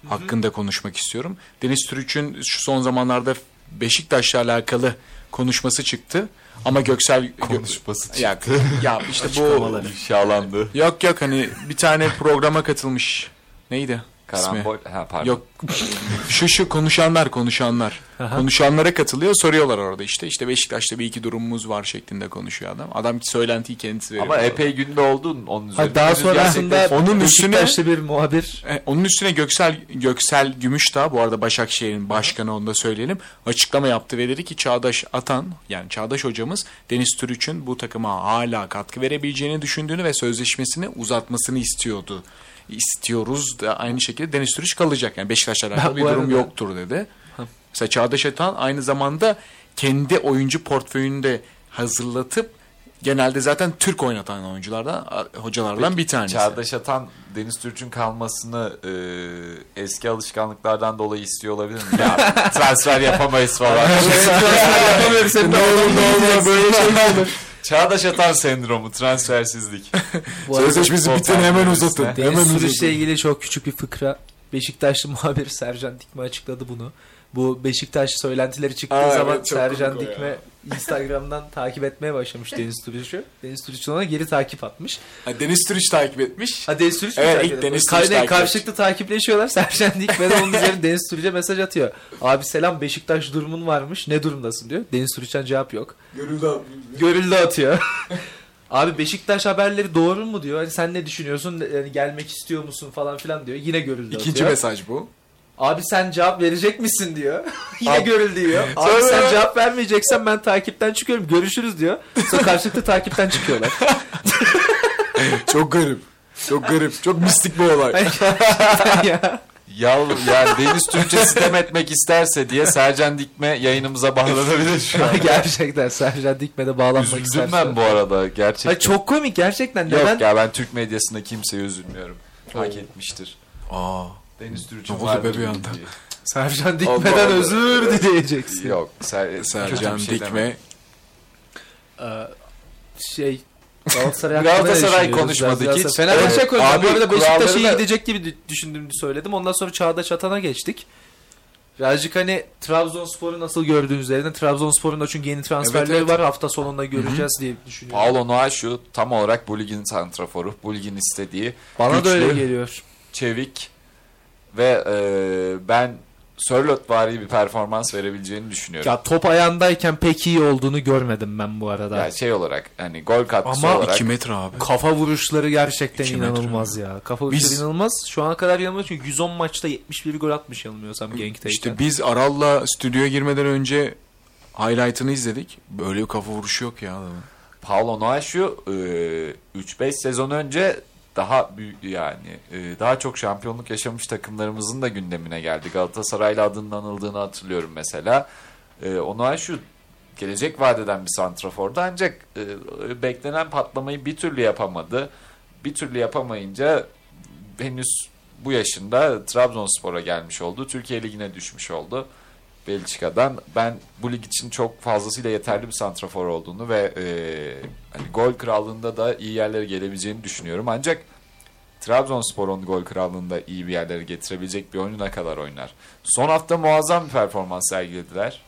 [SPEAKER 4] hakkında konuşmak istiyorum. Deniz Türüç'ün şu son zamanlarda Beşiktaş'la alakalı konuşması çıktı. Ama Göksel
[SPEAKER 2] konuşması
[SPEAKER 4] ya, ya işte bu
[SPEAKER 3] Açıklamaları.
[SPEAKER 2] ifşalandı.
[SPEAKER 4] yok yok hani bir tane programa katılmış. Neydi? ismi?
[SPEAKER 2] Karambol. Ha pardon.
[SPEAKER 4] Yok. şu şu konuşanlar konuşanlar.
[SPEAKER 3] Aha.
[SPEAKER 4] Konuşanlara katılıyor soruyorlar orada işte. İşte Beşiktaş'ta bir iki durumumuz var şeklinde konuşuyor adam. Adam söylentiyi kendisi veriyor.
[SPEAKER 2] Ama epey günde oldun onun üzerine.
[SPEAKER 3] Ha, daha
[SPEAKER 2] Henüz
[SPEAKER 3] sonrasında
[SPEAKER 2] gerçekleşmedi.
[SPEAKER 4] Onun
[SPEAKER 3] onun
[SPEAKER 4] üstüne-
[SPEAKER 3] Beşiktaşlı bir muhabir
[SPEAKER 4] E, onun üstüne Göksel Göksel Gümüşdağ bu arada Başakşehir'in başkanı onu da söyleyelim. Açıklama yaptı ve dedi ki Çağdaş Atan yani Çağdaş hocamız Deniz Türüç'ün bu takıma hala katkı verebileceğini düşündüğünü ve sözleşmesini uzatmasını istiyordu. İstiyoruz da aynı şekilde Deniz Türüç kalacak. Yani Beşiktaş'la alakalı
[SPEAKER 3] bu
[SPEAKER 4] bir durum
[SPEAKER 3] arada-
[SPEAKER 4] yoktur dedi. Mesela Çağdaş Atan aynı zamanda kendi oyuncu portföyünü de hazırlatıp genelde zaten Türk oynatan oyunculardan hocalardan bir tanesi.
[SPEAKER 2] Çağdaş Atan Deniz Türç'ün kalmasını e, eski alışkanlıklardan dolayı istiyor olabilir mi? Ya transfer yapamayız falan.
[SPEAKER 4] Ne olur ne olma böyle şey
[SPEAKER 2] şey Çağdaş Atan sendromu, transfersizlik.
[SPEAKER 3] bu arada
[SPEAKER 2] Futbol tarihinde
[SPEAKER 3] Deniz Sürüş'le ilgili çok küçük bir fıkra. Beşiktaşlı muhabir Sercan Dikme açıkladı bunu. Bu Beşiktaş söylentileri çıktığı
[SPEAKER 4] Aa,
[SPEAKER 3] zaman
[SPEAKER 4] evet, çok
[SPEAKER 3] Sercan
[SPEAKER 4] komik o
[SPEAKER 3] Dikme Instagram'dan takip etmeye başlamış Deniz Türüç'ü. Deniz Türüç ona geri takip atmış.
[SPEAKER 4] Ha, Deniz Türüç takip etmiş.
[SPEAKER 3] Ha Deniz Sürüç mü
[SPEAKER 4] Evet,
[SPEAKER 3] takip
[SPEAKER 4] ilk
[SPEAKER 3] ediyor?
[SPEAKER 4] Deniz
[SPEAKER 3] Kar-
[SPEAKER 4] Sürüç
[SPEAKER 3] ne,
[SPEAKER 4] takip
[SPEAKER 3] Karşılıklı takipleşiyorlar. Sercan Dikme de onun üzerine Deniz Sürüç'e mesaj atıyor. Abi selam Beşiktaş durumun varmış. Ne durumdasın diyor. Deniz Sürüç'ten cevap yok. Görüldü atıyor. Abi Beşiktaş haberleri doğru mu diyor. Hani sen ne düşünüyorsun? Yani gelmek istiyor musun falan filan diyor. Yine görüldü
[SPEAKER 4] İkinci
[SPEAKER 3] atıyor.
[SPEAKER 4] mesaj bu.
[SPEAKER 3] Abi sen cevap verecek misin diyor. Yine görüldü diyor. Abi
[SPEAKER 4] Sonra-
[SPEAKER 3] sen cevap vermeyeceksen ben takipten çıkıyorum. Görüşürüz diyor. Sonra karşılıklı takipten çıkıyorlar.
[SPEAKER 4] Çok garip. Çok garip. Çok mistik bir olay.
[SPEAKER 3] ya.
[SPEAKER 2] Ya yani Deniz Türkçe sitem etmek isterse diye Sercan Dikme yayınımıza bağlanabilir şu an.
[SPEAKER 3] Gerçekten Sercan Dikme'de bağlanmak
[SPEAKER 2] Üzüldüm
[SPEAKER 3] istersen.
[SPEAKER 2] ben bu arada gerçekten.
[SPEAKER 3] Ay çok komik gerçekten.
[SPEAKER 2] Yok
[SPEAKER 3] Neden?
[SPEAKER 2] ya ben Türk medyasında kimseye üzülmüyorum. Hak etmiştir.
[SPEAKER 4] Aa.
[SPEAKER 2] Deniz Türkçe
[SPEAKER 4] Ne oldu be bir anda?
[SPEAKER 3] Sercan
[SPEAKER 2] Allah
[SPEAKER 3] Dikme'den
[SPEAKER 2] Allah.
[SPEAKER 3] özür dileyeceksin.
[SPEAKER 2] Yok. Ser,
[SPEAKER 4] Sercan
[SPEAKER 2] kötü bir şey demem.
[SPEAKER 4] Dikme.
[SPEAKER 3] Ee, şey Galatasaray hakkında
[SPEAKER 2] Galatasaray
[SPEAKER 3] ne düşünüyoruz?
[SPEAKER 2] konuşmadık
[SPEAKER 3] Biraz-
[SPEAKER 2] hiç.
[SPEAKER 3] biraz- Fenerbahçe
[SPEAKER 2] Evet,
[SPEAKER 3] konuşmadık. Bu
[SPEAKER 2] abi,
[SPEAKER 3] arada Beşiktaş'a
[SPEAKER 2] kuralları da-
[SPEAKER 3] gidecek gibi dü- düşündüğümü söyledim. Ondan sonra Çağdaş Atan'a geçtik. Birazcık hani Trabzonspor'u nasıl gördüğünüz üzerine Trabzonspor'un da çünkü yeni transferleri
[SPEAKER 4] Evet, evet.
[SPEAKER 3] var hafta sonunda göreceğiz diye düşünüyorum.
[SPEAKER 2] Paolo Noa şu tam olarak bu ligin santraforu. Bu ligin istediği
[SPEAKER 3] Bana da
[SPEAKER 2] Güçlü.
[SPEAKER 3] öyle geliyor.
[SPEAKER 2] çevik ve e, ben Sörlotvari bir performans verebileceğini düşünüyorum.
[SPEAKER 3] Ya top ayağındayken pek iyi olduğunu görmedim ben bu arada.
[SPEAKER 2] Yani şey olarak hani gol katkısı
[SPEAKER 3] Ama
[SPEAKER 2] olarak
[SPEAKER 4] 2 metre abi.
[SPEAKER 3] Kafa vuruşları gerçekten
[SPEAKER 4] İki
[SPEAKER 3] inanılmaz ya. Kafa vuruşları
[SPEAKER 4] Biz-
[SPEAKER 3] inanılmaz. Şu ana kadar yanılmıyor çünkü 110 maçta 71 gol atmış yanılmıyorsam Genk'teyken.
[SPEAKER 4] İşte biz Aral'la stüdyoya girmeden önce highlight'ını izledik. Böyle bir kafa vuruşu yok ya adamın.
[SPEAKER 2] Paolo Noaşu e, 3-5 sezon önce daha büyük yani e, daha çok şampiyonluk yaşamış takımlarımızın da gündemine geldi. Galatasaray'la adının anıldığını hatırlıyorum mesela. E, o Noaşu gelecek vadeden bir santrafordu ancak e, beklenen patlamayı bir türlü yapamadı. Bir türlü yapamayınca henüz bu yaşında Trabzonspor'a gelmiş oldu. Türkiye Ligi'ne düşmüş oldu. Belçika'dan. Ben bu lig için çok fazlasıyla yeterli bir santrafor olduğunu ve e, hani gol krallığında da iyi yerlere gelebileceğini düşünüyorum. Ancak Trabzonspor'un gol krallığında iyi bir yerlere getirebilecek bir oyununa kadar oynar. Son hafta muazzam bir performans sergilediler.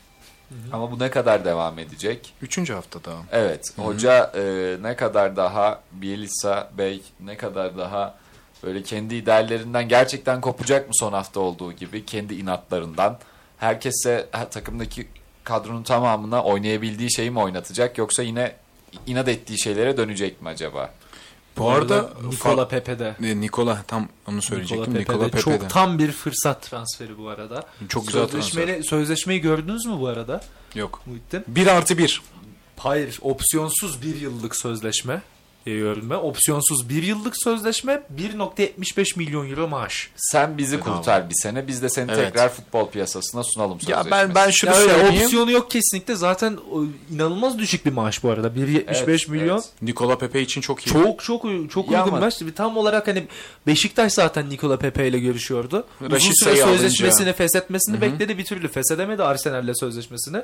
[SPEAKER 2] Ama bu ne kadar devam edecek?
[SPEAKER 4] Üçüncü hafta daha.
[SPEAKER 2] Evet. Hoca e, ne kadar daha Bielsa Bey ne kadar daha böyle kendi ideallerinden gerçekten kopacak mı son hafta olduğu gibi kendi inatlarından herkese ha, takımdaki kadronun tamamına oynayabildiği şeyi mi oynatacak yoksa yine inat ettiği şeylere dönecek mi acaba?
[SPEAKER 4] Bu arada
[SPEAKER 3] Nikola Pepe'de.
[SPEAKER 4] E, Nikola tam onu
[SPEAKER 3] Nikola
[SPEAKER 4] söyleyecektim.
[SPEAKER 3] Pepe'de.
[SPEAKER 4] Nikola Pepe'de.
[SPEAKER 3] Çok tam bir fırsat transferi bu arada.
[SPEAKER 4] Çok güzel
[SPEAKER 3] Sözleşmeli-
[SPEAKER 4] transfer.
[SPEAKER 3] Sözleşmeyi gördünüz mü bu arada
[SPEAKER 4] Yok.
[SPEAKER 3] Muhittin?
[SPEAKER 4] 1 artı 1.
[SPEAKER 3] Hayır opsiyonsuz bir yıllık sözleşme diye görülme. Opsiyonsuz bir yıllık sözleşme 1.75 milyon euro maaş.
[SPEAKER 2] Sen bizi
[SPEAKER 4] Bedava.
[SPEAKER 2] kurtar bir sene biz de seni
[SPEAKER 4] Evet.
[SPEAKER 2] tekrar futbol piyasasına sunalım
[SPEAKER 4] Ya
[SPEAKER 2] sözleşmesi.
[SPEAKER 4] ben ben şunu
[SPEAKER 3] Ya öyle
[SPEAKER 4] söyleyeyim.
[SPEAKER 3] opsiyonu yok kesinlikle. Zaten o, inanılmaz düşük bir maaş bu arada. 1.75
[SPEAKER 2] Evet,
[SPEAKER 3] milyon.
[SPEAKER 2] evet.
[SPEAKER 4] Nikola Pepe için çok iyi.
[SPEAKER 3] Çok çok uy- çok
[SPEAKER 2] Ya
[SPEAKER 3] uygun
[SPEAKER 2] ama-
[SPEAKER 3] maç. Bir Tam olarak hani Beşiktaş zaten Nikola Pepe ile görüşüyordu. Uzun
[SPEAKER 4] Raşit
[SPEAKER 3] süre
[SPEAKER 4] Say'ı alınca-
[SPEAKER 3] sözleşmesini feshetmesini bekledi. Bir türlü feshedemedi Arsenal'le sözleşmesini.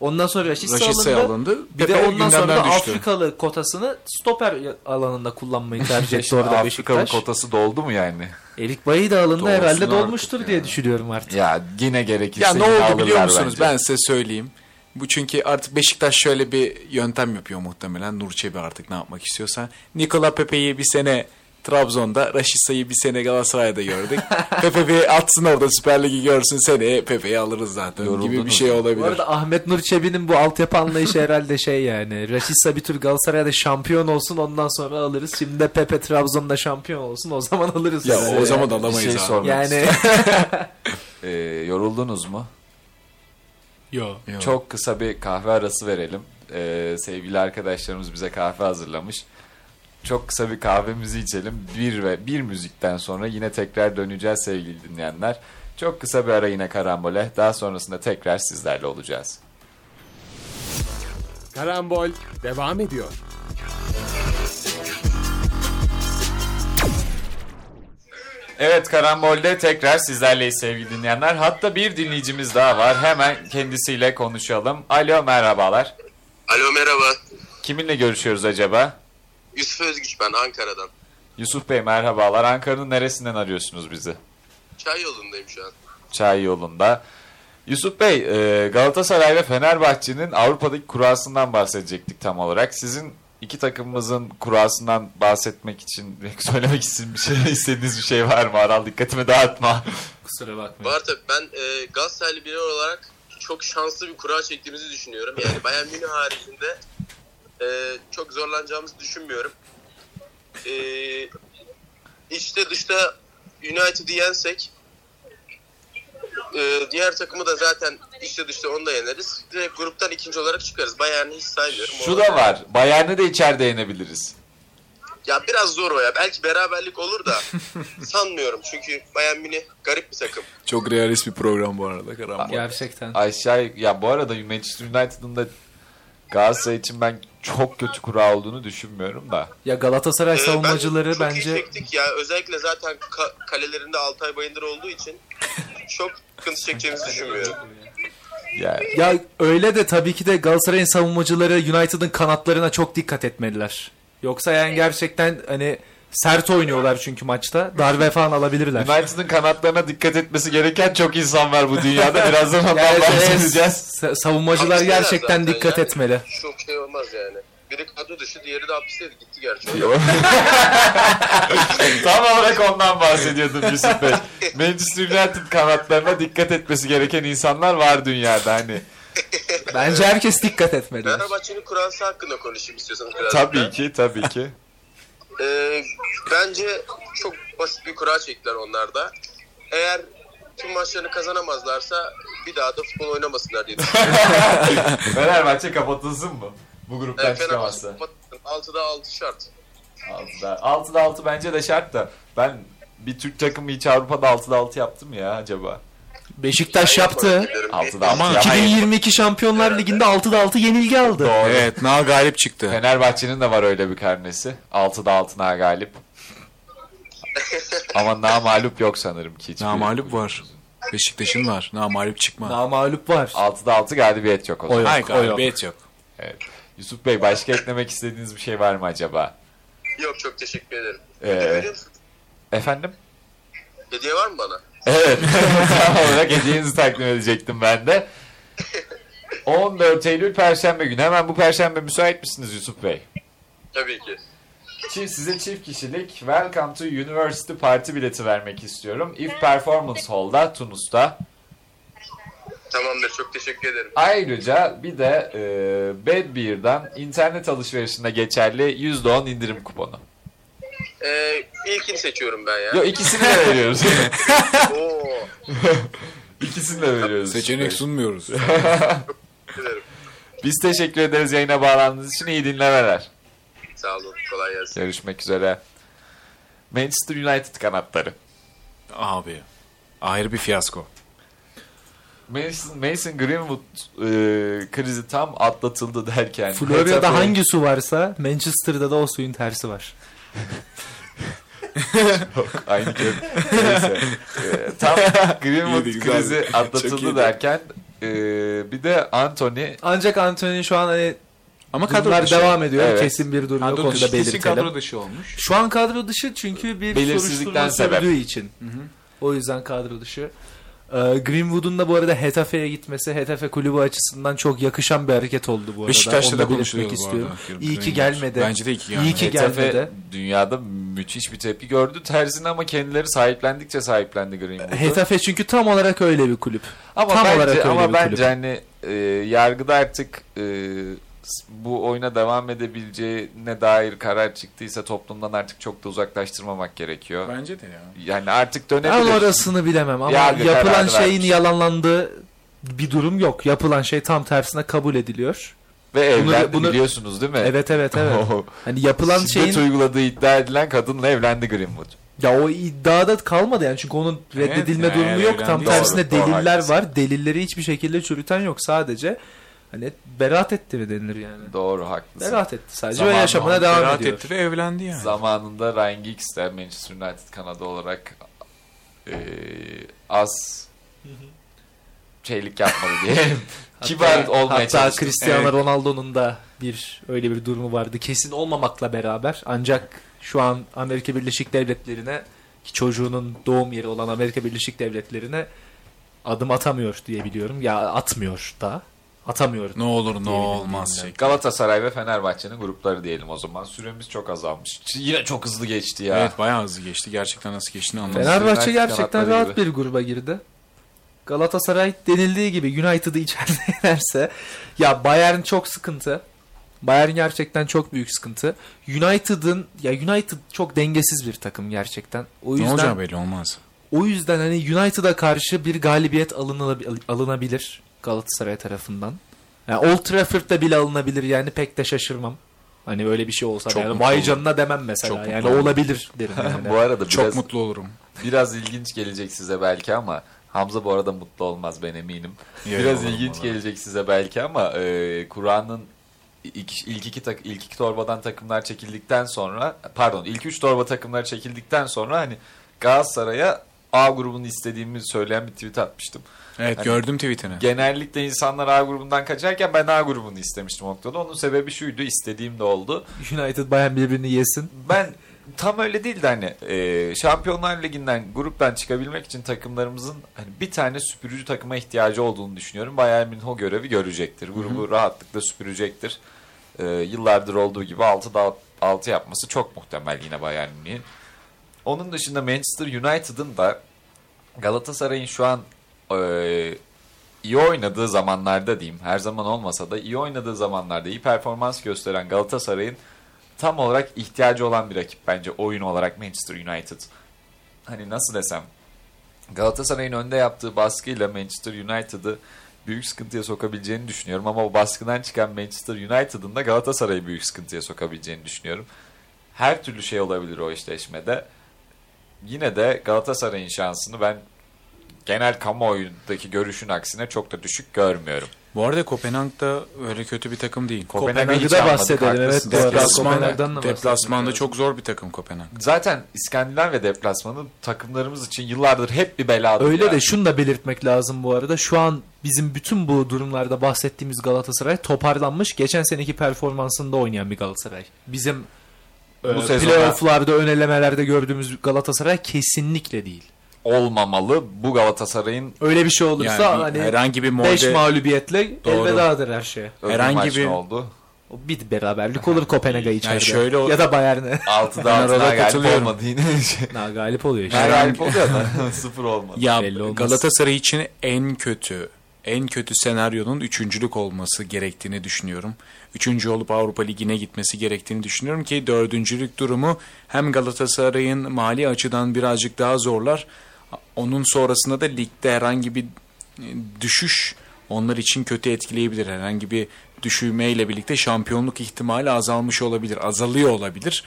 [SPEAKER 3] Ondan sonra Raşit Say
[SPEAKER 4] Raşit Say
[SPEAKER 3] alındı.
[SPEAKER 4] alındı.
[SPEAKER 3] Bir de
[SPEAKER 4] Pepe
[SPEAKER 3] ondan sonra da
[SPEAKER 4] gündemden düştü.
[SPEAKER 3] Afrikalı kotasını stoper alanında kullanmayı tercih etti
[SPEAKER 2] Şimdi
[SPEAKER 3] orada
[SPEAKER 2] Afrika'nın
[SPEAKER 3] Beşiktaş.
[SPEAKER 2] kotası doldu mu yani?
[SPEAKER 3] Erik Bayi de alındı
[SPEAKER 4] Doğrusun
[SPEAKER 3] herhalde
[SPEAKER 4] artık
[SPEAKER 3] dolmuştur
[SPEAKER 4] ya.
[SPEAKER 3] diye düşünüyorum artık.
[SPEAKER 2] Ya yine gerekirse
[SPEAKER 4] Ya ne
[SPEAKER 2] yine
[SPEAKER 4] oldu biliyor
[SPEAKER 2] alırlar
[SPEAKER 4] musunuz?
[SPEAKER 2] bence.
[SPEAKER 4] Ben size söyleyeyim. Bu çünkü artık Beşiktaş şöyle bir yöntem yapıyor muhtemelen. Nur Çebi artık ne yapmak istiyorsa. Nikola Pepe'yi bir sene Trabzon'da, Raşit Say'ı bir sene Galatasaray'da gördük. Pepe bir atsın orada Süper Lig'i görsün seneye Pepe'yi alırız zaten gibi bir
[SPEAKER 2] Yoruldunuz
[SPEAKER 4] şey
[SPEAKER 2] mu?
[SPEAKER 4] olabilir.
[SPEAKER 3] Bu arada Ahmet Nur Çebi'nin bu altyapı anlayışı herhalde şey yani. Raşitsa bir tür Galatasaray'da şampiyon olsun ondan sonra alırız. Şimdi de Pepe Trabzon'da şampiyon olsun o zaman alırız.
[SPEAKER 4] Ya
[SPEAKER 3] Size.
[SPEAKER 4] o zaman
[SPEAKER 2] Bir
[SPEAKER 4] alamayız
[SPEAKER 2] şey
[SPEAKER 4] abi.
[SPEAKER 2] sormak
[SPEAKER 3] yani
[SPEAKER 2] Ee, yoruldunuz mu?
[SPEAKER 3] Yo.
[SPEAKER 4] Yok.
[SPEAKER 2] Çok kısa bir kahve arası verelim. Ee, sevgili arkadaşlarımız bize kahve hazırlamış. Çok kısa bir kahvemizi içelim. Bir ve bir müzikten sonra yine tekrar döneceğiz sevgili dinleyenler. Çok kısa bir ara yine karambole. Daha sonrasında tekrar sizlerle olacağız.
[SPEAKER 1] Karambol devam ediyor.
[SPEAKER 2] Evet karambolde tekrar sizlerleyiz sevgili dinleyenler. Hatta bir dinleyicimiz daha var. Hemen kendisiyle konuşalım. Alo merhabalar.
[SPEAKER 8] Alo merhaba.
[SPEAKER 2] Kiminle görüşüyoruz acaba?
[SPEAKER 8] Yusuf Özgüç ben Ankara'dan.
[SPEAKER 2] Yusuf Bey merhabalar. Ankara'nın neresinden arıyorsunuz bizi?
[SPEAKER 8] Çay yolundayım şu an.
[SPEAKER 2] Çay yolunda. Yusuf Bey, e, Galatasaray ve Fenerbahçe'nin Avrupa'daki kurasından bahsedecektik tam olarak. Sizin iki takımımızın kurasından bahsetmek için söylemek için bir şey istediğiniz bir şey var mı? Aral dikkatimi dağıtma.
[SPEAKER 6] Kusura bakmayın.
[SPEAKER 8] Var tabii ben e, Galatasaraylı biri olarak çok şanslı bir kura çektiğimizi düşünüyorum. Yani Bayern Münih haricinde e, çok zorlanacağımızı düşünmüyorum. E, içte dışta United'ı yensek e, diğer takımı da zaten içte dışta onu da yeneriz. Direkt gruptan ikinci olarak çıkarız. Bayern'i hiç saymıyorum.
[SPEAKER 2] Şu da var. Bayern'i de içeride yenebiliriz.
[SPEAKER 8] Ya biraz zor o ya. Belki beraberlik olur da sanmıyorum. Çünkü Bayern Münih garip bir takım.
[SPEAKER 4] Çok realist bir program bu arada Karambol.
[SPEAKER 3] gerçekten.
[SPEAKER 2] Aşağı ya bu arada Manchester United'ın da Galatasaray için ben çok kötü kura olduğunu düşünmüyorum da.
[SPEAKER 3] Ya Galatasaray
[SPEAKER 8] Ee,
[SPEAKER 3] savunmacıları
[SPEAKER 8] ben çok iyi şey-
[SPEAKER 3] bence
[SPEAKER 8] çektik ya. Özellikle zaten ka- kalelerinde Altay Bayındır olduğu için çok sıkıntı çekeceğimizi düşünmüyorum.
[SPEAKER 2] Yani
[SPEAKER 3] ya öyle de tabii ki de Galatasaray'ın savunmacıları United'ın kanatlarına çok dikkat etmeliler. Yoksa yani gerçekten hani Sert oynuyorlar çünkü maçta. Darbe falan alabilirler.
[SPEAKER 2] United'ın kanatlarına dikkat etmesi gereken çok insan var bu dünyada. Birazdan ondan
[SPEAKER 3] Yani şey,
[SPEAKER 2] bahsedeceğiz.
[SPEAKER 3] sa- savunmacılar
[SPEAKER 8] Hapisler
[SPEAKER 3] gerçekten
[SPEAKER 8] zaten
[SPEAKER 3] dikkat
[SPEAKER 8] yani.
[SPEAKER 3] etmeli.
[SPEAKER 8] Çok şey olmaz yani. Biri kadro dışı, diğeri de hapisteydi. Gitti gerçi.
[SPEAKER 2] Tam olarak ondan bahsediyordum Yusuf Bey. Manchester United kanatlarına dikkat etmesi gereken insanlar var dünyada hani.
[SPEAKER 3] Bence herkes dikkat etmeli.
[SPEAKER 8] Fenerbahçe'nin kurası hakkında konuşayım istiyorsanız biraz.
[SPEAKER 2] Tabii ki, tabii ki.
[SPEAKER 8] Ee, bence çok basit bir kura çektiler onlar da. Eğer tüm maçlarını kazanamazlarsa bir daha da futbol oynamasınlar diye düşünüyorum.
[SPEAKER 2] Fenerbahçe kapatılsın mı? Bu gruptan
[SPEAKER 8] Yani Fenerbahçe
[SPEAKER 2] çıkamazsa.
[SPEAKER 8] kapatın. 6'da 6 şart.
[SPEAKER 2] 6'da 6'da 6 bence de şart da. Ben bir Türk takımı hiç Avrupa'da 6'da 6 yaptı mı ya acaba?
[SPEAKER 3] Beşiktaş
[SPEAKER 8] Yani
[SPEAKER 3] yaptı.
[SPEAKER 8] yapabilirim.
[SPEAKER 2] Altıda altı
[SPEAKER 8] Ama-
[SPEAKER 2] yaptı. Hayır.
[SPEAKER 3] 2022 Şampiyonlar Ligi'nde 6'da 6 yenilgi aldı.
[SPEAKER 4] Evet Na galip çıktı.
[SPEAKER 2] Fenerbahçe'nin de var öyle bir karnesi. 6'da 6'na galip. Ama na mağlup yok sanırım ki hiçbir.
[SPEAKER 4] Na mağlup var. Beşiktaş'ın var. Na mağlup çıkma.
[SPEAKER 3] Namalup var.
[SPEAKER 2] 6'da 6 galibiyet yok o zaman.
[SPEAKER 4] Hayır
[SPEAKER 3] o yok.
[SPEAKER 4] galibiyet yok.
[SPEAKER 2] Evet. Yusuf Bey başka eklemek istediğiniz bir şey var mı acaba?
[SPEAKER 8] Yok çok teşekkür ederim. Hediye
[SPEAKER 2] Ee,
[SPEAKER 8] veriyor musun?
[SPEAKER 2] efendim?
[SPEAKER 8] Hediye var mı bana?
[SPEAKER 2] Evet. Tam olarak hediyenizi takdim edecektim ben de. 14 Eylül Perşembe günü. Hemen bu Perşembe müsait misiniz Yusuf Bey?
[SPEAKER 8] Tabii ki.
[SPEAKER 2] Çift, size çift kişilik Welcome to University Parti bileti vermek istiyorum. If Performance Hall'da Tunus'ta.
[SPEAKER 8] Tamamdır çok teşekkür ederim.
[SPEAKER 2] Ayrıca bir de e, Bad Beer'dan internet alışverişinde geçerli %10 indirim kuponu.
[SPEAKER 8] Ee, ilkini seçiyorum ben ya.
[SPEAKER 2] Yok ikisini de veriyoruz.
[SPEAKER 8] Oo.
[SPEAKER 2] ikisini de veriyoruz.
[SPEAKER 4] Seçenek sunmuyoruz.
[SPEAKER 8] Ederim.
[SPEAKER 2] Biz teşekkür ederiz yayına bağlandığınız için. iyi dinlemeler.
[SPEAKER 8] Sağ olun. Kolay gelsin.
[SPEAKER 2] Görüşmek üzere. Manchester United kanatları.
[SPEAKER 4] Abi. Ayrı bir fiyasko.
[SPEAKER 2] Mason, Mason Greenwood e, krizi tam atlatıldı derken.
[SPEAKER 3] Florya'da
[SPEAKER 2] Getafe-
[SPEAKER 3] hangi su varsa Manchester'da da o suyun tersi var.
[SPEAKER 2] Yok, aynı gün. Neyse. E, tam Greenwood
[SPEAKER 4] İyiydi, güzeldi.
[SPEAKER 2] krizi
[SPEAKER 4] Çok
[SPEAKER 2] atlatıldı
[SPEAKER 4] iyiydi.
[SPEAKER 2] derken e, bir de Anthony
[SPEAKER 3] Ancak Anthony şu an hani
[SPEAKER 4] Ama kadro
[SPEAKER 3] kadrolar
[SPEAKER 4] dışı.
[SPEAKER 3] devam ediyor.
[SPEAKER 2] Evet.
[SPEAKER 3] Kesin bir durum yok
[SPEAKER 4] Kadro
[SPEAKER 3] onu da
[SPEAKER 4] dışı. Kesin kadro
[SPEAKER 3] belirtelim.
[SPEAKER 4] dışı olmuş.
[SPEAKER 3] Şu an kadro dışı çünkü bir
[SPEAKER 2] Belirsizlikten
[SPEAKER 3] soruşturma
[SPEAKER 2] sebep.
[SPEAKER 3] sürdüğü için. O yüzden kadro dışı. Ee, Greenwood'un da bu arada Hetafe'ye gitmesi Hetafe kulübü açısından çok yakışan bir hareket oldu bu arada.
[SPEAKER 4] Beşiktaş'ta
[SPEAKER 3] Onu
[SPEAKER 4] da
[SPEAKER 3] belirtmek
[SPEAKER 4] konuşuluyordu bu
[SPEAKER 3] istiyorum.
[SPEAKER 4] arada.
[SPEAKER 3] İyi
[SPEAKER 4] Greenwood.
[SPEAKER 3] ki gelmedi.
[SPEAKER 4] Bence de iyi ki gelmedi.
[SPEAKER 3] İyi ki
[SPEAKER 2] Getafe
[SPEAKER 3] gelmedi.
[SPEAKER 2] dünyada müthiş bir tepki gördü. Tersine ama kendileri sahiplendikçe sahiplendi Greenwood'u.
[SPEAKER 3] Hetafe çünkü tam olarak öyle bir kulüp.
[SPEAKER 2] Ama
[SPEAKER 3] Tam
[SPEAKER 2] bence,
[SPEAKER 3] olarak öyle
[SPEAKER 2] ama
[SPEAKER 3] bir
[SPEAKER 2] bence
[SPEAKER 3] kulüp.
[SPEAKER 2] hani e, yargıda artık e, s- bu oyuna devam edebileceğine dair karar çıktıysa toplumdan artık çok da uzaklaştırmamak gerekiyor.
[SPEAKER 4] Bence de ya.
[SPEAKER 2] Yani artık
[SPEAKER 3] Ben
[SPEAKER 2] dönebilir.
[SPEAKER 3] orasını bilemem ama
[SPEAKER 2] Yargı
[SPEAKER 3] yapılan
[SPEAKER 2] kararı
[SPEAKER 3] şeyin
[SPEAKER 2] vermiş.
[SPEAKER 3] yalanlandığı bir durum yok. Yapılan şey tam tersine kabul ediliyor.
[SPEAKER 2] Ve
[SPEAKER 3] Bunu-
[SPEAKER 2] evlendi
[SPEAKER 3] bunu-
[SPEAKER 2] biliyorsunuz değil mi?
[SPEAKER 3] Evet evet evet. Hani yapılan
[SPEAKER 2] Şiddet
[SPEAKER 3] şeyin
[SPEAKER 2] uyguladığı iddia edilen kadınla evlendi Greenwood.
[SPEAKER 3] ya o iddiada kalmadı yani çünkü onun
[SPEAKER 4] Evet,
[SPEAKER 3] reddedilme
[SPEAKER 4] yani
[SPEAKER 3] durumu yok.
[SPEAKER 4] evlendi.
[SPEAKER 3] Tam
[SPEAKER 4] Doğru,
[SPEAKER 3] tersine
[SPEAKER 2] doğru,
[SPEAKER 3] deliller
[SPEAKER 2] haklısın.
[SPEAKER 3] var. Delilleri hiçbir şekilde çürüten yok sadece. Hani beraat etti mi denilir yani.
[SPEAKER 2] Doğru haklısın.
[SPEAKER 3] Beraat etti sadece
[SPEAKER 2] Zamanla
[SPEAKER 3] ve yaşamına devam
[SPEAKER 4] Rahat
[SPEAKER 3] ediyor.
[SPEAKER 4] etti ve evlendi yani.
[SPEAKER 2] Zamanında Ryan Giggs de Manchester United kanadı olarak e, az şeylik yapmadı diyelim. Kibar olmaya
[SPEAKER 3] Hatta
[SPEAKER 2] çalıştı.
[SPEAKER 3] Cristiano
[SPEAKER 4] Evet.
[SPEAKER 3] Ronaldo'nun da bir öyle bir durumu vardı. Kesin olmamakla beraber ancak şu an Amerika Birleşik Devletleri'ne ki çocuğunun doğum yeri olan Amerika Birleşik Devletleri'ne adım atamıyor diye biliyorum. Ya atmıyor da. Atamıyor.
[SPEAKER 4] Ne olur ne
[SPEAKER 3] Diyebilirim,
[SPEAKER 4] olmaz şey.
[SPEAKER 2] Galatasaray ve Fenerbahçe'nin grupları diyelim o zaman. Süremiz çok azalmış. Ç- Yine çok hızlı geçti ya.
[SPEAKER 4] Evet bayağı hızlı geçti. Gerçekten nasıl geçtiğini anlamadım.
[SPEAKER 3] Fenerbahçe
[SPEAKER 2] United
[SPEAKER 3] gerçekten
[SPEAKER 2] kanatları
[SPEAKER 3] rahat
[SPEAKER 2] gibi.
[SPEAKER 3] bir gruba girdi. Galatasaray denildiği gibi United'ı içeride yenerse ya Bayern çok sıkıntı. Bayern gerçekten çok büyük sıkıntı. United'ın ya United çok dengesiz bir takım gerçekten. O
[SPEAKER 4] Ne
[SPEAKER 3] yüzden
[SPEAKER 4] olacağı belli olmaz.
[SPEAKER 3] o yüzden hani United'a karşı bir galibiyet alınılabi- alınabilir Galatasaray tarafından. Yani Old Trafford'da bile alınabilir yani pek de şaşırmam. Hani böyle bir şey olsa
[SPEAKER 4] Çok
[SPEAKER 3] yani
[SPEAKER 4] mutlu
[SPEAKER 3] vay
[SPEAKER 4] olurum.
[SPEAKER 3] canına demem mesela.
[SPEAKER 4] Çok
[SPEAKER 3] yani
[SPEAKER 4] mutlu olurum.
[SPEAKER 3] olabilir derim yani.
[SPEAKER 2] Bu arada
[SPEAKER 4] Çok
[SPEAKER 2] biraz,
[SPEAKER 4] mutlu olurum.
[SPEAKER 2] biraz ilginç gelecek size belki ama Hamza bu arada mutlu olmaz ben eminim.
[SPEAKER 4] Ya,
[SPEAKER 2] biraz
[SPEAKER 4] ya,
[SPEAKER 2] ilginç
[SPEAKER 4] ya.
[SPEAKER 2] gelecek size belki ama e, Kur'an'ın ilk, ilk iki tak, ilk iki torbadan takımlar çekildikten sonra pardon ilk üç torba takımlar çekildikten sonra hani Galatasaray'a A grubunu istediğimi söyleyen bir tweet atmıştım.
[SPEAKER 4] Evet
[SPEAKER 2] Hani-
[SPEAKER 4] gördüm tweetini.
[SPEAKER 2] Genellikle insanlar A grubundan kaçarken ben A grubunu istemiştim o noktada. Onun sebebi şuydu, istediğim de oldu.
[SPEAKER 3] United Bayern birbirini yesin.
[SPEAKER 2] Ben tam öyle değil de hani e, Şampiyonlar Ligi'nden gruptan çıkabilmek için takımlarımızın hani bir tane süpürücü takıma ihtiyacı olduğunu düşünüyorum. Bayern Münih o görevi görecektir. Grubu rahatlıkla süpürecektir. E, yıllardır olduğu gibi 6'da 6 yapması çok muhtemel yine Bayern Münih'in. Onun dışında Manchester United'ın da Galatasaray'ın şu an e, iyi oynadığı zamanlarda diyeyim her zaman olmasa da iyi oynadığı zamanlarda iyi performans gösteren Galatasaray'ın tam olarak ihtiyacı olan bir rakip bence oyun olarak Manchester United. Hani nasıl desem Galatasaray'ın önde yaptığı baskıyla Manchester United'ı büyük sıkıntıya sokabileceğini düşünüyorum ama o baskıdan çıkan Manchester United'ın da Galatasaray'ı büyük sıkıntıya sokabileceğini düşünüyorum. Her türlü şey olabilir o eşleşmede. Yine de Galatasaray'ın şansını ben genel kamuoyundaki görüşün aksine çok da düşük görmüyorum.
[SPEAKER 4] Bu arada Kopenhag'da öyle kötü bir takım değil.
[SPEAKER 2] Kopenhag'ı
[SPEAKER 4] Kopenhag-
[SPEAKER 2] hiç
[SPEAKER 3] da
[SPEAKER 2] almadık,
[SPEAKER 3] bahsedelim. Evet,
[SPEAKER 2] haklısın.
[SPEAKER 3] bu arada
[SPEAKER 4] Deplasman-
[SPEAKER 3] Kopenhag'dan da bahsedelim.
[SPEAKER 4] Deplasmanda çok zor bir takım Kopenhag.
[SPEAKER 2] Zaten İskandinav ve deplasmanı takımlarımız için yıllardır hep bir beladır.
[SPEAKER 3] Öyle
[SPEAKER 2] ya.
[SPEAKER 3] de şunu da belirtmek lazım bu arada. Şu an bizim bütün bu durumlarda bahsettiğimiz Galatasaray toparlanmış. Geçen seneki performansında oynayan bir Galatasaray. Bizim
[SPEAKER 2] Bu
[SPEAKER 3] bu
[SPEAKER 2] sezona-
[SPEAKER 3] playoff'larda, ön elemelerde gördüğümüz Galatasaray kesinlikle değil.
[SPEAKER 2] olmamalı. Bu Galatasaray'ın
[SPEAKER 3] Öyle bir şey olursa
[SPEAKER 4] Yani
[SPEAKER 3] hani
[SPEAKER 4] herhangi bir
[SPEAKER 3] 5
[SPEAKER 4] molde
[SPEAKER 3] mağlubiyetle
[SPEAKER 4] Doğru.
[SPEAKER 3] elvedadır her şeye.
[SPEAKER 4] Herhangi
[SPEAKER 2] herhangi
[SPEAKER 4] bir-
[SPEAKER 2] bir oldu.
[SPEAKER 3] O Bir beraberlik olur Kopenhag'a içeride.
[SPEAKER 4] şöyle o-
[SPEAKER 3] ya da Bayern'e.
[SPEAKER 2] 6'da
[SPEAKER 4] Ben arada
[SPEAKER 2] altına galip
[SPEAKER 4] katılıyorum.
[SPEAKER 2] olmadı yine. Şey,
[SPEAKER 3] Na galip oluyor işte.
[SPEAKER 2] Ben galip oluyor da sıfır olmadı.
[SPEAKER 4] ya
[SPEAKER 3] Belli olmaz.
[SPEAKER 4] Galatasaray için en kötü en kötü senaryonun üçüncülük olması gerektiğini düşünüyorum. Üçüncü olup Avrupa Ligi'ne gitmesi gerektiğini düşünüyorum ki dördüncülük durumu hem Galatasaray'ın mali açıdan birazcık daha zorlar. Onun sonrasında da ligde herhangi bir e, düşüş onlar için kötü etkileyebilir. Herhangi bir düşümeyle birlikte şampiyonluk ihtimali azalmış olabilir, azalıyor olabilir.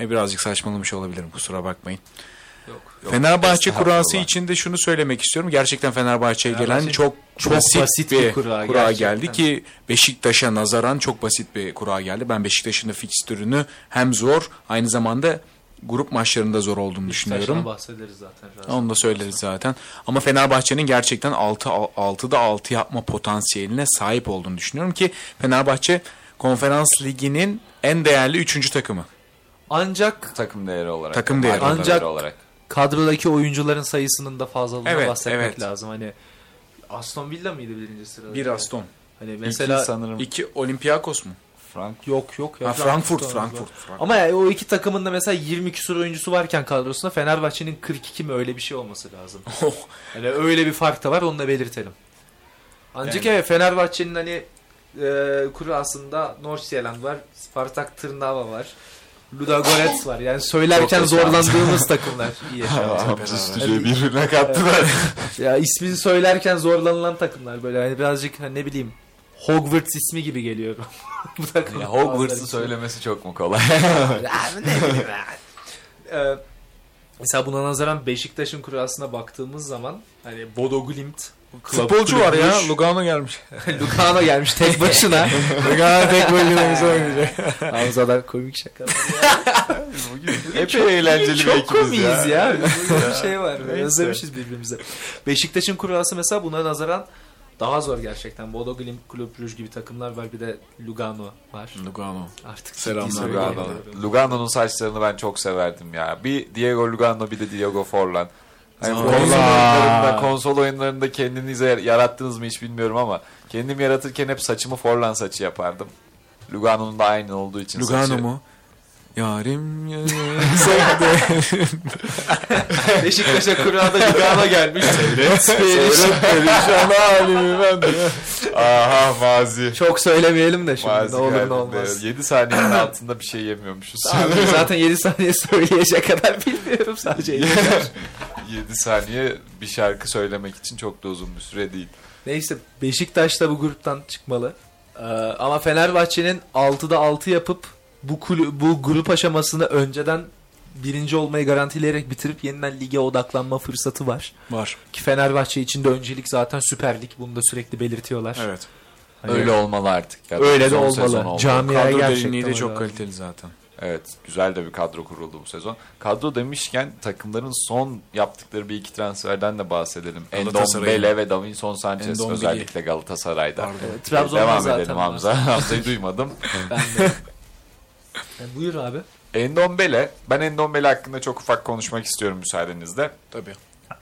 [SPEAKER 4] E, birazcık saçmalamış olabilirim kusura bakmayın. Fenerbahçe
[SPEAKER 2] estağfurullah.
[SPEAKER 4] kurası için de şunu söylemek istiyorum. Gerçekten Fenerbahçe'ye gelen
[SPEAKER 3] Fenerbahçe
[SPEAKER 4] çok
[SPEAKER 3] çok
[SPEAKER 4] basit,
[SPEAKER 3] basit
[SPEAKER 4] bir,
[SPEAKER 3] bir
[SPEAKER 4] kura,
[SPEAKER 3] kura
[SPEAKER 4] geldi
[SPEAKER 3] gerçekten.
[SPEAKER 4] ki Beşiktaş'a nazaran çok basit bir kura geldi. Ben Beşiktaş'ın da fikstürünü hem zor aynı zamanda grup maçlarında zor olduğunu düşünüyorum.
[SPEAKER 6] Taştan bahsederiz zaten. biraz.
[SPEAKER 4] Onu da söyleriz zaten. Ama Fenerbahçe'nin gerçekten 6 6'da 6 yapma potansiyeline sahip olduğunu düşünüyorum ki Fenerbahçe Konferans Ligi'nin en değerli 3. takımı.
[SPEAKER 3] Ancak
[SPEAKER 2] Takım değeri olarak.
[SPEAKER 4] Takım değeri.
[SPEAKER 2] Ancak
[SPEAKER 3] Ancak-
[SPEAKER 2] olarak.
[SPEAKER 3] kadrodaki oyuncuların sayısının da fazlalığına
[SPEAKER 4] Evet,
[SPEAKER 3] bahsetmek
[SPEAKER 4] evet.
[SPEAKER 3] lazım. Hani Aston Villa mıydı birinci sırada?
[SPEAKER 4] Bir Aston,
[SPEAKER 3] Hani
[SPEAKER 2] Mesela
[SPEAKER 3] mesela
[SPEAKER 2] sanırım
[SPEAKER 4] 2 Olympiakos mu?
[SPEAKER 2] Frank
[SPEAKER 3] yok yok. ya.
[SPEAKER 4] Ha, Frankfurt,
[SPEAKER 3] Frankfurt.
[SPEAKER 4] Frankfurt. Frankfurt.
[SPEAKER 3] Ama yani o iki takımın da mesela 20 küsur oyuncusu varken kadrosunda Fenerbahçe'nin 42 mi öyle bir şey olması lazım.
[SPEAKER 4] Oh.
[SPEAKER 3] Hani öyle bir fark da var onu da belirtelim. Ancak evet Fenerbahçe'nin hani e, kurasında Nordsjælland var, Spartak Tırnava var, Ludogorets var. Yani söylerken
[SPEAKER 2] Çok
[SPEAKER 3] zorlandığımız takımlar. İyi yaşa.
[SPEAKER 2] Üstüce birbirine kattılar.
[SPEAKER 3] ya ismini söylerken zorlanılan takımlar böyle hani birazcık hani ne bileyim Hogwarts ismi gibi geliyor. Bu takım.
[SPEAKER 2] Ya
[SPEAKER 3] bazıları
[SPEAKER 2] Hogwarts'ı
[SPEAKER 3] için.
[SPEAKER 2] söylemesi çok mu kolay?
[SPEAKER 3] Abi ne bileyim ya. Ee, mesela buna nazaran Beşiktaş'ın kurasına baktığımız zaman hani Bodo Glimt
[SPEAKER 4] Futbolcu var ya. Lugano gelmiş.
[SPEAKER 3] Lugano gelmiş tek başına.
[SPEAKER 4] Lugano tek başına bize oynayacak.
[SPEAKER 3] Hamza'dan komik şaka.
[SPEAKER 2] Epey eğlenceli bir
[SPEAKER 3] Çok
[SPEAKER 2] ekibiz
[SPEAKER 3] komiyiz
[SPEAKER 2] ya.
[SPEAKER 3] ya. Böyle bir şey var.
[SPEAKER 2] Neyse.
[SPEAKER 3] Özlemişiz birbirimizi. Beşiktaş'ın kurası mesela buna nazaran daha zor gerçekten. Bodo Glimt, Club Brugge gibi takımlar var. Bir de Lugano var.
[SPEAKER 4] Lugano.
[SPEAKER 3] Artık
[SPEAKER 4] Selamlar
[SPEAKER 3] ciddi söyleyemiyorum.
[SPEAKER 2] Lugano. Lugano'nun saçlarını ben çok severdim ya. Bir Diego Lugano bir de Diego Forlan. Hani
[SPEAKER 4] Forlan.
[SPEAKER 2] konsol oyunlarında, konsol oyunlarında kendinize yar- yarattınız mı hiç bilmiyorum ama kendim yaratırken hep saçımı Forlan saçı yapardım. Lugano'nun da aynı olduğu için
[SPEAKER 4] Lugano
[SPEAKER 2] saçı.
[SPEAKER 4] mu? Yarim yarim.
[SPEAKER 3] Beşiktaş'a kurada Lugano gelmiş.
[SPEAKER 2] Perişan halimi ben de. Aha mazi.
[SPEAKER 3] Çok söylemeyelim de şimdi
[SPEAKER 2] Mazi
[SPEAKER 3] ne olur ne
[SPEAKER 2] kalbimde.
[SPEAKER 3] olmaz.
[SPEAKER 2] 7 saniyenin altında bir şey yemiyormuşuz.
[SPEAKER 3] Abi zaten 7 saniye söyleyecek kadar bilmiyorum sadece.
[SPEAKER 2] 7 saniye bir şarkı söylemek için çok da uzun bir süre değil.
[SPEAKER 3] Neyse Beşiktaş da bu gruptan çıkmalı. Ee, ama Fenerbahçe'nin 6'da 6 yapıp bu kulü- bu grup aşamasını önceden birinci olmayı garantileyerek bitirip yeniden lige odaklanma fırsatı var.
[SPEAKER 4] Var.
[SPEAKER 3] Ki Fenerbahçe için de öncelik zaten Süper Lig. Bunu da sürekli belirtiyorlar.
[SPEAKER 4] Evet.
[SPEAKER 3] Hani
[SPEAKER 2] Öyle olmalı artık. Ya.
[SPEAKER 3] Öyle de
[SPEAKER 2] Son sezon
[SPEAKER 3] olmalı.
[SPEAKER 2] oldu.
[SPEAKER 3] Camiaya
[SPEAKER 4] Kadro
[SPEAKER 3] gerçekten
[SPEAKER 4] derinliği de
[SPEAKER 3] öyle
[SPEAKER 4] çok
[SPEAKER 3] olmalı.
[SPEAKER 4] kaliteli zaten.
[SPEAKER 2] Evet güzel de bir kadro kuruldu bu sezon. Kadro demişken takımların son yaptıkları bir iki transferden de bahsedelim.
[SPEAKER 4] Galatasaray'ın.
[SPEAKER 2] Endombele ve Davinson Sanchez
[SPEAKER 4] Endombele.
[SPEAKER 2] özellikle Galatasaray'da.
[SPEAKER 4] Pardon.
[SPEAKER 3] Trabzon'da
[SPEAKER 2] Devam
[SPEAKER 3] zaten
[SPEAKER 2] edelim
[SPEAKER 3] var.
[SPEAKER 2] Hamza. Hamza'yı duymadım.
[SPEAKER 3] Ben de. Yani buyur abi.
[SPEAKER 2] Endombele. Ben Endombele hakkında çok ufak konuşmak istiyorum müsaadenizle.
[SPEAKER 4] Tabii.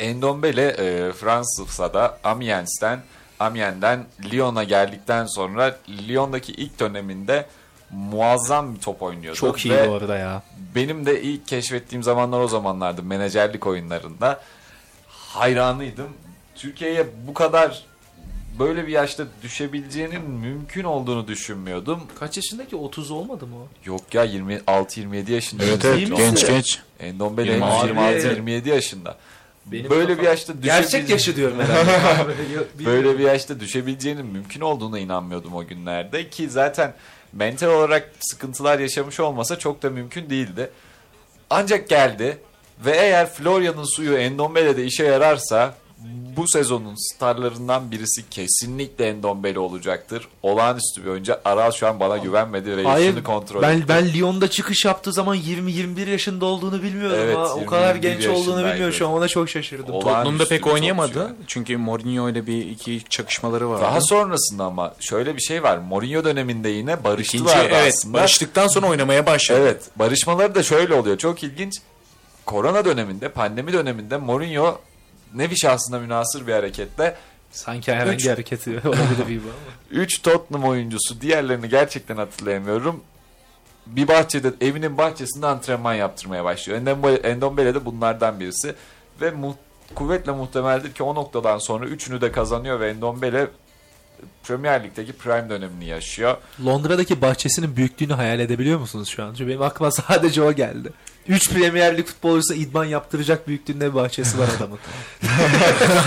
[SPEAKER 2] Endombele e, Fransa'da Amiens'ten Amiens'den Lyon'a geldikten sonra Lyon'daki ilk döneminde muazzam bir top oynuyordu.
[SPEAKER 3] Çok iyi
[SPEAKER 2] Ve
[SPEAKER 3] bu arada ya.
[SPEAKER 2] benim de ilk keşfettiğim zamanlar o zamanlardı menajerlik oyunlarında. Hayranıydım. Türkiye'ye bu kadar böyle bir yaşta düşebileceğinin mümkün olduğunu düşünmüyordum.
[SPEAKER 3] Kaç yaşındaki 30 olmadı mı o?
[SPEAKER 2] Yok ya 26-27 yaşında.
[SPEAKER 4] Evet
[SPEAKER 2] Endombele.
[SPEAKER 4] evet genç genç.
[SPEAKER 2] Endombele
[SPEAKER 4] Yirmi altı.
[SPEAKER 2] 26-27 yaşında.
[SPEAKER 3] Benim
[SPEAKER 2] böyle bir
[SPEAKER 3] kafam-
[SPEAKER 2] yaşta
[SPEAKER 3] Gerçek
[SPEAKER 2] düşebileceğini-
[SPEAKER 3] yaşı diyorum herhalde. Böyle yok- bilmiyorum.
[SPEAKER 2] böyle bir yaşta düşebileceğinin mümkün olduğuna inanmıyordum o günlerde ki zaten mental olarak sıkıntılar yaşamış olmasa çok da mümkün değildi. Ancak geldi ve eğer Florya'nın suyu Endombele'de işe yararsa bu sezonun starlarından birisi kesinlikle Endombele olacaktır. Olağanüstü bir oyuncu. Aral şu an bana güvenmedi ve yaşını
[SPEAKER 3] Hayır
[SPEAKER 2] kontrol
[SPEAKER 3] ben,
[SPEAKER 2] etti.
[SPEAKER 3] ben Lyon'da çıkış yaptığı zaman 20-21 yaşında olduğunu bilmiyorum
[SPEAKER 2] Evet,
[SPEAKER 3] ha. O kadar
[SPEAKER 2] 21
[SPEAKER 3] genç olduğunu
[SPEAKER 2] yaşındaydı.
[SPEAKER 3] bilmiyorum şu an ona çok şaşırdım.
[SPEAKER 2] Olağanüstü
[SPEAKER 4] Tottenham'da
[SPEAKER 2] bir
[SPEAKER 4] pek
[SPEAKER 2] topçu
[SPEAKER 4] oynayamadı.
[SPEAKER 2] yani.
[SPEAKER 4] Çünkü Mourinho ile bir iki çakışmaları vardı.
[SPEAKER 2] Daha sonrasında ama şöyle bir şey var. Mourinho döneminde yine
[SPEAKER 4] İkinci,
[SPEAKER 2] barıştılar da
[SPEAKER 4] evet
[SPEAKER 2] aslında.
[SPEAKER 4] barıştıktan sonra oynamaya başladı.
[SPEAKER 2] Evet barışmaları da şöyle oluyor çok ilginç. Korona döneminde pandemi döneminde Mourinho nevi şahsına münasır bir hareketle
[SPEAKER 3] Sanki herhangi
[SPEAKER 2] Üç-
[SPEAKER 3] bir hareketi olabilir gibi ama.
[SPEAKER 2] 3 Tottenham oyuncusu diğerlerini gerçekten hatırlayamıyorum. Bir bahçede evinin bahçesinde antrenman yaptırmaya başlıyor. Endombele, Endombele de bunlardan birisi ve mu- kuvvetle muhtemeldir ki o noktadan sonra üçünü de kazanıyor ve Endombele Premier Lig'deki prime dönemini yaşıyor.
[SPEAKER 3] Londra'daki bahçesinin büyüklüğünü hayal edebiliyor musunuz şu an? Çünkü benim aklıma sadece o geldi. 3 Premier Lig futbolcusu idman yaptıracak büyüklüğünde bir bahçesi var adamın.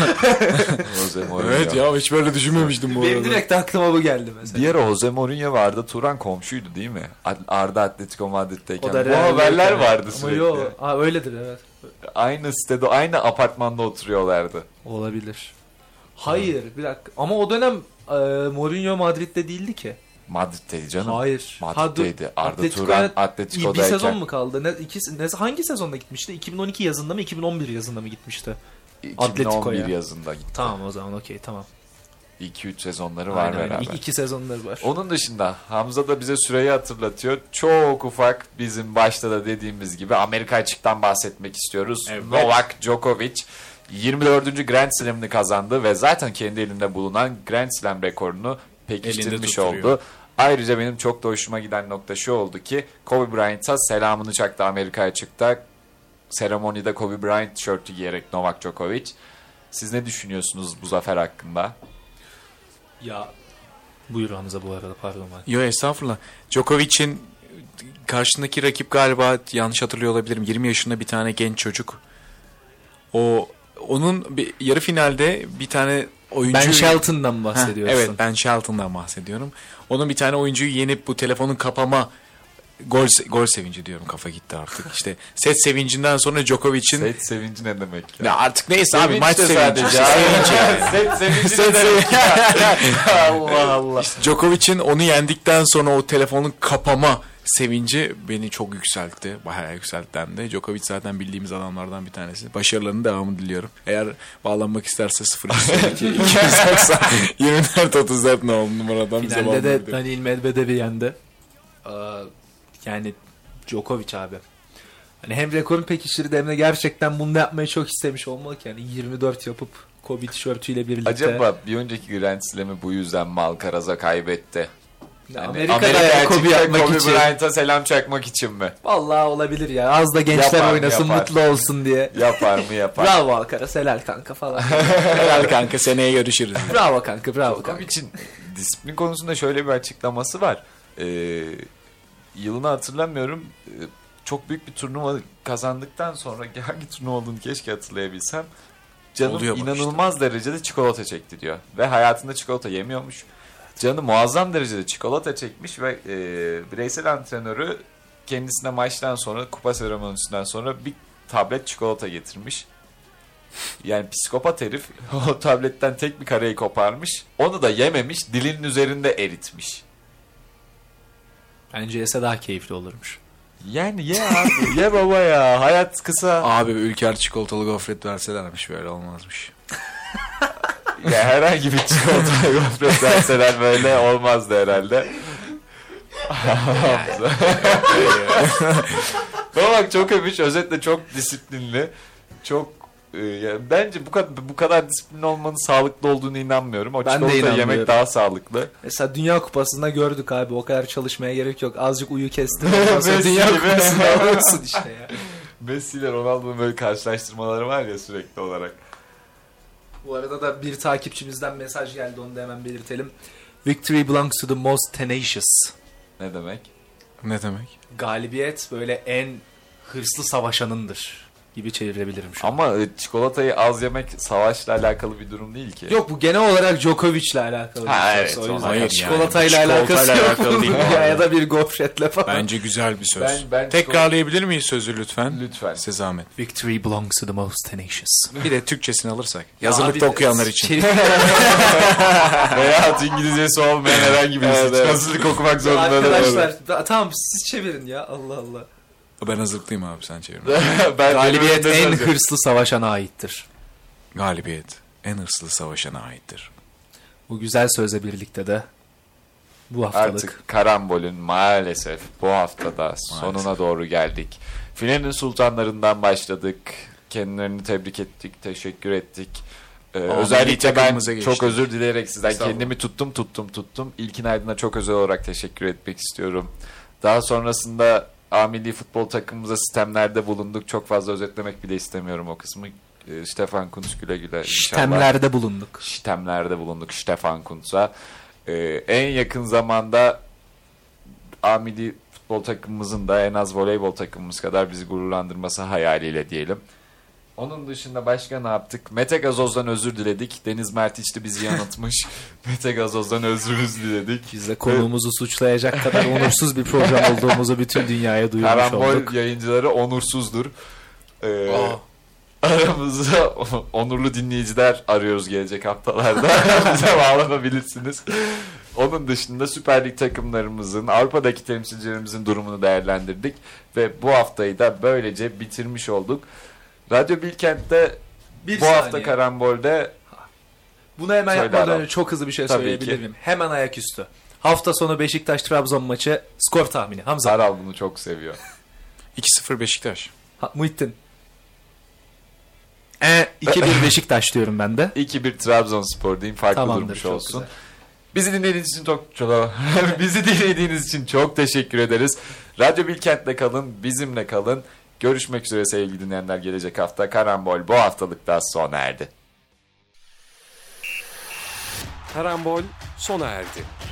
[SPEAKER 2] Jose Mourinho.
[SPEAKER 4] Evet ya hiç böyle düşünmemiştim bu
[SPEAKER 3] benim
[SPEAKER 4] arada.
[SPEAKER 3] direkt aklıma bu geldi mesela.
[SPEAKER 2] Diğer Jose Mourinho ve Arda Turan komşuydu değil mi? Ad- Arda Atletico Madrid'deyken.
[SPEAKER 3] O da
[SPEAKER 2] Bu
[SPEAKER 3] Real
[SPEAKER 2] haberler
[SPEAKER 3] Madrid'de.
[SPEAKER 2] vardı
[SPEAKER 3] Ama
[SPEAKER 2] sürekli.
[SPEAKER 3] yok. Aa, öyledir evet.
[SPEAKER 2] Aynı sitede, aynı apartmanda oturuyorlardı.
[SPEAKER 3] Olabilir. Hayır bir dakika. Ama o dönem e, Mourinho Madrid'de değildi ki.
[SPEAKER 2] Madrid'deydi canım.
[SPEAKER 3] Hayır. Ha, dur.
[SPEAKER 2] Madrid'deydi. Arda
[SPEAKER 3] Atletico-
[SPEAKER 2] Turan
[SPEAKER 3] Bir
[SPEAKER 2] Atletico'dayken.
[SPEAKER 3] sezon mu kaldı? Ne, iki, ne, hangi sezonda gitmişti? 2012 yazında mı 2011 yazında mı gitmişti?
[SPEAKER 2] 2011
[SPEAKER 3] Atletico'ya.
[SPEAKER 2] yazında gitti.
[SPEAKER 3] Tamam o zaman okey tamam.
[SPEAKER 2] 2-3 sezonları var
[SPEAKER 3] Aynen,
[SPEAKER 2] beraber.
[SPEAKER 3] İki, iki sezonları var.
[SPEAKER 2] Onun dışında Hamza da bize süreyi hatırlatıyor. Çok ufak bizim başta da dediğimiz gibi Amerika açıktan bahsetmek istiyoruz.
[SPEAKER 4] Evet.
[SPEAKER 2] Novak Djokovic 24. Grand Slam'ını kazandı ve zaten kendi elinde bulunan Grand Slam rekorunu pekiştirmiş
[SPEAKER 4] Elinde tutturuyor.
[SPEAKER 2] oldu. Ayrıca benim çok da hoşuma giden nokta şu oldu ki Kobe Bryant'a selamını çaktı Amerika açıkta. Seremonide Kobe Bryant tişörtü giyerek Novak Djokovic. Siz ne düşünüyorsunuz bu zafer hakkında?
[SPEAKER 6] Ya
[SPEAKER 3] Buyur Hamza bu arada pardon. ben.
[SPEAKER 4] Yo estağfurullah. Djokovic'in karşındaki rakip galiba yanlış hatırlıyor olabilirim. 20 yaşında bir tane genç çocuk. O onun bir, yarı finalde bir tane oyuncu
[SPEAKER 3] Ben
[SPEAKER 2] şey-
[SPEAKER 3] Shelton'dan
[SPEAKER 4] Heh,
[SPEAKER 3] bahsediyorsun.
[SPEAKER 4] Evet Ben Shelton'dan bahsediyorum. Onun bir tane oyuncuyu yenip bu telefonun kapama gol se- gol sevinci diyorum kafa gitti artık. İşte set sevincinden sonra Djokovic'in
[SPEAKER 2] Set sevinci ne demek ya?
[SPEAKER 4] ne artık neyse abi
[SPEAKER 2] Sevinç
[SPEAKER 4] maç
[SPEAKER 2] de
[SPEAKER 4] sevinci.
[SPEAKER 2] sadece. Set sevinci
[SPEAKER 4] Set
[SPEAKER 2] ne demek
[SPEAKER 4] sevinci.
[SPEAKER 2] ya? Allah Allah.
[SPEAKER 4] Djokovic'in onu yendikten sonra o telefonun kapama sevinci beni çok yükseltti. Bayağı yükseltti hem de. Djokovic zaten bildiğimiz adamlardan bir tanesi. Başarılarının devamını diliyorum. Eğer bağlanmak isterse 0 2 280 24 34 numaradan bize
[SPEAKER 3] Finalde de
[SPEAKER 4] bağlanabilir.
[SPEAKER 3] Daniil Medvedev'i yendi. Ee, yani Djokovic abi. Hani hem rekorun pekiştirdi hem de gerçekten bunu da yapmayı çok istemiş olmalı ki. Yani 24 yapıp Kobe tişörtüyle birlikte.
[SPEAKER 2] Acaba bir önceki Grand Slam'i bu yüzden mi Alcaraz'a kaybetti?
[SPEAKER 3] Yani
[SPEAKER 2] Yani
[SPEAKER 3] Hani Amerika'da
[SPEAKER 2] Amerika'ya
[SPEAKER 3] Kobe
[SPEAKER 2] çıkacak
[SPEAKER 3] yapmak
[SPEAKER 2] Kobe
[SPEAKER 3] için.
[SPEAKER 2] Bryant'a selam çakmak için mi?
[SPEAKER 3] Vallahi olabilir ya. Az da gençler
[SPEAKER 2] Yapar,
[SPEAKER 3] oynasın
[SPEAKER 2] yapar.
[SPEAKER 3] mutlu olsun diye.
[SPEAKER 2] Yapar mı yapar.
[SPEAKER 3] Bravo Alcaraz helal kanka falan.
[SPEAKER 4] Helal kanka seneye görüşürüz.
[SPEAKER 3] bravo kanka bravo
[SPEAKER 2] Kobe
[SPEAKER 3] kanka.
[SPEAKER 2] için disiplin konusunda şöyle bir açıklaması var. Ee, yılını hatırlamıyorum. Ee, çok büyük bir turnuva kazandıktan sonra hangi turnuva olduğunu keşke hatırlayabilsem. Canım
[SPEAKER 4] Oluyor bak
[SPEAKER 2] inanılmaz derecede çikolata çekti diyor. Ve hayatında çikolata yemiyormuş. Canı muazzam derecede çikolata çekmiş ve e, bireysel antrenörü kendisine maçtan sonra kupa seremonisinden sonra bir tablet çikolata getirmiş. Yani psikopat herif o tabletten tek bir kareyi koparmış. Onu da yememiş, dilinin üzerinde eritmiş.
[SPEAKER 3] Bence ese daha keyifli olurmuş.
[SPEAKER 2] Yani ye abi, ye baba ya. Hayat kısa.
[SPEAKER 4] Abi Ülker çikolatalı gofret verselermiş böyle olmazmış.
[SPEAKER 2] şey Ya herhangi bir çikolata gofret verseler böyle olmazdı herhalde. Bana bak çok övüş. Özetle çok disiplinli. Çok e, ya bence bu kadar bu kadar disiplinli olmanın sağlıklı olduğunu inanmıyorum. O
[SPEAKER 3] Ben de
[SPEAKER 2] çikolata yemek
[SPEAKER 3] inanmıyorum.
[SPEAKER 2] daha sağlıklı.
[SPEAKER 3] Mesela Dünya Kupası'nda gördük abi o kadar çalışmaya gerek yok. Azıcık uyu kestim. ondan sonra
[SPEAKER 2] Messi
[SPEAKER 3] Dünya
[SPEAKER 2] gibi.
[SPEAKER 3] Kupası'nı alıyorsun işte ya.
[SPEAKER 2] Messi ile Ronaldo'nun böyle karşılaştırmaları var ya sürekli olarak.
[SPEAKER 3] Bu arada da bir takipçimizden mesaj geldi onu da hemen belirtelim. Victory belongs to the most tenacious.
[SPEAKER 2] Ne demek?
[SPEAKER 4] Ne demek?
[SPEAKER 3] Galibiyet böyle en hırslı savaşanındır gibi çevirebilirim şu an.
[SPEAKER 2] Ama e, çikolatayı az yemek savaşla alakalı bir durum değil ki.
[SPEAKER 3] Yok bu genel olarak Djokovic'le alakalı. bir
[SPEAKER 2] Ha,
[SPEAKER 3] şey.
[SPEAKER 2] evet,
[SPEAKER 3] O yüzden
[SPEAKER 2] hayır yani.
[SPEAKER 3] çikolatayla
[SPEAKER 4] Çikolatayla
[SPEAKER 3] alakası yok.
[SPEAKER 4] alakalı
[SPEAKER 3] bunun
[SPEAKER 4] değil.
[SPEAKER 3] ya, ya da bir gofretle falan.
[SPEAKER 4] Bence güzel bir söz.
[SPEAKER 2] Ben- ben-
[SPEAKER 4] Tekrarlayabilir miyiz sözü lütfen?
[SPEAKER 2] Lütfen.
[SPEAKER 4] Size zahmet.
[SPEAKER 3] Victory belongs to the most tenacious.
[SPEAKER 4] Bir de Türkçesini alırsak.
[SPEAKER 3] Abi şey-
[SPEAKER 4] Yazılıkta
[SPEAKER 3] de-
[SPEAKER 4] okuyanlar için.
[SPEAKER 2] Veya İngilizcesi olmayan herhangi birisi.
[SPEAKER 4] Evet, evet.
[SPEAKER 2] Çikolatayı okumak zorunda da
[SPEAKER 3] Arkadaşlar da- tamam siz çevirin ya Allah Allah.
[SPEAKER 4] Ben hazırlıklıyım abi sen çevirme.
[SPEAKER 2] Ben- ben
[SPEAKER 3] Galibiyet
[SPEAKER 2] ben-
[SPEAKER 3] en hırslı savaşana aittir.
[SPEAKER 4] Galibiyet en hırslı savaşana aittir.
[SPEAKER 3] Bu güzel sözle birlikte de bu haftalık.
[SPEAKER 2] Artık karambolün maalesef bu haftada sonuna doğru geldik. Filenin sultanlarından başladık. Kendilerini tebrik ettik, teşekkür ettik. Ee,
[SPEAKER 4] Ama
[SPEAKER 2] özellikle
[SPEAKER 4] milli
[SPEAKER 2] ben
[SPEAKER 4] takımımıza geçtik.
[SPEAKER 2] çok özür dileyerek sizden
[SPEAKER 4] Estağfurullah.
[SPEAKER 2] kendimi tuttum tuttum tuttum. İlkin Aydın'a çok özel olarak teşekkür etmek istiyorum. Daha sonrasında A milli futbol takımımıza sistemlerde bulunduk. Çok fazla özetlemek bile istemiyorum o kısmı. Ee, Stefan Kuntz güle güle inşallah
[SPEAKER 3] Sistemlerde bulunduk.
[SPEAKER 2] sistemlerde bulunduk Stefan Kuntz'a. Ee, en yakın zamanda amili futbol takımımızın da en az voleybol takımımız kadar bizi gururlandırması hayaliyle diyelim. Onun dışında başka ne yaptık? Mete Gazoz'dan özür diledik. Deniz Mertiç'ti bizi yanıltmış. Mete Gazoz'dan özrümüz diledik.
[SPEAKER 3] Biz de konuğumuzu suçlayacak kadar onursuz bir program olduğumuzu bütün dünyaya duyurmuş
[SPEAKER 2] Karambol
[SPEAKER 3] olduk.
[SPEAKER 2] yayıncıları onursuzdur. Ee, aramızda o- onurlu dinleyiciler arıyoruz gelecek haftalarda. Bize bağlanabilirsiniz. Onun dışında Süper Lig takımlarımızın, Avrupa'daki temsilcilerimizin durumunu değerlendirdik. Ve bu haftayı da böylece bitirmiş olduk. Radyo Bilkent'te
[SPEAKER 3] Bir
[SPEAKER 2] bu
[SPEAKER 3] saniye.
[SPEAKER 2] hafta karambolde
[SPEAKER 3] Bunu hemen
[SPEAKER 2] Söyle
[SPEAKER 3] yapmadan
[SPEAKER 2] Aral.
[SPEAKER 3] önce çok hızlı bir şey
[SPEAKER 2] Tabii
[SPEAKER 3] söyleyebilir
[SPEAKER 2] ki.
[SPEAKER 3] miyim? Hemen ayaküstü. Hafta sonu Beşiktaş-Trabzon maçı skor tahmini. Hamza,
[SPEAKER 2] Zaral bunu çok seviyor.
[SPEAKER 4] 2-0 Beşiktaş.
[SPEAKER 3] ha, Muhittin. E, 2-1 Beşiktaş diyorum ben de.
[SPEAKER 2] 2-1 Trabzonspor diyeyim farklı
[SPEAKER 3] Tamamdır.
[SPEAKER 2] durmuş
[SPEAKER 3] Çok
[SPEAKER 2] olsun.
[SPEAKER 3] güzel.
[SPEAKER 2] Bizi dinlediğiniz için çok çok- bizi dinlediğiniz için çok teşekkür ederiz. Radyo Bilkent'le kalın, bizimle kalın. Görüşmek üzere sevgili dinleyenler. Gelecek hafta Karambol bu haftalık da sona erdi.
[SPEAKER 1] Karambol sona erdi.